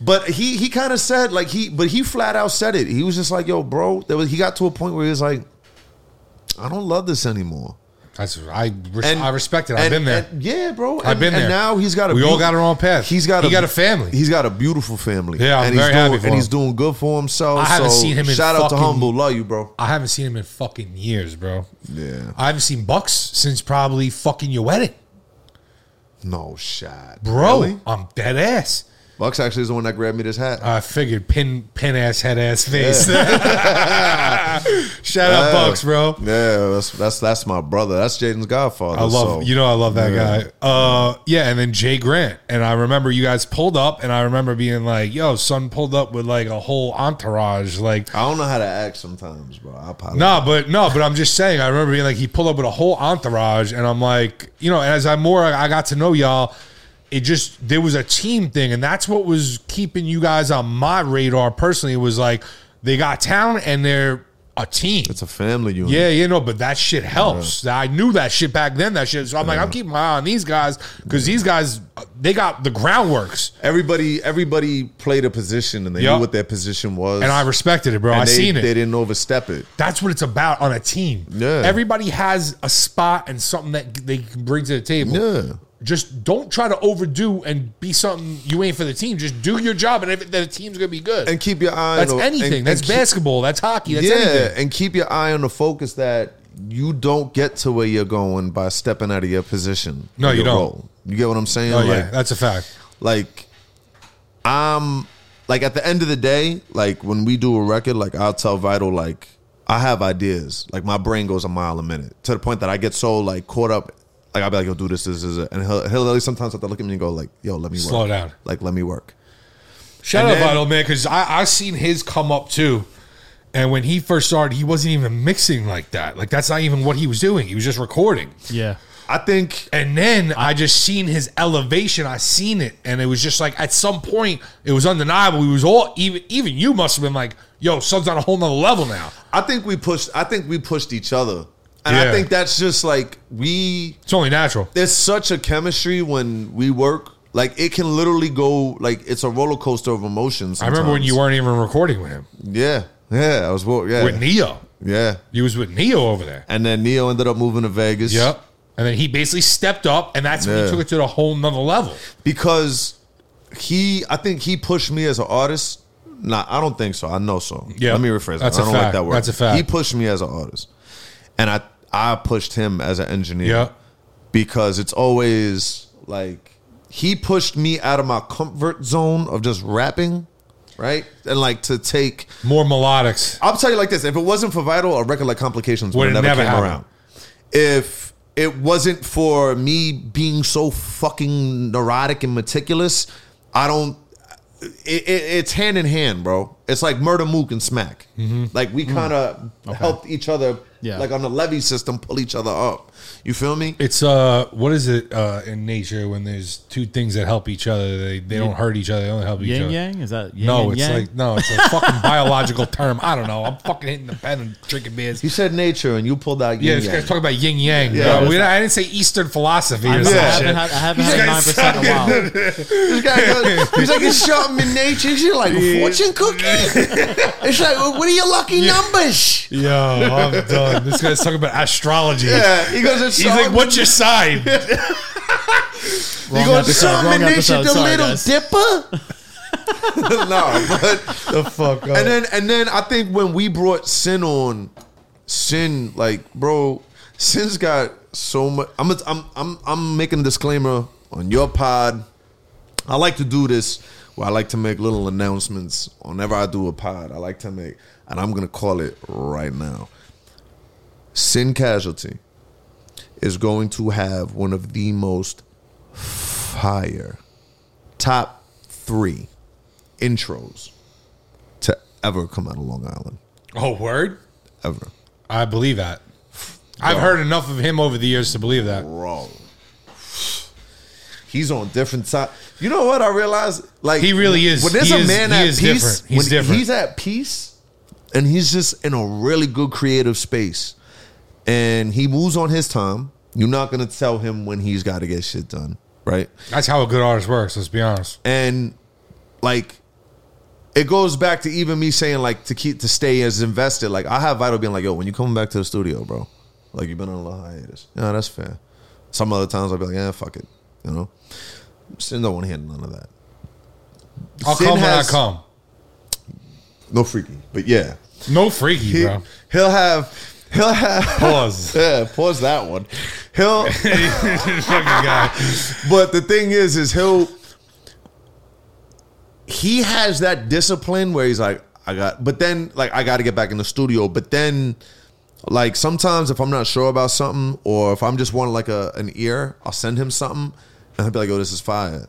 [SPEAKER 5] But he he kind of said like he, but he flat out said it. He was just like, yo, bro. There was, he got to a point where he was like, I don't love this anymore.
[SPEAKER 2] That's I. Res- I respect it. I've
[SPEAKER 5] and-
[SPEAKER 2] been there.
[SPEAKER 5] and- yeah, bro.
[SPEAKER 2] I've
[SPEAKER 5] And-
[SPEAKER 2] been there.
[SPEAKER 5] And now he's got a.
[SPEAKER 2] We all got our own path.
[SPEAKER 5] He's got.
[SPEAKER 2] He got a family.
[SPEAKER 5] He's got a beautiful family.
[SPEAKER 2] Yeah, I'm
[SPEAKER 5] and
[SPEAKER 2] very
[SPEAKER 5] he's doing,
[SPEAKER 2] happy for
[SPEAKER 5] And
[SPEAKER 2] him.
[SPEAKER 5] he's doing good for himself.
[SPEAKER 2] I haven't
[SPEAKER 5] so
[SPEAKER 2] seen him in
[SPEAKER 5] Shout out to
[SPEAKER 2] fucking-
[SPEAKER 5] humble. Love you, bro.
[SPEAKER 2] I haven't seen him in fucking years, bro.
[SPEAKER 5] Yeah.
[SPEAKER 2] I haven't seen Bucks since probably fucking your wedding,
[SPEAKER 5] No shot,
[SPEAKER 2] bro.
[SPEAKER 5] Really?
[SPEAKER 2] I'm dead ass.
[SPEAKER 5] Bucks actually is the one that grabbed me this hat.
[SPEAKER 2] I figured pin pin ass head ass face. Shout out
[SPEAKER 5] Yeah.
[SPEAKER 2] Bucks, bro.
[SPEAKER 5] Yeah, that's that's that's my brother. That's Jaden's godfather.
[SPEAKER 2] I love
[SPEAKER 5] so-
[SPEAKER 2] you know I love that
[SPEAKER 5] Yeah.
[SPEAKER 2] guy. Uh yeah, and then Jay Grant. And I remember you guys pulled up and I remember being like, yo, son pulled up with like a whole entourage. Like
[SPEAKER 5] I don't know how to act sometimes, bro. I apologize.
[SPEAKER 2] no, but no, but I'm just saying. I remember being like, he pulled up with a whole entourage, and I'm like, you know, and as I more I got to know y'all, it just there was a team thing, and that's what was keeping you guys on my radar personally. Was like they got talent and they're a team.
[SPEAKER 5] it's a family unit.
[SPEAKER 2] Yeah, you know, but that shit helps. I knew that shit back then. That shit. So I'm like, I'm keeping my eye on these guys because these guys, uh, they got the groundworks,
[SPEAKER 5] Everybody, everybody played a position, and they
[SPEAKER 2] Yup.
[SPEAKER 5] knew what their position was.
[SPEAKER 2] and I respected it, bro. I
[SPEAKER 5] they,
[SPEAKER 2] seen it.
[SPEAKER 5] They didn't overstep it.
[SPEAKER 2] That's what it's about on a team.
[SPEAKER 5] Yeah.
[SPEAKER 2] Everybody has a spot and something that they can bring to the table.
[SPEAKER 5] Yeah.
[SPEAKER 2] Just don't try to overdo and be something you ain't for the team. Just do your job, and if, the team's gonna be good.
[SPEAKER 5] And keep your eye.
[SPEAKER 2] that's
[SPEAKER 5] on the,
[SPEAKER 2] anything.
[SPEAKER 5] and-
[SPEAKER 2] that's
[SPEAKER 5] and keep-
[SPEAKER 2] basketball. That's hockey. That's
[SPEAKER 5] yeah,
[SPEAKER 2] anything.
[SPEAKER 5] and keep your eye on the focus that you don't get to where you're going by stepping out of your position.
[SPEAKER 2] No,
[SPEAKER 5] or
[SPEAKER 2] you
[SPEAKER 5] your
[SPEAKER 2] don't.
[SPEAKER 5] role. You get what I'm saying?
[SPEAKER 2] Oh
[SPEAKER 5] Like,
[SPEAKER 2] yeah, that's a fact.
[SPEAKER 5] like I'm like at the end of the day, like when we do a record, like I'll tell Vital like I have ideas. Like my brain goes a mile a minute to the point that I get so like caught up. Like I'll be like, "Yo, do this, this, this," and he'll, he'll literally sometimes have to look at me and go like, "Yo, let me work.
[SPEAKER 2] Slow down.
[SPEAKER 5] Like let me work."
[SPEAKER 2] Shout
[SPEAKER 5] And
[SPEAKER 2] out
[SPEAKER 5] then-
[SPEAKER 2] Vital man, because I I seen his come up too. And when he first started, he wasn't even mixing like that. Like that's not even what he was doing. He was just recording.
[SPEAKER 4] Yeah.
[SPEAKER 5] I think
[SPEAKER 2] And then I just seen his elevation. I seen it, and it was just like at some point it was undeniable. We was all even even you must have been like, "Yo, son's on a whole nother level now."
[SPEAKER 5] I think we pushed. I think we pushed each other, and
[SPEAKER 2] Yeah.
[SPEAKER 5] I think that's just like we
[SPEAKER 2] It's only natural.
[SPEAKER 5] there's such a chemistry when we work. Like it can literally go like it's a roller coaster of emotions.
[SPEAKER 2] I remember when
[SPEAKER 5] sometimes.
[SPEAKER 2] you weren't even recording with him
[SPEAKER 5] Yeah, yeah, I was wo- yeah,
[SPEAKER 2] with Neo.
[SPEAKER 5] yeah.
[SPEAKER 2] You was with Neo over there.
[SPEAKER 5] And then Neo ended up moving to Vegas.
[SPEAKER 2] Yep. And then he basically stepped up, and that's when he
[SPEAKER 5] Yeah.
[SPEAKER 2] took it to a whole nother level.
[SPEAKER 5] because he, I think he pushed me as an artist. Nah, I don't think so. I know so.
[SPEAKER 2] Yeah.
[SPEAKER 5] let me rephrase.
[SPEAKER 2] That's
[SPEAKER 5] that.
[SPEAKER 2] a
[SPEAKER 5] I don't
[SPEAKER 2] fact.
[SPEAKER 5] like that word.
[SPEAKER 2] That's a fact.
[SPEAKER 5] He pushed me as an artist. and I I pushed him as an engineer
[SPEAKER 2] Yeah.
[SPEAKER 5] because it's always like he pushed me out of my comfort zone of just rapping, right? And like to take
[SPEAKER 2] More melodics.
[SPEAKER 5] I'll tell you like this: if it wasn't for Vital, a record like Complications would
[SPEAKER 2] Would
[SPEAKER 5] have
[SPEAKER 2] it never
[SPEAKER 5] never, came
[SPEAKER 2] happen.
[SPEAKER 5] around. If it wasn't for me being so fucking neurotic and meticulous, I don't. It, it, it's hand in hand, bro. It's like Murder Mook and Smack.
[SPEAKER 2] Mm-hmm.
[SPEAKER 5] Like we kind of helped each other,
[SPEAKER 4] Yeah.
[SPEAKER 5] like on the levee system, pull each other up. You feel me?
[SPEAKER 2] It's uh, what is it uh in nature when there's two things that help each other? They they don't hurt each other. They only help each
[SPEAKER 4] Yin
[SPEAKER 2] other.
[SPEAKER 4] yang is that yin
[SPEAKER 2] No,
[SPEAKER 4] and
[SPEAKER 2] it's
[SPEAKER 4] yang?
[SPEAKER 2] like no, it's a fucking biological term. I don't know. I'm fucking hitting the pen and drinking beers.
[SPEAKER 5] You said nature, and you pulled out.
[SPEAKER 2] Yeah,
[SPEAKER 5] yin
[SPEAKER 2] this
[SPEAKER 5] yang.
[SPEAKER 2] guy's talking about yin yang.
[SPEAKER 5] Yeah.
[SPEAKER 2] bro. We- I didn't say Eastern philosophy
[SPEAKER 4] I
[SPEAKER 2] or
[SPEAKER 4] haven't,
[SPEAKER 2] some
[SPEAKER 5] Yeah.
[SPEAKER 4] I
[SPEAKER 2] shit.
[SPEAKER 4] haven't had, I haven't
[SPEAKER 2] You
[SPEAKER 4] had nine
[SPEAKER 2] guys
[SPEAKER 4] percent in a while.
[SPEAKER 5] This guy goes, he's like, it's something in nature. She's like, a fortune cookie? It's like, what are your lucky numbers?
[SPEAKER 2] Yo, I'm done. This guy's talking about astrology.
[SPEAKER 5] Yeah, he goes, it's
[SPEAKER 2] He's like,
[SPEAKER 5] something,
[SPEAKER 2] what's your sign?
[SPEAKER 5] he
[SPEAKER 4] Wrong
[SPEAKER 5] goes,
[SPEAKER 4] episode,
[SPEAKER 5] something
[SPEAKER 4] wrong
[SPEAKER 5] in nature,
[SPEAKER 4] episode,
[SPEAKER 5] the
[SPEAKER 4] sorry,
[SPEAKER 5] little
[SPEAKER 4] guys.
[SPEAKER 5] dipper? no, but,
[SPEAKER 2] the fuck up.
[SPEAKER 5] and then, and then I think when we brought Sin on, Sin, like, bro, Sin's got so much, I'm, a, I'm, I'm, I'm making a disclaimer on your pod, I like to do this where I like to make little announcements whenever I do a pod. I like to make, and I'm going to call it right now. Sin Casualty is going to have one of the most fire top three intros to ever come out of Long Island.
[SPEAKER 2] oh, word?
[SPEAKER 5] Ever.
[SPEAKER 2] I believe that. I've heard enough of him over the years to believe that.
[SPEAKER 5] Bro. He's on different side. You know what I realized? Like
[SPEAKER 2] He really is.
[SPEAKER 5] When there's
[SPEAKER 2] He
[SPEAKER 5] a
[SPEAKER 2] is-
[SPEAKER 5] man
[SPEAKER 2] he
[SPEAKER 5] at
[SPEAKER 2] is
[SPEAKER 5] peace,
[SPEAKER 2] different. He's
[SPEAKER 5] when
[SPEAKER 2] different.
[SPEAKER 5] he's at peace, and he's just in a really good creative space, and he moves on his time. You're not gonna tell him when he's got to get shit done, right?
[SPEAKER 2] That's how a good artist works, let's be honest.
[SPEAKER 5] and like it goes back to even me saying like to keep to stay as invested. Like I have Vital being like, yo, when you coming back to the studio, bro? Like you've been on a little hiatus. Yeah, that's fair. Some other times I'll be like, yeah, fuck it, you know. Sin don't want to hear none of that.
[SPEAKER 2] I'll
[SPEAKER 5] Sin
[SPEAKER 2] come
[SPEAKER 5] has-
[SPEAKER 2] when I come.
[SPEAKER 5] No freaky, but yeah,
[SPEAKER 2] No freaky,
[SPEAKER 5] he,
[SPEAKER 2] bro.
[SPEAKER 5] he'll have he'll have
[SPEAKER 2] Pause.
[SPEAKER 5] yeah. Pause that one. He'll
[SPEAKER 2] fucking guy.
[SPEAKER 5] But the thing is, is he'll he has that discipline where he's like, I got, but then like I got to get back in the studio. But then, like sometimes if I'm not sure about something or if I'm just wanting like a an ear, I'll send him something and he'll be like, "Yo, this is fire,"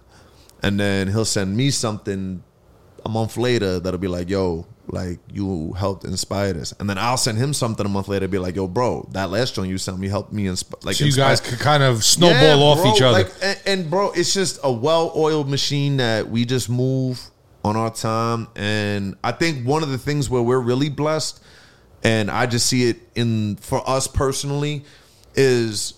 [SPEAKER 5] and then he'll send me something a month later that'll be like, "Yo." Like you helped inspire this, and then I'll send him something a month later. Be like, "Yo, bro, that last joint you sent me helped me insp- like
[SPEAKER 2] So you
[SPEAKER 5] inspire-
[SPEAKER 2] guys could kind of snowball off
[SPEAKER 5] bro,
[SPEAKER 2] each other.
[SPEAKER 5] like, and, and bro, it's just a well-oiled machine that we just move on our time. And I think one of the things where we're really blessed, and I just see it in for us personally, is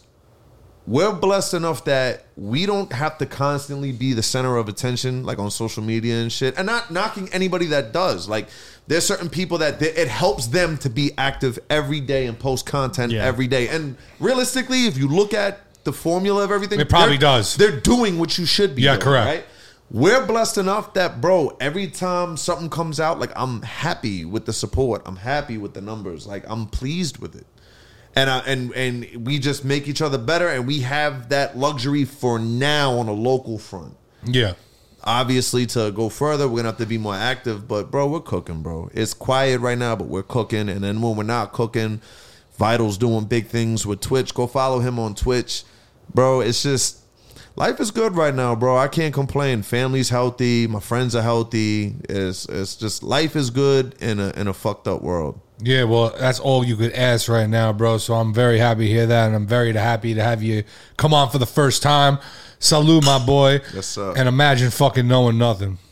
[SPEAKER 5] we're blessed enough that we don't have to constantly be the center of attention, like on social media and shit. And not knocking anybody that does. Like there's certain people that that it helps them to be active every day and post content
[SPEAKER 4] Yeah.
[SPEAKER 5] every day. And realistically, if you look at the formula of everything,
[SPEAKER 2] It probably
[SPEAKER 5] they're-
[SPEAKER 2] does.
[SPEAKER 5] They're doing what you should be.
[SPEAKER 2] Yeah,
[SPEAKER 5] doing,
[SPEAKER 2] correct.
[SPEAKER 5] Right? We're blessed enough that, bro, every time something comes out, like I'm happy with the support. I'm happy with the numbers. Like I'm pleased with it and uh, and and we just make each other better and we have that luxury for now on a local front
[SPEAKER 2] yeah.
[SPEAKER 5] obviously to go further we're gonna have to be more active but bro we're cooking bro it's quiet right now but we're cooking and then when we're not cooking vitals doing big things with twitch go follow him on twitch bro it's just life is good right now bro i can't complain family's healthy my friends are healthy it's it's just life is good in a in a fucked up world
[SPEAKER 2] Yeah, well, that's all you could ask right now, bro. So I'm very happy to hear that, and I'm very happy to have you come on for the first time. Salute, my boy.
[SPEAKER 5] Yes, sir.
[SPEAKER 2] And imagine fucking knowing nothing.